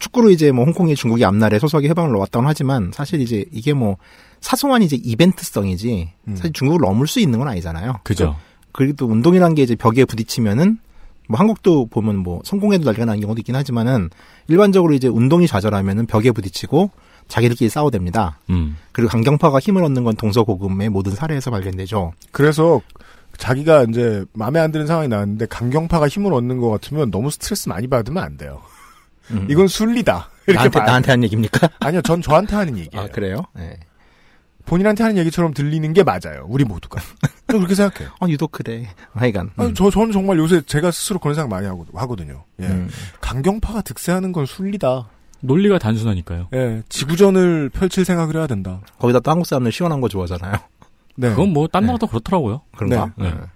[SPEAKER 7] 축구로 이제 뭐 홍콩이 중국이 앞날에 소소하게 해방을 놓았다고 하지만 사실 이제 이게 뭐 사소한 이제 이벤트성이지
[SPEAKER 2] 음.
[SPEAKER 7] 사실 중국을 넘을 수 있는 건 아니잖아요.
[SPEAKER 9] 그죠.
[SPEAKER 7] 그리고 또 운동이라는 게 이제 벽에 부딪히면은 뭐 한국도 보면 뭐 성공해도 난리가 나는 경우도 있긴 하지만은 일반적으로 이제 운동이 좌절하면은 벽에 부딪히고 자기들끼리 싸워댑니다.
[SPEAKER 9] 음.
[SPEAKER 7] 그리고 강경파가 힘을 얻는 건 동서고금의 모든 사례에서 발견되죠.
[SPEAKER 2] 그래서 자기가 이제 마음에 안 드는 상황이 나왔는데 강경파가 힘을 얻는 것 같으면 너무 스트레스 많이 받으면 안 돼요. 이건 순리다. 이렇게
[SPEAKER 7] 음. 나한테
[SPEAKER 2] 말-
[SPEAKER 7] 나한테 한 얘기입니까?
[SPEAKER 2] 아니요, 전 저한테 하는 얘기예요.
[SPEAKER 7] 아 그래요? 네.
[SPEAKER 2] 본인한테 하는 얘기처럼 들리는 게 맞아요. 우리 모두가. 저는 그렇게 생각해요.
[SPEAKER 7] 아 유독 그래. 하여간
[SPEAKER 2] 아니,
[SPEAKER 7] 음.
[SPEAKER 2] 저 저는 정말 요새 제가 스스로 그런 생각 많이 하고, 하거든요. 예.
[SPEAKER 7] 음.
[SPEAKER 2] 강경파가 득세하는 건 순리다.
[SPEAKER 9] 논리가 단순하니까요.
[SPEAKER 2] 예, 지구전을 펼칠 생각을 해야 된다.
[SPEAKER 7] 거기다 또 한국 사람들 시원한 거 좋아하잖아요.
[SPEAKER 2] 네.
[SPEAKER 9] 그건 뭐 딴 나라도 그렇더라고요.
[SPEAKER 7] 그런가?
[SPEAKER 9] 네. 네.
[SPEAKER 7] 음.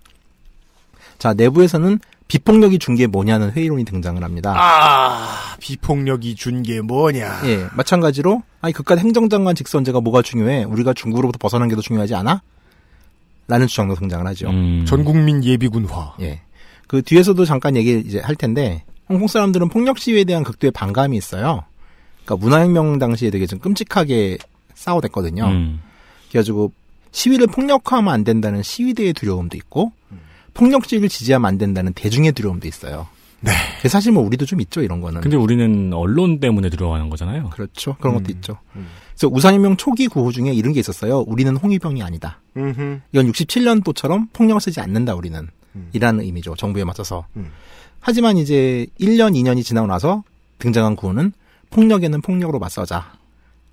[SPEAKER 7] 자 내부에서는 비폭력이 준 게 뭐냐는 회의론이 등장을 합니다.
[SPEAKER 2] 아 비폭력이 준 게 뭐냐?
[SPEAKER 9] 아.
[SPEAKER 7] 예, 마찬가지로 아니 그깟 행정장관 직선제가 뭐가 중요해? 우리가 중국으로부터 벗어난 게 더 중요하지 않아? 라는 주장도 등장을 하죠.
[SPEAKER 9] 음.
[SPEAKER 2] 전국민 예비군화.
[SPEAKER 7] 예, 그 뒤에서도 잠깐 얘기 이제 할 텐데 홍콩 사람들은 폭력 시위에 대한 극도의 반감이 있어요. 그러니까 문화혁명 당시에 되게 좀 끔찍하게 싸워댔거든요.
[SPEAKER 9] 음.
[SPEAKER 7] 그래가지고 시위를 폭력화하면 안 된다는 시위대의 두려움도 있고 폭력 시위를 지지하면 안 된다는 대중의 두려움도 있어요. 네. 사실 뭐 우리도 좀 있죠 이런 거는.
[SPEAKER 9] 근데 우리는 언론 때문에 들어가는 거잖아요.
[SPEAKER 7] 그렇죠. 그런 것도 있죠. 그래서 우산혁명 초기 구호 중에 이런 게 있었어요. 우리는 홍위병이 아니다.
[SPEAKER 2] 음흠.
[SPEAKER 7] 이건 67년도처럼 폭력을 쓰지 않는다 우리는. 이라는 의미죠. 정부에 맞춰서. 하지만 이제 1년, 2년이 지나고 나서 등장한 구호는 폭력에는 폭력으로 맞서자.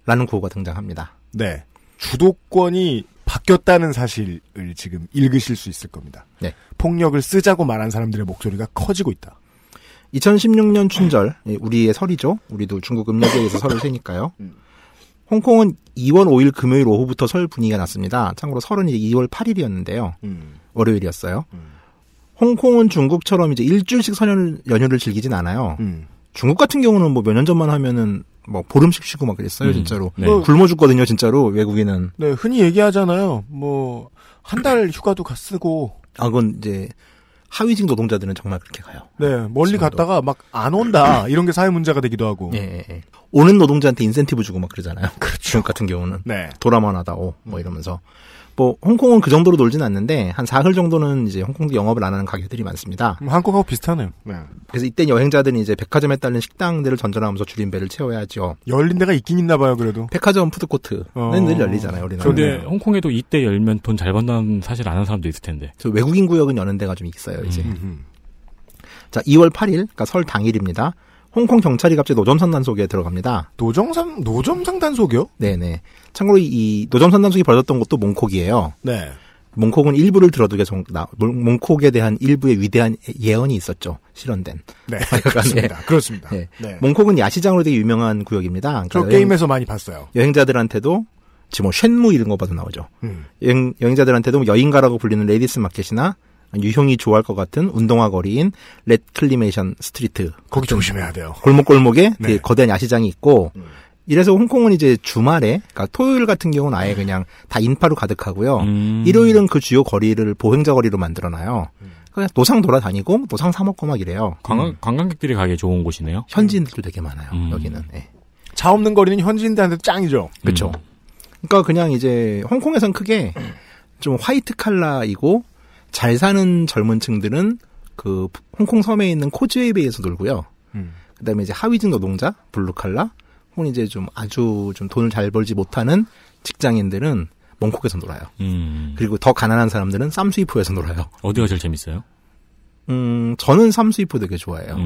[SPEAKER 7] 라는 구호가 등장합니다.
[SPEAKER 2] 네. 주도권이 바뀌었다는 사실을 지금 읽으실 수 있을 겁니다.
[SPEAKER 7] 네.
[SPEAKER 2] 폭력을 쓰자고 말한 사람들의 목소리가 커지고 있다.
[SPEAKER 7] 2016년 춘절, 예, 우리의 설이죠. 우리도 중국 음력에 의해서 설을 세니까요. 홍콩은 2월 5일 금요일 오후부터 설 분위기가 났습니다. 참고로 설은 이제 2월 8일이었는데요. 월요일이었어요.
[SPEAKER 2] 음.
[SPEAKER 7] 홍콩은 중국처럼 이제 일주일씩 설 연휴를 즐기진 않아요.
[SPEAKER 2] 음.
[SPEAKER 7] 중국 같은 경우는 뭐 몇 년 전만 하면은 뭐 보름씩 쉬고 막 그랬어요,
[SPEAKER 2] 음,
[SPEAKER 7] 진짜로.
[SPEAKER 2] 네.
[SPEAKER 7] 굶어 죽거든요, 진짜로 외국인은.
[SPEAKER 2] 네, 흔히 얘기하잖아요. 뭐, 한 달 휴가도 가 쓰고.
[SPEAKER 7] 아, 그건 이제 하위직 노동자들은 정말 그렇게 가요.
[SPEAKER 2] 네, 멀리 갔다가 막 안 온다. 이런 게 사회 문제가 되기도 하고.
[SPEAKER 7] 예, 예. 오는 노동자한테 인센티브 주고 막 그러잖아요.
[SPEAKER 2] 그렇죠.
[SPEAKER 7] 중국 같은 경우는.
[SPEAKER 2] 네.
[SPEAKER 7] 돌아만 하다오.
[SPEAKER 2] 음.
[SPEAKER 7] 뭐 이러면서. 뭐, 홍콩은 그 정도로 놀진 않는데, 한 사흘 정도는 이제 홍콩도 영업을 안 하는 가게들이 많습니다.
[SPEAKER 2] 한국하고 비슷하네요.
[SPEAKER 7] 그래서 이때 여행자들은 이제 백화점에 딸린 식당들을 전전하면서 줄인 배를 채워야죠.
[SPEAKER 2] 열린 데가 있긴 있나 봐요, 그래도.
[SPEAKER 7] 백화점 푸드코트는
[SPEAKER 2] 어.
[SPEAKER 7] 늘 열리잖아요, 우리나라는.
[SPEAKER 9] 근데 홍콩에도 이때 열면 돈 잘 번다는 사실 아는 사람도 있을 텐데.
[SPEAKER 7] 저 외국인 구역은 여는 데가 좀 있어요, 이제.
[SPEAKER 2] 음.
[SPEAKER 7] 자, 2월 8일, 그러니까 설 당일입니다. 홍콩 경찰이 갑자기 노점선 단속에 들어갑니다.
[SPEAKER 2] 노정상 노점상 단속이요?
[SPEAKER 7] 네네. 참고로 이- 이 노점선 단속이 벌어졌던 곳도 몽콕이에요.
[SPEAKER 2] 네.
[SPEAKER 7] 몽콕은 일부를 들어두게 정, 나, 몽- 몽콕에 대한 일부의 위대한 예언이 있었죠. 실현된.
[SPEAKER 2] 네.
[SPEAKER 7] 하여간에.
[SPEAKER 2] 그렇습니다. 그렇습니다.
[SPEAKER 7] 네.
[SPEAKER 2] 네.
[SPEAKER 7] 몽콕은 야시장으로 되게 유명한 구역입니다.
[SPEAKER 2] 저
[SPEAKER 7] 그러니까 여행-
[SPEAKER 2] 게임에서 많이 봤어요.
[SPEAKER 7] 여행자들한테도 지금 뭐 쉔무 이런 거 봐도 나오죠.
[SPEAKER 2] 음.
[SPEAKER 7] 여행, 여행자들한테도 뭐 여인가라고 불리는 레디스 마켓이나 유형이 좋아할 것 같은 운동화 거리인 렛클리메이션 스트리트.
[SPEAKER 2] 거기 조심해야 돼요.
[SPEAKER 7] 골목골목에
[SPEAKER 2] 네.
[SPEAKER 7] 되게 거대한 야시장이 있고 이래서 홍콩은 이제 주말에 그러니까 토요일 같은 경우는 아예 그냥 다 인파로 가득하고요. 일요일은 그 주요 거리를 보행자 거리로 만들어놔요. 그냥 노상 돌아다니고 노상 사 먹고 막 이래요.
[SPEAKER 9] 관광, 관광객들이 가기 좋은 곳이네요.
[SPEAKER 7] 현지인들도 되게 많아요. 여기는. 예.
[SPEAKER 2] 차 없는 거리는 현지인들한테 짱이죠.
[SPEAKER 7] 그렇죠. 그러니까 그냥 이제 홍콩에선 크게 좀 화이트 칼라이고 잘 사는 젊은 층들은 그 홍콩 섬에 있는 코즈웨이 베이에서 놀고요. 그다음에 이제 하위직 노동자, 블루 칼라, 혹은 이제 좀 아주 좀 돈을 잘 벌지 못하는 직장인들은 몽콕에서 놀아요. 그리고 더 가난한 사람들은 쌈수이포에서 놀아요.
[SPEAKER 9] 어디가 제일 재밌어요? 음.
[SPEAKER 7] 음, 저는 삼수이포 되게 좋아해요.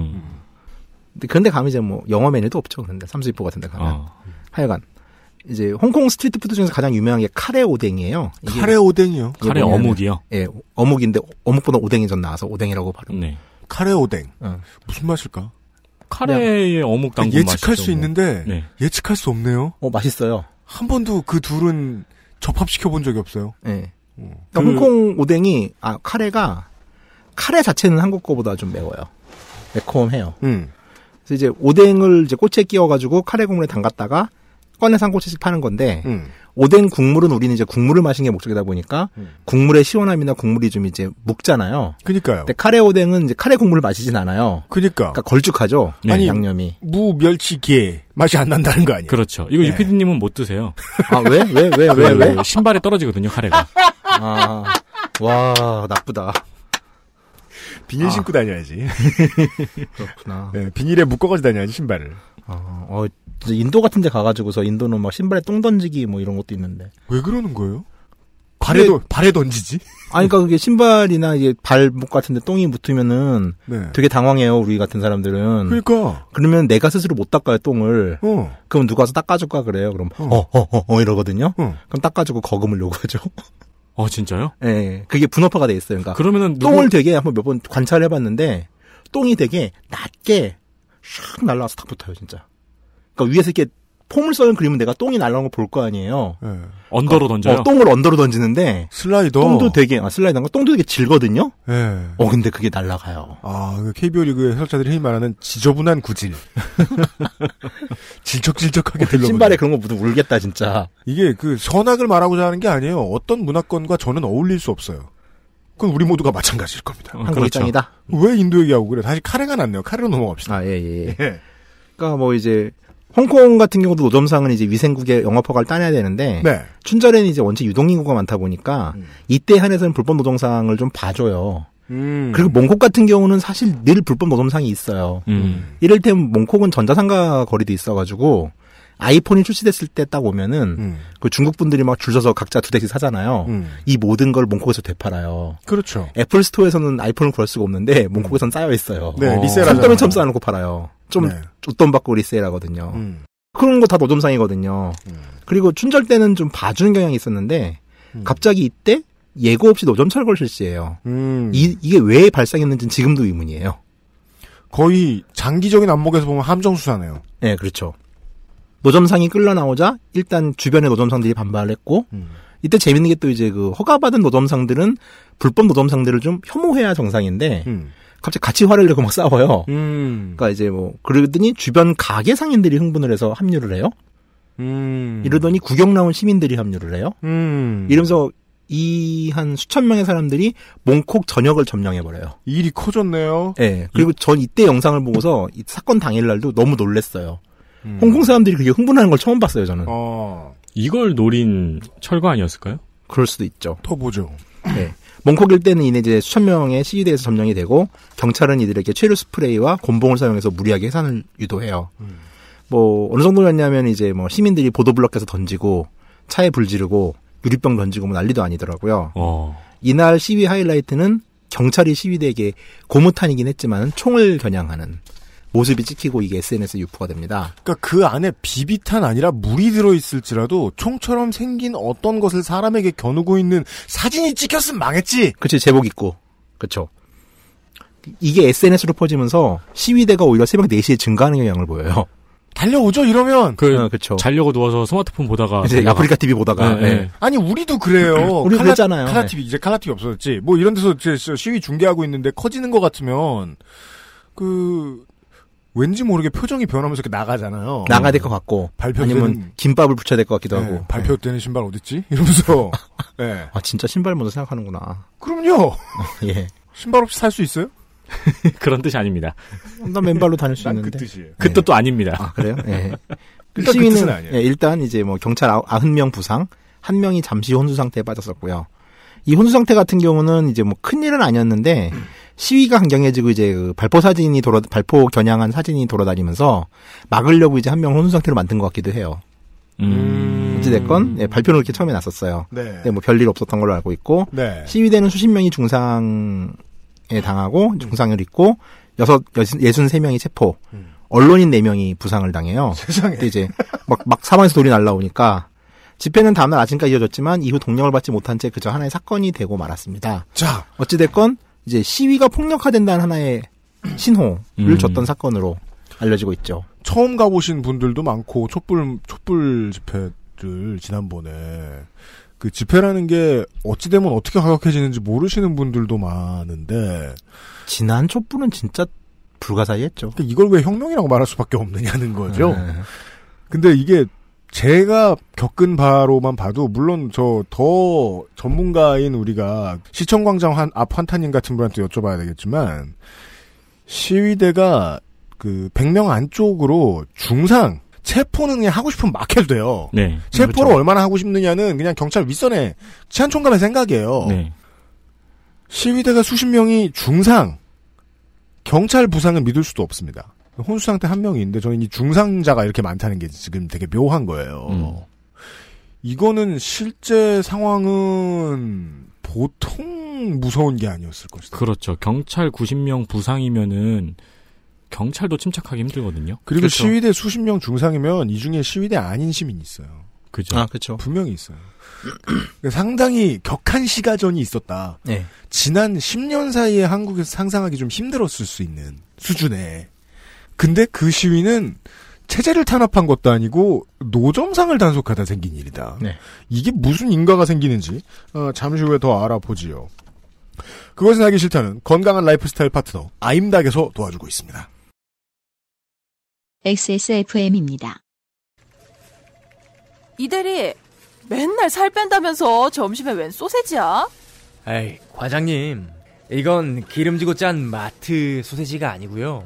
[SPEAKER 7] 근데 그런데 가면 이제 뭐 영어 메뉴도 없죠. 근데 삼수이포 같은
[SPEAKER 9] 어.
[SPEAKER 7] 데 가면. 하여간 이제 홍콩 스트리트푸드 중에서 가장 유명한 게 카레 오뎅이에요. 이게
[SPEAKER 2] 카레 오뎅이요.
[SPEAKER 7] 이게
[SPEAKER 9] 카레
[SPEAKER 7] 뭐냐면-
[SPEAKER 9] 어묵이요?
[SPEAKER 7] 예, 어묵인데 어묵보다 오뎅이 전 나와서 오뎅이라고 발음.
[SPEAKER 9] 네.
[SPEAKER 2] 카레 오뎅. 무슨 맛일까?
[SPEAKER 9] 카레의 어묵 당근
[SPEAKER 2] 예측할
[SPEAKER 9] 맛이죠,
[SPEAKER 2] 수
[SPEAKER 9] 뭐.
[SPEAKER 2] 있는데
[SPEAKER 9] 네.
[SPEAKER 2] 예측할 수 없네요.
[SPEAKER 7] 어 맛있어요.
[SPEAKER 2] 한 번도 그 둘은 접합시켜 본 적이 없어요.
[SPEAKER 7] 예. 그러니까 홍콩 오뎅이 아 카레가 카레 자체는 한국 거보다 좀 매워요. 매콤해요. 그래서 이제 오뎅을 이제 꼬치에 끼워가지고 카레 국물에 담갔다가 꺼내서 한 꼬치씩 파는 건데
[SPEAKER 2] 음.
[SPEAKER 7] 오뎅 국물은 우리는 이제 국물을 마시는 게 목적이다 보니까 국물의 시원함이나 국물이 좀 이제 묵잖아요.
[SPEAKER 2] 그니까요.
[SPEAKER 7] 근데 카레 오뎅은 이제 카레 국물을 마시진 않아요. 그러니까
[SPEAKER 2] 그니까.
[SPEAKER 7] 걸쭉하죠.
[SPEAKER 2] 아니,
[SPEAKER 7] 양념이.
[SPEAKER 2] 무, 멸치, 게 맛이 안 난다는 거 아니에요?
[SPEAKER 9] 그렇죠. 이거 유피디님은 못 드세요.
[SPEAKER 7] 아, 왜? 왜? 예. 왜? 왜?
[SPEAKER 9] 그
[SPEAKER 7] 왜?
[SPEAKER 9] 신발에 떨어지거든요, 카레가.
[SPEAKER 7] 아, 와 나쁘다.
[SPEAKER 2] 비닐
[SPEAKER 7] 아.
[SPEAKER 2] 신고 다녀야지.
[SPEAKER 7] 그렇구나.
[SPEAKER 2] 네, 비닐에 묶어가지 다녀야지 신발을.
[SPEAKER 7] 어, 어, 진짜 인도 같은 데 가가지고서 인도는 막 신발에 똥 던지기 뭐 이런 것도 있는데.
[SPEAKER 2] 왜 그러는 거예요? 발에도 발에 던지지?
[SPEAKER 7] 아니, 그러니까 그게 신발이나 이게 발목 같은 데 똥이 붙으면은
[SPEAKER 2] 네.
[SPEAKER 7] 되게 당황해요, 우리 같은 사람들은.
[SPEAKER 2] 그러니까.
[SPEAKER 7] 그러면 내가 스스로 못 닦아요, 똥을.
[SPEAKER 2] 어.
[SPEAKER 7] 그럼 누가 와서 닦아줄까 그래요. 그럼 어, 어, 어, 어 이러거든요. 그럼 닦아주고 거금을 요구하죠.
[SPEAKER 9] 어, 진짜요?
[SPEAKER 7] 예, 예. 그게 분업화가 돼 있어요. 그러니까
[SPEAKER 9] 그러면은 누구-
[SPEAKER 7] 똥을 되게 한번 몇 번 관찰해봤는데 똥이 되게 낮게 샥 날라와서 탁 붙어요, 진짜. 그러니까 위에서 이렇게 폼을 써는 그림은 내가 똥이 날라오는 걸 볼 거 아니에요.
[SPEAKER 9] 언더로
[SPEAKER 7] 그러니까,
[SPEAKER 9] 던져요? 어.
[SPEAKER 7] 어, 똥을 언더로 던지는데
[SPEAKER 2] 예. 슬라이더.
[SPEAKER 7] 똥도 되게 아, 슬라이더인가? 똥도 되게 질거든요.
[SPEAKER 2] 예.
[SPEAKER 7] 어, 근데 그게 날라가요.
[SPEAKER 2] 아, 그 KBO 리그의 해설자들이 흔히 말하는 지저분한 구질. 질척질척하게 들러.
[SPEAKER 7] 신발에 그런 거 묻으면 울겠다, 진짜.
[SPEAKER 2] 이게 그 선악을 말하고자 하는 게 아니에요. 어떤 문화권과 저는 어울릴 수 없어요. 그건 우리 모두가 마찬가지일 겁니다.
[SPEAKER 9] 어,
[SPEAKER 7] 한국
[SPEAKER 9] 그렇죠.
[SPEAKER 7] 입장이다.
[SPEAKER 2] 왜 인도 얘기하고 그래? 다시 카레가 났네요. 카레로 넘어갑시다. 네.
[SPEAKER 7] 아, 예, 예. 그러니까 뭐 이제 홍콩 같은 경우도 노점상은 이제 위생국의 영업허가를 따내야 되는데
[SPEAKER 2] 네.
[SPEAKER 9] 음.
[SPEAKER 7] 춘절에는 이제 원체 유동인구가 많다 보니까 이때 한해서는 불법 노동상을 좀 봐줘요.
[SPEAKER 2] 음.
[SPEAKER 7] 그리고 몽콕 같은 경우는 사실 늘 불법 노점상이 있어요.
[SPEAKER 9] 음.
[SPEAKER 7] 이를테면 몽콕은 전자상가 거리도 있어가지고 아이폰이 출시됐을 때 딱 오면은
[SPEAKER 2] 음.
[SPEAKER 7] 그 중국 분들이 막 줄 서서 각자 두 대씩 사잖아요.
[SPEAKER 2] 음.
[SPEAKER 7] 이 모든 걸 몽콕에서 되팔아요.
[SPEAKER 2] 그렇죠.
[SPEAKER 7] 애플 스토어에서는 아이폰을 구할 수가 없는데 몽콕에선 쌓여 있어요.
[SPEAKER 2] 음. 네,
[SPEAKER 9] 어.
[SPEAKER 2] 리셀하잖아요.
[SPEAKER 7] 손떠면 처음 쌓아놓고 팔아요. 좀
[SPEAKER 2] 네.
[SPEAKER 7] 웃돈 받고 리셀하거든요.
[SPEAKER 2] 음.
[SPEAKER 7] 그런 거 다 노점상이거든요. 그리고 춘절 때는 좀 봐주는 경향이 있었는데
[SPEAKER 2] 음.
[SPEAKER 7] 갑자기 이때 예고 없이 노점 철거를 실시해요.
[SPEAKER 2] 음.
[SPEAKER 7] 이, 이게 왜 발생했는지는 지금도 의문이에요.
[SPEAKER 2] 거의 장기적인 안목에서 보면 함정수사네요.
[SPEAKER 7] 네, 그렇죠. 노점상이 끌려 나오자 일단 주변의 노점상들이 반발했고
[SPEAKER 2] 음.
[SPEAKER 7] 이때 재밌는 게 또 이제 그 허가받은 노점상들은 불법 노점상들을 좀 혐오해야 정상인데
[SPEAKER 2] 음.
[SPEAKER 7] 갑자기 같이 화를 내고 막 싸워요.
[SPEAKER 2] 음.
[SPEAKER 7] 그러니까 이제 뭐 그러더니 주변 가게 상인들이 흥분을 해서 합류를 해요.
[SPEAKER 2] 음.
[SPEAKER 7] 이러더니 구경 나온 시민들이 합류를 해요.
[SPEAKER 2] 음.
[SPEAKER 7] 이러면서 이 한 수천 명의 사람들이 몽콕 전역을 점령해 버려요.
[SPEAKER 2] 일이 커졌네요.
[SPEAKER 7] 예.
[SPEAKER 2] 음.
[SPEAKER 7] 그리고 전 이때 영상을 보고서 이 사건 당일날도 너무 놀랬어요.
[SPEAKER 2] 음.
[SPEAKER 7] 홍콩 사람들이 그게 흥분하는 걸 처음 봤어요, 저는.
[SPEAKER 2] 어.
[SPEAKER 9] 이걸 노린 철거 아니었을까요?
[SPEAKER 7] 그럴 수도 있죠.
[SPEAKER 2] 터보죠.
[SPEAKER 7] 네. 몽콕 일대는 이내 이제 수천 명의 시위대에서 점령이 되고 경찰은 이들에게 최루 스프레이와 곤봉을 사용해서 무리하게 해산을 유도해요. 뭐 어느 정도였냐면 이제 뭐 시민들이 보도블럭에서 던지고 차에 불지르고 유리병 던지고 뭐 난리도 아니더라고요.
[SPEAKER 9] 어.
[SPEAKER 7] 이날 시위 하이라이트는 경찰이 시위대에게 고무탄이긴 했지만 총을 겨냥하는 모습이 찍히고 이게 SNS에 유포가 됩니다.
[SPEAKER 2] 그러니까 그 안에 비비탄 아니라 물이 들어 있을지라도 총처럼 생긴 어떤 것을 사람에게 겨누고 있는 사진이 찍혔으면 망했지.
[SPEAKER 7] 그치 제복 입고 그쵸 이게 SNS로 퍼지면서 시위대가 오히려 새벽 4시에 증가하는 경향을 보여요.
[SPEAKER 2] 달려오죠 이러면.
[SPEAKER 9] 그
[SPEAKER 7] 어, 그쵸.
[SPEAKER 9] 자려고 누워서 스마트폰 보다가
[SPEAKER 7] 이제
[SPEAKER 9] 자다가.
[SPEAKER 7] 아프리카 TV 보다가
[SPEAKER 9] 네, 네.
[SPEAKER 7] 예.
[SPEAKER 2] 아니 우리도 그래요.
[SPEAKER 7] 우리 그랬잖아요.
[SPEAKER 2] 칼라
[SPEAKER 7] 네.
[SPEAKER 2] TV 이제 칼라 TV 없어졌지. 뭐 이런 데서 이제 시위 중계하고 있는데 커지는 것 같으면 그 왠지 모르게 표정이 변하면서 이렇게 나가잖아요.
[SPEAKER 7] 나가야 될 것 같고
[SPEAKER 2] 발표되는-
[SPEAKER 7] 아니면 김밥을 붙여야 될 것 같기도
[SPEAKER 2] 네,
[SPEAKER 7] 하고 예.
[SPEAKER 2] 발표되는 신발 어딨지? 이러면서. 네.
[SPEAKER 7] 아 진짜 신발 먼저 생각하는구나.
[SPEAKER 2] 그럼요.
[SPEAKER 7] 예.
[SPEAKER 2] 신발 없이 살 수 있어요?
[SPEAKER 7] 네.
[SPEAKER 9] 그런 뜻이 아닙니다.
[SPEAKER 7] 난 맨발로 다닐 수
[SPEAKER 2] 난
[SPEAKER 7] 있는데.
[SPEAKER 2] 그 뜻이에요.
[SPEAKER 9] 그
[SPEAKER 7] 네.
[SPEAKER 9] 뜻도 아닙니다.
[SPEAKER 7] 아 그래요? 예.
[SPEAKER 2] 일단 그 뜻은 아니에요.
[SPEAKER 7] 예, 일단 이제 뭐 경찰 아홉- 아흔 명 부상, 한 명이 잠시 혼수 상태에 빠졌었고요. 이 혼수 상태 같은 경우는 이제 뭐 큰 일은 아니었는데 시위가 강경해지고 이제 그 발포 사진이 돌아 발포 겨냥한 사진이 돌아다니면서 막으려고 이제 한 명 혼수 상태로 만든 것 같기도 해요.
[SPEAKER 9] 음.
[SPEAKER 7] 어찌됐건 예, 발표는 이렇게 처음에 났었어요.
[SPEAKER 2] 네.
[SPEAKER 7] 근데 뭐 별일 없었던 걸로 알고 있고
[SPEAKER 2] 네.
[SPEAKER 7] 시위대는 수십 명이 중상에 당하고 중상을 입고 여섯 예순 세 명이 체포,
[SPEAKER 2] 음.
[SPEAKER 7] 언론인 네 명이 부상을 당해요.
[SPEAKER 2] 세상에.
[SPEAKER 7] 그때 이제 막, 막 사방에서 돌이 날라오니까 집회는 다음날 아침까지 이어졌지만 이후 동력을 받지 못한 채 그저 하나의 사건이 되고 말았습니다.
[SPEAKER 2] 자,
[SPEAKER 7] 어찌됐건 이제 시위가 폭력화된다는 하나의 신호를
[SPEAKER 9] 음.
[SPEAKER 7] 줬던 사건으로 알려지고 있죠.
[SPEAKER 2] 처음 가보신 분들도 많고 촛불 촛불 집회를 지난번에 그 집회라는 게 어찌 되면 어떻게 가격해지는지 모르시는 분들도 많은데
[SPEAKER 7] 지난 촛불은 진짜 불가사의했죠.
[SPEAKER 2] 그러니까 이걸 왜 혁명이라고 말할 수밖에 없느냐는 거죠.
[SPEAKER 7] 네.
[SPEAKER 2] 근데 이게 제가 겪은 바로만 봐도 물론 저 더 전문가인 우리가 시청광장 한, 앞 한탄님 같은 분한테 여쭤봐야 되겠지만 시위대가 그 100명 안쪽으로 중상 체포는 그냥 하고 싶으면 막 해도 돼요.
[SPEAKER 9] 네.
[SPEAKER 2] 체포를
[SPEAKER 7] 그렇죠.
[SPEAKER 2] 얼마나 하고 싶느냐는 그냥 경찰 윗선에 치안 총감의
[SPEAKER 7] 어.
[SPEAKER 2] 생각이에요.
[SPEAKER 9] 네.
[SPEAKER 2] 시위대가 수십 명이 중상, 경찰 부상은 믿을 수도 없습니다. 혼수 상태 한 명이 있는데 저는 이 중상자가 이렇게 많다는 게 지금 되게 묘한 거예요.
[SPEAKER 9] 음.
[SPEAKER 2] 이거는 실제 상황은 보통 무서운 게 아니었을 것이다.
[SPEAKER 9] 그렇죠. 경찰 90명 부상이면은 경찰도 침착하기 힘들거든요.
[SPEAKER 2] 그리고
[SPEAKER 9] 그렇죠.
[SPEAKER 2] 시위대 수십 명 중상이면 이 중에 시위대 아닌 시민이 있어요.
[SPEAKER 9] 그죠.
[SPEAKER 7] 아, 그렇죠.
[SPEAKER 2] 분명히 있어요. 그러니까 상당히 격한 시가전이 있었다.
[SPEAKER 7] 네.
[SPEAKER 2] 지난 10년 사이에 한국에서 상상하기 좀 힘들었을 수 있는 수준에. 근데 그 시위는 체제를 탄압한 것도 아니고 노점상을 단속하다 생긴 일이다.
[SPEAKER 7] 네.
[SPEAKER 2] 이게 무슨 인과가 생기는지 어, 잠시 후에 더 알아보지요. 그것은 하기 싫다는 건강한 라이프스타일 파트너 아임닥에서 도와주고 있습니다.
[SPEAKER 1] XSFM입니다.
[SPEAKER 12] 이 대리 맨날 살 뺀다면서 점심에 웬 소세지야?
[SPEAKER 6] 에이, 과장님. 이건 기름지고 짠 마트 소세지가 아니고요.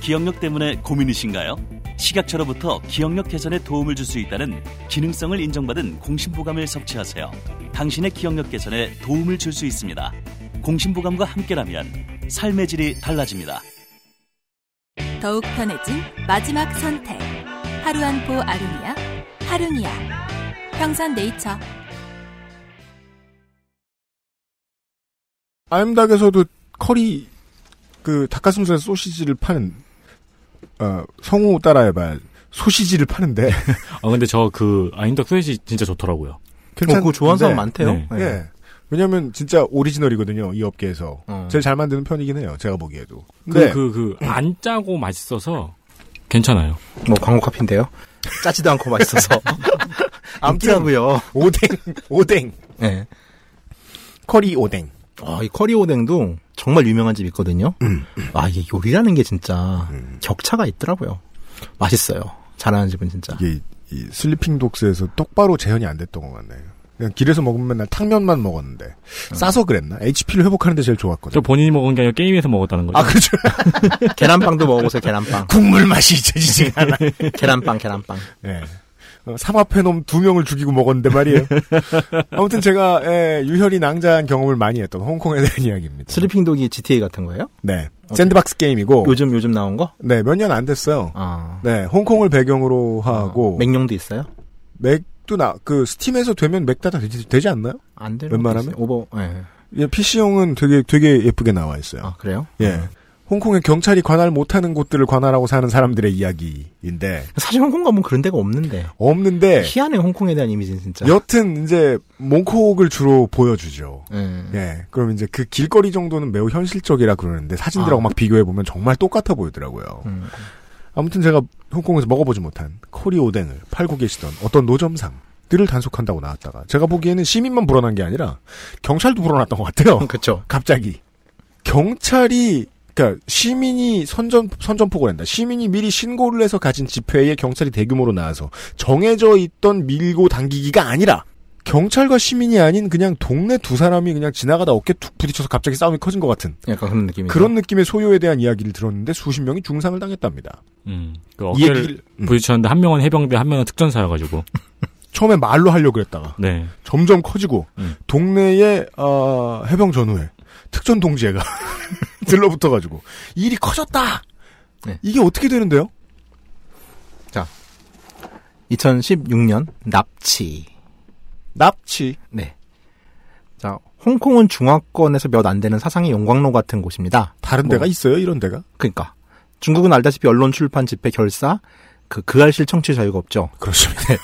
[SPEAKER 11] 기억력 때문에 고민이신가요? 식약처로부터 기억력 개선에 도움을 줄 수 있다는 기능성을 인정받은 공심보감을 섭취하세요. 당신의 기억력 개선에 도움을 줄 수 있습니다. 공심보감과 함께라면 삶의 질이 달라집니다.
[SPEAKER 13] 더욱 편해진 마지막 선택. 하루 한 포 아루니아. 하루니아. 평산네이처.
[SPEAKER 2] 아임닭에서도 커리 그 닭가슴살 소시지를 파는 어, 성우 따라해봐야 소시지를 파는데
[SPEAKER 9] 아 근데 저 그 아임닭 소시지 진짜 좋더라고요.
[SPEAKER 2] 괜찮- 근데,
[SPEAKER 9] 네.
[SPEAKER 2] 예. 왜냐면 진짜 오리지널이거든요 이 업계에서
[SPEAKER 9] 어.
[SPEAKER 2] 제일 잘 만드는 편이긴 해요 제가 보기에도. 근데
[SPEAKER 9] 그, 그그그안 짜고 맛있어서 괜찮아요.
[SPEAKER 7] 뭐 광고 카피인데요. 짜지도 않고 맛있어서 암기라고요.
[SPEAKER 2] 오뎅, 오뎅.
[SPEAKER 7] 네.
[SPEAKER 2] 커리 오뎅.
[SPEAKER 7] 아, 이 커리 오뎅도 정말 유명한 집 있거든요.
[SPEAKER 2] 음,
[SPEAKER 7] 아, 이게 요리라는 게 진짜 격차가 있더라고요. 맛있어요. 잘하는 집은 진짜.
[SPEAKER 2] 이게 이 슬리핑 독스에서 똑바로 재현이 안 됐던 것 같네요. 그냥 길에서 먹으면 맨날 탕면만 먹었는데 싸서 그랬나? HP를 회복하는데 제일 좋았거든요.
[SPEAKER 9] 저 본인이 먹은 게 아니라 게임에서 먹었다는 거죠.
[SPEAKER 2] 아 그렇죠.
[SPEAKER 7] 계란빵도 먹어보세요. 계란빵.
[SPEAKER 2] 국물 맛이 잊혀지지 않아.
[SPEAKER 7] 계란빵, 계란빵.
[SPEAKER 2] 예. 어, 삼합해놈 두 명을 죽이고 먹었는데 말이에요. 아무튼 제가 예, 유혈이 낭자한 경험을 많이 했던 홍콩에 대한 이야기입니다.
[SPEAKER 7] 슬리핑 독이 GTA 같은 거예요?
[SPEAKER 2] 네. 샌드박스 게임이고
[SPEAKER 7] 요즘 요즘 나온 거?
[SPEAKER 2] 네, 몇 년 안 됐어요. 어. 네, 홍콩을 배경으로 하고
[SPEAKER 7] 아, 맥용도 있어요?
[SPEAKER 2] 맥도 나 그 스팀에서 되면 맥 다다 되지, 되지 않나요?
[SPEAKER 7] 안 되는
[SPEAKER 2] 웬만하면
[SPEAKER 7] 것도 있어요. 오버. 예.
[SPEAKER 2] 예, PC용은 되게 되게 예쁘게 나와 있어요. 아,
[SPEAKER 7] 그래요?
[SPEAKER 2] 예. 홍콩의 경찰이 관할 못하는 곳들을 관할하고 사는 사람들의 이야기인데
[SPEAKER 7] 사실 홍콩 가면 그런 데가 없는데.
[SPEAKER 2] 없는데
[SPEAKER 7] 희한해 홍콩에 대한 이미지는 진짜.
[SPEAKER 2] 예. 여튼 이제 몽콕을 주로 보여주죠.
[SPEAKER 7] 예.
[SPEAKER 2] 예. 그럼 이제 그 길거리 정도는 매우 현실적이라 그러는데 사진들하고
[SPEAKER 7] 아. 음.
[SPEAKER 2] 막 비교해 보면 정말 똑같아 보이더라고요. 아무튼 제가 홍콩에서 먹어보지 못한 코리 오뎅을 팔고 계시던 어떤 노점상. 들을 단속한다고 나왔다가 제가 보기에는 시민만 불어난 게 아니라 경찰도 불어났던 것 같아요.
[SPEAKER 7] 그렇죠.
[SPEAKER 2] 갑자기 경찰이 그러니까 시민이 선전 선전포고를 한다. 시민이 미리 신고를 해서 가진 집회에 경찰이 대규모로 나와서 정해져 있던 밀고 당기기가 아니라 경찰과 시민이 아닌 그냥 동네 두 사람이 그냥 지나가다 어깨 툭 부딪혀서 갑자기 싸움이 커진 것 같은
[SPEAKER 7] 약간 그런
[SPEAKER 9] 네.
[SPEAKER 7] 느낌이.
[SPEAKER 2] 그런 느낌의 소요에 대한 이야기를 들었는데 수십 명이 중상을 당했답니다.
[SPEAKER 9] 음. 그
[SPEAKER 2] 이
[SPEAKER 9] 어깨를
[SPEAKER 2] 얘기를- 음.
[SPEAKER 9] 부딪혔는데 한 명은 해병대, 한 명은 특전사여가지고.
[SPEAKER 2] 처음에 말로 하려고 그랬다가
[SPEAKER 9] 네.
[SPEAKER 2] 점점 커지고
[SPEAKER 9] 음.
[SPEAKER 2] 동네에 어, 해병 전후에 특전 동지애가 들러붙어가지고 일이 커졌다. 이게 어떻게 되는데요?
[SPEAKER 7] 자, 2016년 납치.
[SPEAKER 2] 납치.
[SPEAKER 7] 네. 자, 홍콩은 중화권에서 몇 안 되는 사상의 영광로 같은 곳입니다.
[SPEAKER 2] 다른 데가 있어요? 이런 데가?
[SPEAKER 7] 그러니까 중국은 알다시피 언론 출판 집회 결사 그 그알실 청취 자유가 없죠.
[SPEAKER 2] 그렇습니다.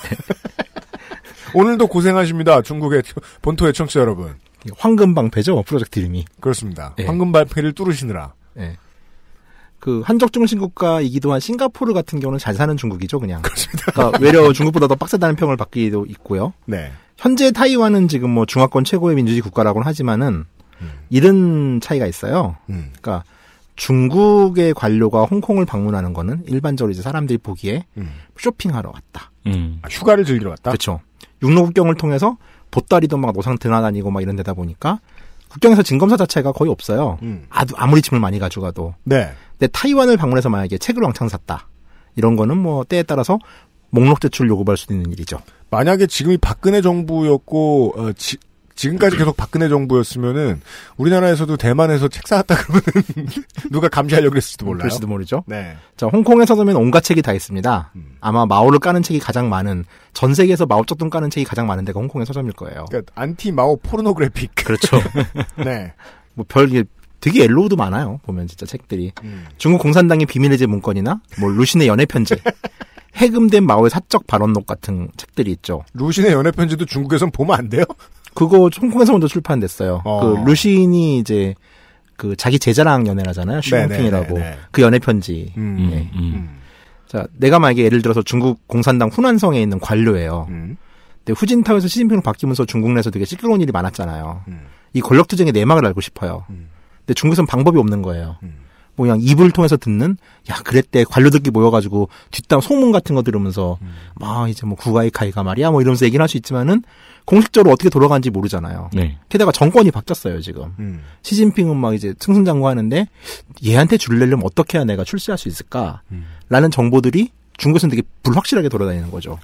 [SPEAKER 2] 오늘도 고생하십니다. 중국의 본토의 청취자 여러분.
[SPEAKER 7] 황금 방패죠 프로젝트 이름이.
[SPEAKER 2] 그렇습니다.
[SPEAKER 7] 예.
[SPEAKER 2] 황금 발패를 뚫으시느라.
[SPEAKER 7] 예. 그 한족 중심 국가이기도 한 싱가포르 같은 경우는 잘 사는 중국이죠, 그냥.
[SPEAKER 2] 그렇습니다.
[SPEAKER 7] 러니까 외려 중국보다 더 빡세다는 평을 받기도 있고요.
[SPEAKER 2] 네.
[SPEAKER 7] 현재 타이완은 지금 뭐 중화권 최고의 민주주의 국가라고는 하지만은 이런 차이가 있어요.
[SPEAKER 2] 음.
[SPEAKER 7] 그러니까 중국의 관료가 홍콩을 방문하는 거는 일반적으로 이제 사람들이 보기에
[SPEAKER 2] 음.
[SPEAKER 7] 쇼핑하러 왔다.
[SPEAKER 9] 음.
[SPEAKER 2] 아, 휴가를 즐기러 왔다.
[SPEAKER 7] 그렇죠. 육로 국경을 통해서 보따리도 막 노상 드나다니고 막 이런 데다 보니까 국경에서 진검사 자체가 거의 없어요.
[SPEAKER 2] 음.
[SPEAKER 7] 아, 아무리 짐을 많이 가져가도.
[SPEAKER 2] 네.
[SPEAKER 7] 근데 타이완을 방문해서 만약에 책을 왕창 샀다. 이런 거는 뭐 때에 따라서 목록 제출 요구할 수도 있는 일이죠.
[SPEAKER 2] 만약에 지금이 박근혜 정부였고 어, 지, 금까지 계속 박근혜 정부였으면은 우리나라에서도 대만에서 책 사왔다 그러면 누가 감시하려고 그랬을지도 몰라요.
[SPEAKER 7] 그럴지도 모르죠.
[SPEAKER 2] 네.
[SPEAKER 7] 자, 홍콩에서 보면 온갖 책이 다 있습니다. 아마 마오를 까는 책이 가장 많은 전 세계에서 마오쩌둥 까는 책이 가장 많은 데가 홍콩의 서점일 거예요.
[SPEAKER 2] 그러니까 안티 마오 포르노그래픽.
[SPEAKER 7] 그렇죠.
[SPEAKER 2] 네.
[SPEAKER 7] 뭐별 게 되게 엘로우도 많아요. 보면 진짜 책들이
[SPEAKER 2] 음.
[SPEAKER 7] 중국 공산당의 비밀의 집 문건이나 뭐 루신의 연애 편지, 해금된 마오의 사적 발언록 같은 책들이 있죠.
[SPEAKER 2] 루신의 연애 편지도 중국에선 보면 안 돼요?
[SPEAKER 7] 그거 홍콩에서 먼저 출판됐어요.
[SPEAKER 2] 어.
[SPEAKER 7] 그 루신이 이제 그 자기 제자랑 연애를 하잖아요. 슈핑핑이라고
[SPEAKER 2] 네, 네네네네. 음.
[SPEAKER 7] 그 연애 편지. 예.
[SPEAKER 9] 음.
[SPEAKER 7] 자, 내가 만약에 예를 들어서 중국 공산당 후난성에 있는 관료예요. 근데 후진타오에서 시진핑으로 바뀌면서 중국 내에서 되게 시끄러운 일이 많았잖아요. 이 권력투쟁의 내막을 알고 싶어요. 근데 중국에서는 방법이 없는 거예요. 뭐 그냥 입을 통해서 듣는 야 그랬대 관료들끼리 모여가지고 뒷담 소문 같은 거 들으면서 막 이제 뭐 구가이 카이가 말이야 뭐 이러면서 얘기를 할 수 있지만은 공식적으로 어떻게 돌아가는지 모르잖아요.
[SPEAKER 9] 네.
[SPEAKER 7] 게다가 정권이 바뀌었어요 지금. 시진핑은 막 이제 승승장구하는데 얘한테 줄려면 어떻게 해야 내가 출세할 수 있을까라는 정보들이 중국에서는 되게 불확실하게 돌아다니는 거죠.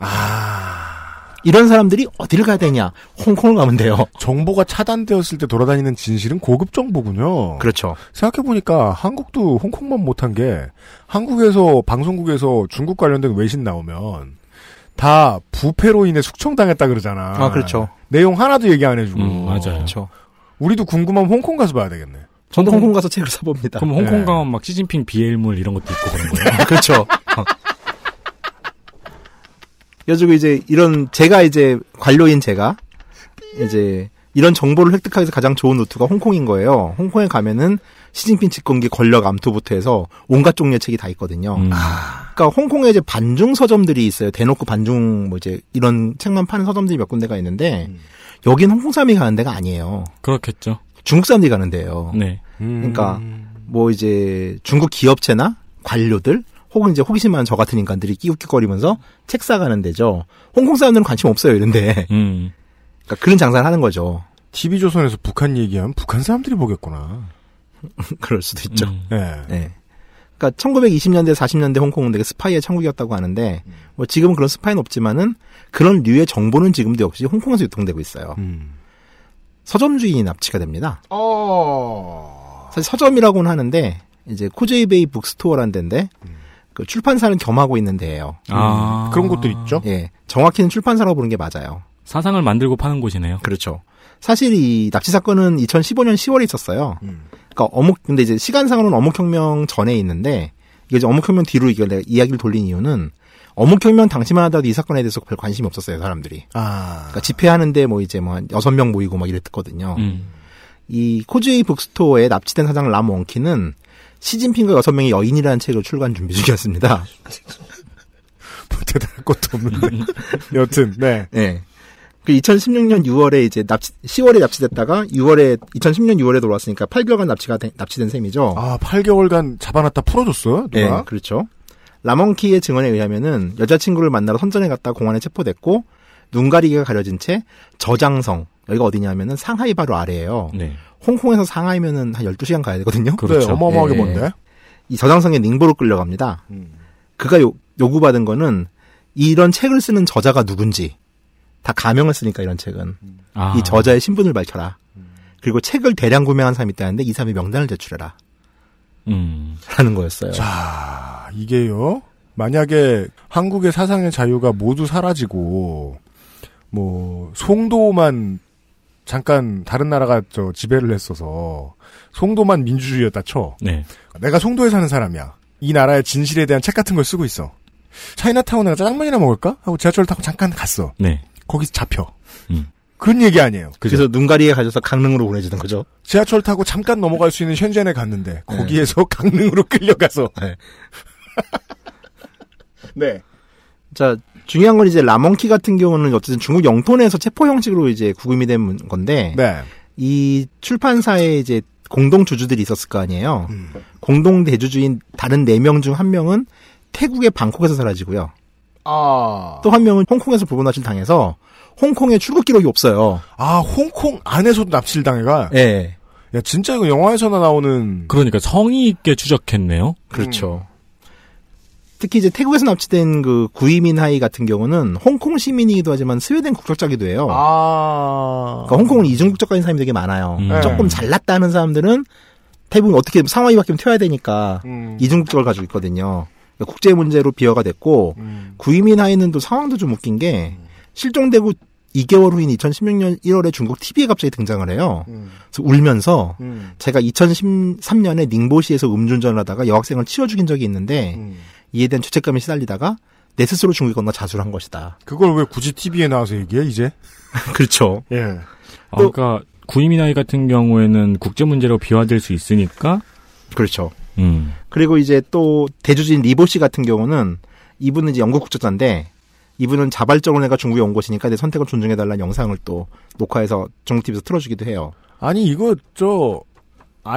[SPEAKER 7] 이런 사람들이 어디를 가야 되냐? 홍콩을 가면 돼요.
[SPEAKER 2] 정보가 차단되었을 때 돌아다니는 진실은 고급 정보군요.
[SPEAKER 7] 그렇죠.
[SPEAKER 2] 생각해보니까 한국도 홍콩만 못한 게 한국에서 방송국에서 중국 관련된 외신 나오면 다 부패로 인해 숙청당했다 그러잖아.
[SPEAKER 7] 아, 그렇죠.
[SPEAKER 2] 내용 하나도 얘기 안
[SPEAKER 9] 음,
[SPEAKER 2] 해주고. 맞아요.
[SPEAKER 7] 그렇죠.
[SPEAKER 9] 네.
[SPEAKER 2] 우리도 궁금하면 홍콩 가서 봐야 되겠네.
[SPEAKER 7] 저도 홍콩 가서 책을 사봅니다.
[SPEAKER 9] 그럼 홍콩
[SPEAKER 2] 네.
[SPEAKER 9] 가면 막 시진핑 비엘물 이런 것도 있고 그런 거예요.
[SPEAKER 7] 그렇죠. 여주고 이제 이런 제가 이제 관료인 제가 이제 이런 정보를 획득하기 위해서 가장 좋은 루트가 홍콩인 거예요. 홍콩에 가면은 시진핑 집권기 권력 암투부터 해서 온갖 종류의 책이 다
[SPEAKER 2] 어.
[SPEAKER 7] 있거든요.
[SPEAKER 9] 음.
[SPEAKER 7] 그러니까 홍콩에 이제 반중 서점들이 있어요. 대놓고 반중 뭐 이제 이런 책만 파는 서점들이 몇 군데가 있는데 여긴 홍콩 사람이 가는 데가 아니에요.
[SPEAKER 9] 그렇겠죠.
[SPEAKER 7] 중국 사람들이 가는 데예요.
[SPEAKER 2] 어.
[SPEAKER 9] 네.
[SPEAKER 7] 그러니까 뭐 이제 중국 기업체나 관료들 혹은 이제 호기심 많은 저 같은 인간들이 끼우끼거리면서 책 사가는 데죠. 홍콩 사람들은 관심 없어요 이런데.
[SPEAKER 9] 음.
[SPEAKER 7] 그러니까 그런 장사를 하는 거죠.
[SPEAKER 2] TV 조선에서 북한 얘기하면 북한 사람들이 보겠구나.
[SPEAKER 7] 그럴 수도 있죠.
[SPEAKER 9] 음.
[SPEAKER 2] 네.
[SPEAKER 7] 그러니까 1920년대 40년대 홍콩은 되게 스파이의 천국이었다고 하는데 뭐 지금은 그런 스파이는 없지만은 그런 류의 정보는 지금도 역시 홍콩에서 유통되고 있어요.
[SPEAKER 2] 음.
[SPEAKER 7] 서점주의인이 납치가 됩니다. 사실 서점이라고는 하는데 이제 코제이베이 북스토어라는 데인데 그 출판사는 겸하고 있는 데예요.
[SPEAKER 9] 아. 그런 곳도 있죠?
[SPEAKER 7] 예, 정확히는 출판사라고 부르는 게 맞아요.
[SPEAKER 9] 사상을 만들고 파는 곳이네요.
[SPEAKER 7] 그렇죠. 사실 이 납치 사건은 2015년 10월에 있었어요. 그러니까 어묵 근데 이제 시간상으로는 어묵혁명 전에 있는데 이게 이제 어묵혁명 뒤로 이걸 내가 이야기를 돌린 이유는 어묵혁명 당시만 하더라도 이 사건에 대해서 별 관심이 없었어요 사람들이.
[SPEAKER 2] 아.
[SPEAKER 7] 그러니까 집회하는데 뭐 이제 뭐한 여섯 명 모이고 막 이랬거든요.
[SPEAKER 9] 음.
[SPEAKER 7] 이 코즈웨이 북스토어에 납치된 사장 람 원키는 시진핑과 여섯 명의 여인이라는 책을 출간 준비 중이었습니다.
[SPEAKER 2] 대단할 것도 없는데. 여튼, 네.
[SPEAKER 7] 예. 그 2016년 6월에 이제 납치, 10월에 납치됐다가 6월에, 2016년 6월에 돌아왔으니까 8개월간 납치가, 된- 납치된 셈이죠.
[SPEAKER 2] 아, 8개월간 잡아놨다 풀어줬어요? 누가?
[SPEAKER 7] 그렇죠. 라먼키의 증언에 의하면은 여자친구를 만나러 선전에 갔다 공안에 체포됐고, 눈 가리개가 가려진 채 저장성, 여기가 어디냐면은 상하이 바로 아래예요
[SPEAKER 9] 네.
[SPEAKER 7] 홍콩에서 상하이면은 한 12시간 가야 되거든요.
[SPEAKER 2] 네. 그렇죠. 네, 어마어마하게
[SPEAKER 7] 예.
[SPEAKER 2] 먼데.
[SPEAKER 7] 이 저장성에 닝보로 끌려갑니다. 그가 요- 요구받은 거는 이런 책을 쓰는 저자가 누군지 다 가명을 쓰니까 이런 책은
[SPEAKER 9] 아.
[SPEAKER 7] 이 저자의 신분을 밝혀라. 그리고 책을 대량 구매한 사람이 있다는데 이 사람의 명단을 제출해라.
[SPEAKER 9] 음.
[SPEAKER 7] 라는 거였어요.
[SPEAKER 2] 자, 이게요. 만약에 한국의 사상의 자유가 모두 사라지고 뭐 송도만 잠깐 다른 나라가 저 지배를 했어서 송도만 민주주의였다 쳐.
[SPEAKER 9] 네.
[SPEAKER 2] 내가 송도에 사는 사람이야. 이 나라의 진실에 대한 책 같은 걸 쓰고 있어. 차이나타운에 가서 짜장면이나 먹을까? 하고 지하철 타고 잠깐 갔어.
[SPEAKER 9] 네.
[SPEAKER 2] 거기서 잡혀. 그런 얘기 아니에요.
[SPEAKER 7] 그래서 눈가리에 가져서 강릉으로 보내주는 거죠.
[SPEAKER 2] 지하철 타고 잠깐 넘어갈 수 있는 셴젠에 갔는데
[SPEAKER 7] 네.
[SPEAKER 2] 거기에서 강릉으로 끌려가서 네.
[SPEAKER 7] 자, 중요한 건 이제 라먼키 같은 경우는 어쨌든 중국 영토 내에서 체포 형식으로 이제 구금이 된 건데
[SPEAKER 2] 네.
[SPEAKER 7] 이 출판사에 이제 공동 주주들이 있었을 거 아니에요. 공동 대주주인 다른 네 명 중 한 명은 태국의 방콕에서 사라지고요.
[SPEAKER 2] 아.
[SPEAKER 7] 또 한 명은 홍콩에서 부분화실 당해서 홍콩에 출국 기록이 없어요.
[SPEAKER 2] 아, 홍콩 안에서도 납치를 당해가?
[SPEAKER 7] 예.
[SPEAKER 2] 야, 진짜 이거 영화에서나 나오는.
[SPEAKER 9] 그러니까 성의 있게 추적했네요.
[SPEAKER 7] 그렇죠. 특히 이제 태국에서 납치된 그 구이민 하이 같은 경우는 홍콩 시민이기도 하지만 스웨덴 국적자기도 해요.
[SPEAKER 2] 아.
[SPEAKER 7] 그러니까 홍콩은 이중 국적자인 사람이 되게 많아요.
[SPEAKER 2] 음.
[SPEAKER 7] 조금 잘났다는 사람들은 태국은 어떻게 상황이 바뀌면 튀어야 되니까
[SPEAKER 2] 음.
[SPEAKER 7] 이중 국적을 가지고 있거든요. 그러니까 국제 문제로 비화가 됐고 구이민 하이는 또 상황도 좀 웃긴 게 실종되고 2개월 후인 2016년 1월에 중국 TV에 갑자기 등장을 해요. 그래서 울면서 제가 2013년에 닝보시에서 음주운전을 하다가 여학생을 치워 죽인 적이 있는데
[SPEAKER 2] 음.
[SPEAKER 7] 이에 대한 죄책감에 시달리다가 내 스스로 중국에 건너 자수를 한 것이다.
[SPEAKER 2] 그걸 왜 굳이 TV에 나와서 얘기해, 이제?
[SPEAKER 7] 그렇죠.
[SPEAKER 2] 예.
[SPEAKER 9] 아, 그러니까 구이민 아이 같은 경우에는 국제 문제로 비화될 수 있으니까
[SPEAKER 7] 그렇죠.
[SPEAKER 9] 음.
[SPEAKER 7] 그리고 이제 또 대주주인 리보 씨 같은 경우는 이분은 이제 영국 국적자인데 이분은 자발적으로 내가 중국에 온 것이니까 내 선택을 존중해달라는 영상을 또 녹화해서 중국 TV에서 틀어주기도 해요.
[SPEAKER 2] 아니 이거 저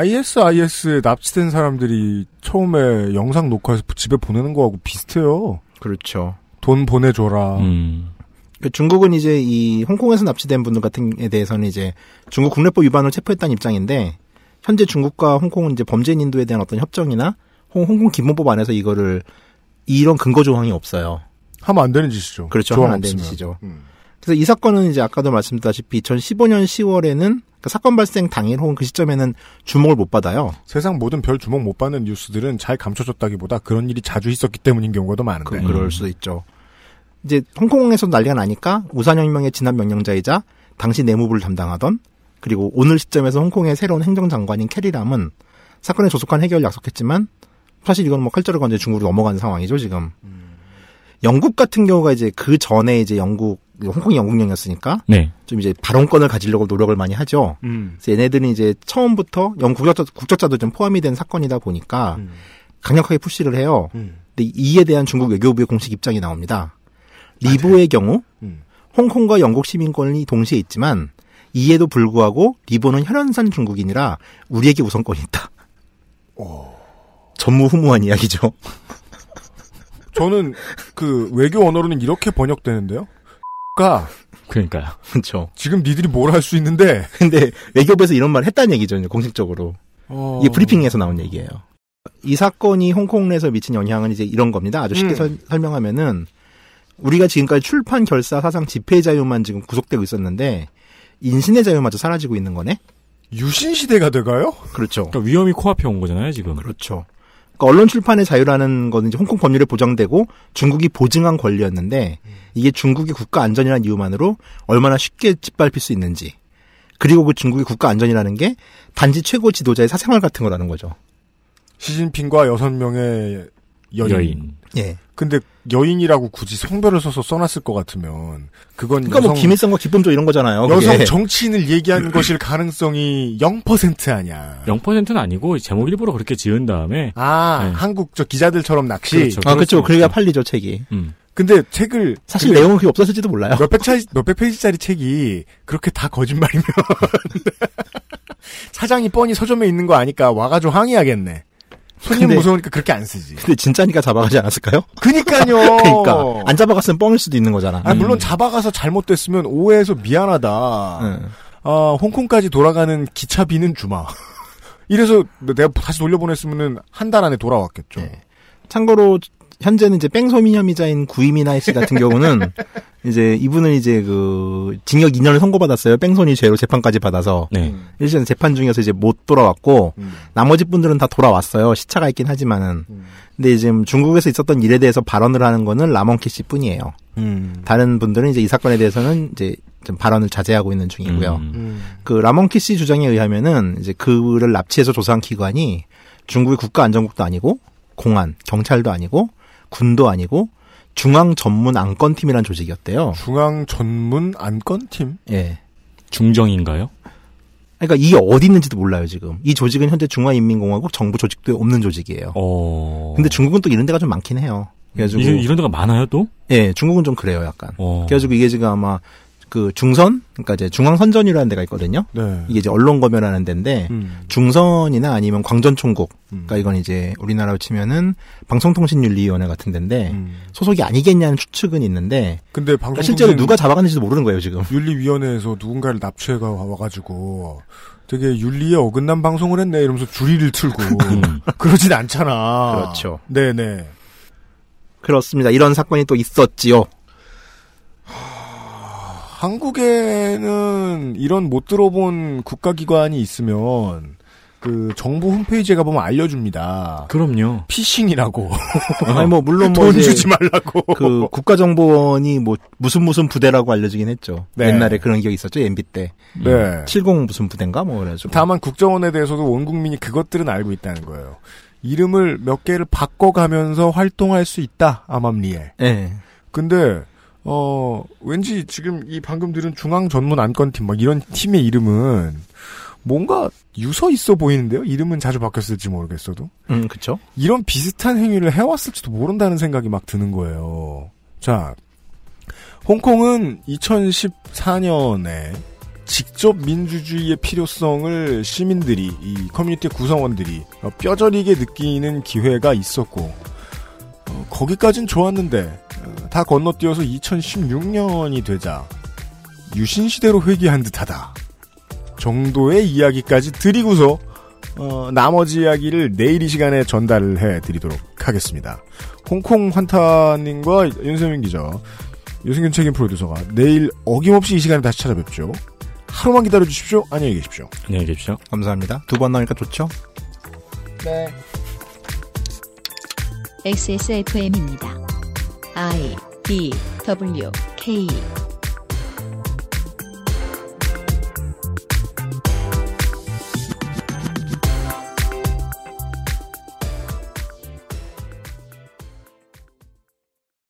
[SPEAKER 2] ISIS에 납치된 사람들이 처음에 영상 녹화해서 집에 보내는 거하고 비슷해요.
[SPEAKER 7] 그렇죠.
[SPEAKER 2] 돈
[SPEAKER 7] 음.
[SPEAKER 2] 보내줘라.
[SPEAKER 9] 음. 어.
[SPEAKER 7] 그 중국은 이제 이 홍콩에서 납치된 분들 같은 에 대해서는 이제 중국 국내법 위반으로 체포했다는 입장인데 현재 중국과 홍콩은 이제 범죄인 인도에 대한 어떤 협정이나 홍, 홍콩 기본법 안에서 이거를 이런 근거 조항이 없어요.
[SPEAKER 2] 하면 안 되는 짓이죠.
[SPEAKER 7] 그렇죠.
[SPEAKER 2] 조항
[SPEAKER 7] 하면 안 되는
[SPEAKER 2] 없으면. 음.
[SPEAKER 7] 짓이죠. 그래서 이 사건은 이제 아까도 말씀드렸다시피 2015년 10월에는 그러니까 사건 발생 당일 혹은 그 시점에는 주목을 못 받아요.
[SPEAKER 2] 세상 모든 별 주목 못 받는 뉴스들은 잘 감춰졌다기보다 그런 일이 자주 있었기 때문인 경우가 더 많은데.
[SPEAKER 7] 그- 그럴 수도 있죠. 이제 홍콩에서 난리가 나니까 우산혁명의 지난 명령자이자 당시 내무부를 담당하던 그리고 오늘 시점에서 홍콩의 새로운 행정장관인 캐리람은 사건에 조속한 해결을 약속했지만 사실 이건 뭐 칼자루 건제 중국으로 넘어가는 상황이죠 지금. 영국 같은 경우가 이제 그 전에 이제 영국 홍콩이 영국령이었으니까
[SPEAKER 9] 네.
[SPEAKER 7] 좀 이제 발언권을 가지려고 노력을 많이 하죠. 그래서 얘네들은 이제 처음부터 영 국적자, 국적자도 좀 포함이 된 사건이다 보니까 강력하게 푸시를 해요. 근데 이에 대한 중국 외교부의 공식 입장이 나옵니다. 리보의 경우 홍콩과 영국 시민권이 동시에 있지만 이에도 불구하고 리보는 혈연산 중국인이라 우리에게 우선권이 있다. 전무후무한 이야기죠.
[SPEAKER 2] 저는 그 외교 언어로는 이렇게 번역되는데요. 가
[SPEAKER 9] 그러니까요.
[SPEAKER 7] 그렇죠.
[SPEAKER 2] 지금 니들이 뭘 할 수 있는데
[SPEAKER 7] 근데 외교부에서 이런 말을 했다는 얘기죠. 이제 공식적으로.
[SPEAKER 2] 어.
[SPEAKER 7] 이게 브리핑에서 나온 얘기예요. 이 사건이 홍콩 에서 미친 영향은 이제 이런 겁니다. 아주 쉽게
[SPEAKER 2] 음.
[SPEAKER 7] 설- 설명하면은 우리가 지금까지 출판 결사 사상 집회 자유만 지금 구속되고 있었는데 인신의 자유마저 사라지고 있는 거네.
[SPEAKER 2] 유신 시대가 돼가요?
[SPEAKER 7] 그렇죠.
[SPEAKER 9] 그러니까 위험이 코앞에 온 거잖아요 지금.
[SPEAKER 7] 그렇죠. 그러니까 언론 출판의 자유라는 거는 이제 홍콩 법률에 보장되고 중국이 보증한 권리였는데 이게 중국의 국가 안전이라는 이유만으로 얼마나 쉽게 짓밟힐 수 있는지 그리고 그 중국의 국가 안전이라는 게 단지 최고 지도자의 사생활 같은 거라는 거죠.
[SPEAKER 2] 시진핑과 여섯 명의 여인.
[SPEAKER 7] 여인. 예.
[SPEAKER 2] 근데 여인이라고 굳이 성별을 써서 써놨을 것 같으면 그건
[SPEAKER 7] 그러니까 뭐
[SPEAKER 2] 여성-
[SPEAKER 7] 김일성과 기쁨조 이런 거잖아요. 그게. 그렇죠.
[SPEAKER 2] 여성 정치인을 얘기하는 것일 가능성이 0% 아니야.
[SPEAKER 9] 0%는 아니고 제목 일부러 그렇게 지은 다음에
[SPEAKER 2] 아 한국 저 기자들처럼 낚시.
[SPEAKER 7] 아 네. 그렇죠. 그래야 팔리죠 책이.
[SPEAKER 2] 근데 책을
[SPEAKER 7] 사실
[SPEAKER 2] 근데
[SPEAKER 7] 내용은 그게 없었을지도 몰라요.
[SPEAKER 2] 몇백 차 몇백 페이지짜리 책이 그렇게 다 거짓말이면 사장이 뻔히 서점에 있는 거 아니까 와가지고 항의하겠네. 손님
[SPEAKER 7] 근데-
[SPEAKER 2] 무서우니까 그렇게 안 쓰지.
[SPEAKER 7] 근데 진짜니까 잡아가지 않았을까요?
[SPEAKER 2] 그니까요.
[SPEAKER 7] 그러니까 안 잡아갔으면 뻥일 수도 있는 거잖아.
[SPEAKER 2] 어. 아 물론 잡아가서 잘못됐으면 오해해서 미안하다.
[SPEAKER 7] 음.
[SPEAKER 2] 아 홍콩까지 돌아가는 기차비는 주마. 이래서 내가 다시 돌려보냈으면은 한 달 안에 돌아왔겠죠.
[SPEAKER 7] 네. 참고로 현재는 이제 뺑소미 혐의자인 구이미나이 씨 같은 경우는 이제 이분은 이제 그 징역 2년을 선고받았어요. 뺑소니 죄로 재판까지 받아서 음. 일전 재판 중에서 이제 못 돌아왔고 나머지 분들은 다 돌아왔어요. 시차가 있긴 하지만은 근데 지금 중국에서 있었던 일에 대해서 발언을 하는 거는 라몬키 씨뿐이에요. 다른 분들은 이제 이 사건에 대해서는 이제 좀 발언을 자제하고 있는 중이고요.
[SPEAKER 9] 음.
[SPEAKER 7] 그 라몬키 씨 주장에 의하면은 이제 그를 납치해서 조사한 기관이 중국의 국가안전국도 아니고 공안, 경찰도 아니고 군도 아니고 중앙 전문 안건팀이라는 조직이었대요.
[SPEAKER 2] 중앙 전문 안건팀?
[SPEAKER 7] 예.
[SPEAKER 9] 중정인가요?
[SPEAKER 7] 그러니까 이게 어디 있는지도 몰라요 지금. 이 조직은 현재 중화인민공화국 정부 조직도에 없는 조직이에요. 근데 중국은 또 이런 데가 좀 많긴 해요. 그래가지고
[SPEAKER 9] 어. 이게 이런 데가 많아요 또?
[SPEAKER 7] 예, 중국은 좀 그래요, 약간.
[SPEAKER 9] 어.
[SPEAKER 7] 그래가지고 이게 지금 아마 그 중선, 그러니까 이제 중앙선전이라는 데가 있거든요.
[SPEAKER 2] 네.
[SPEAKER 7] 이게 이제 언론 검열하는 데인데
[SPEAKER 2] 음.
[SPEAKER 7] 중선이나 아니면 광전총국, 그러니까 이건 이제 우리나라로 치면은 방송통신윤리위원회 같은 데인데 소속이 아니겠냐는 추측은 있는데.
[SPEAKER 2] 근데
[SPEAKER 7] 그러니까
[SPEAKER 2] 음. 방송
[SPEAKER 7] 실제로 누가 잡아갔는지도 모르는 거예요 지금.
[SPEAKER 2] 윤리위원회에서 누군가를 납치해가 와가지고 되게 윤리에 어긋난 방송을 했네 이러면서 줄이를 틀고 그러진 않잖아.
[SPEAKER 7] 그렇죠.
[SPEAKER 2] 네네.
[SPEAKER 7] 그렇습니다. 이런 사건이 또 있었지요.
[SPEAKER 2] 한국에는 이런 못 들어본 국가기관이 있으면 그 정부 홈페이지에 가보면 알려줍니다.
[SPEAKER 9] 그럼요.
[SPEAKER 2] 피싱이라고.
[SPEAKER 7] 아니 뭐 물론 뭐
[SPEAKER 2] 돈
[SPEAKER 7] 이제
[SPEAKER 2] 주지 말라고.
[SPEAKER 7] 그 국가정보원이 뭐 무슨 무슨 부대라고 알려지긴 했죠.
[SPEAKER 2] 네.
[SPEAKER 7] 옛날에 그런 기억이 있었죠. MB 때.
[SPEAKER 2] 네.
[SPEAKER 7] 70 무슨 부대인가 뭐 그래가지고.
[SPEAKER 2] 다만 국정원에 대해서도 온 국민이 그것들은 알고 있다는 거예요. 이름을 몇 개를 바꿔가면서 활동할 수 있다 암암리에.
[SPEAKER 7] 예.
[SPEAKER 2] 근데 어 왠지 지금 이 방금 들은 중앙 전문 안건팀 막 이런 팀의 이름은 뭔가 유서 있어 보이는데요. 이름은 자주 바뀌었을지 모르겠어도
[SPEAKER 7] 음, 그쵸.
[SPEAKER 2] 이런 비슷한 행위를 해왔을지도 모른다는 생각이 막 드는 거예요. 자, 홍콩은 2014년에 직접 민주주의의 필요성을 시민들이 이 커뮤니티 구성원들이 어, 뼈저리게 느끼는 기회가 있었고 어, 거기까진 좋았는데 어, 다 건너뛰어서 2016년이 되자 유신 시대로 회귀한 듯하다 정도의 이야기까지 드리고서 어, 나머지 이야기를 내일 이 시간에 전달을 해드리도록 하겠습니다. 홍콩 환타님과 윤세민 기자, 유승균 책임 프로듀서가 내일 어김없이 이 시간에 다시 찾아뵙죠. 하루만 기다려주십시오. 안녕히 계십시오.
[SPEAKER 9] 안녕히 계십시오.
[SPEAKER 7] 감사합니다. 두 번 나니까 좋죠?
[SPEAKER 2] 네.
[SPEAKER 1] XSFM입니다. I D W K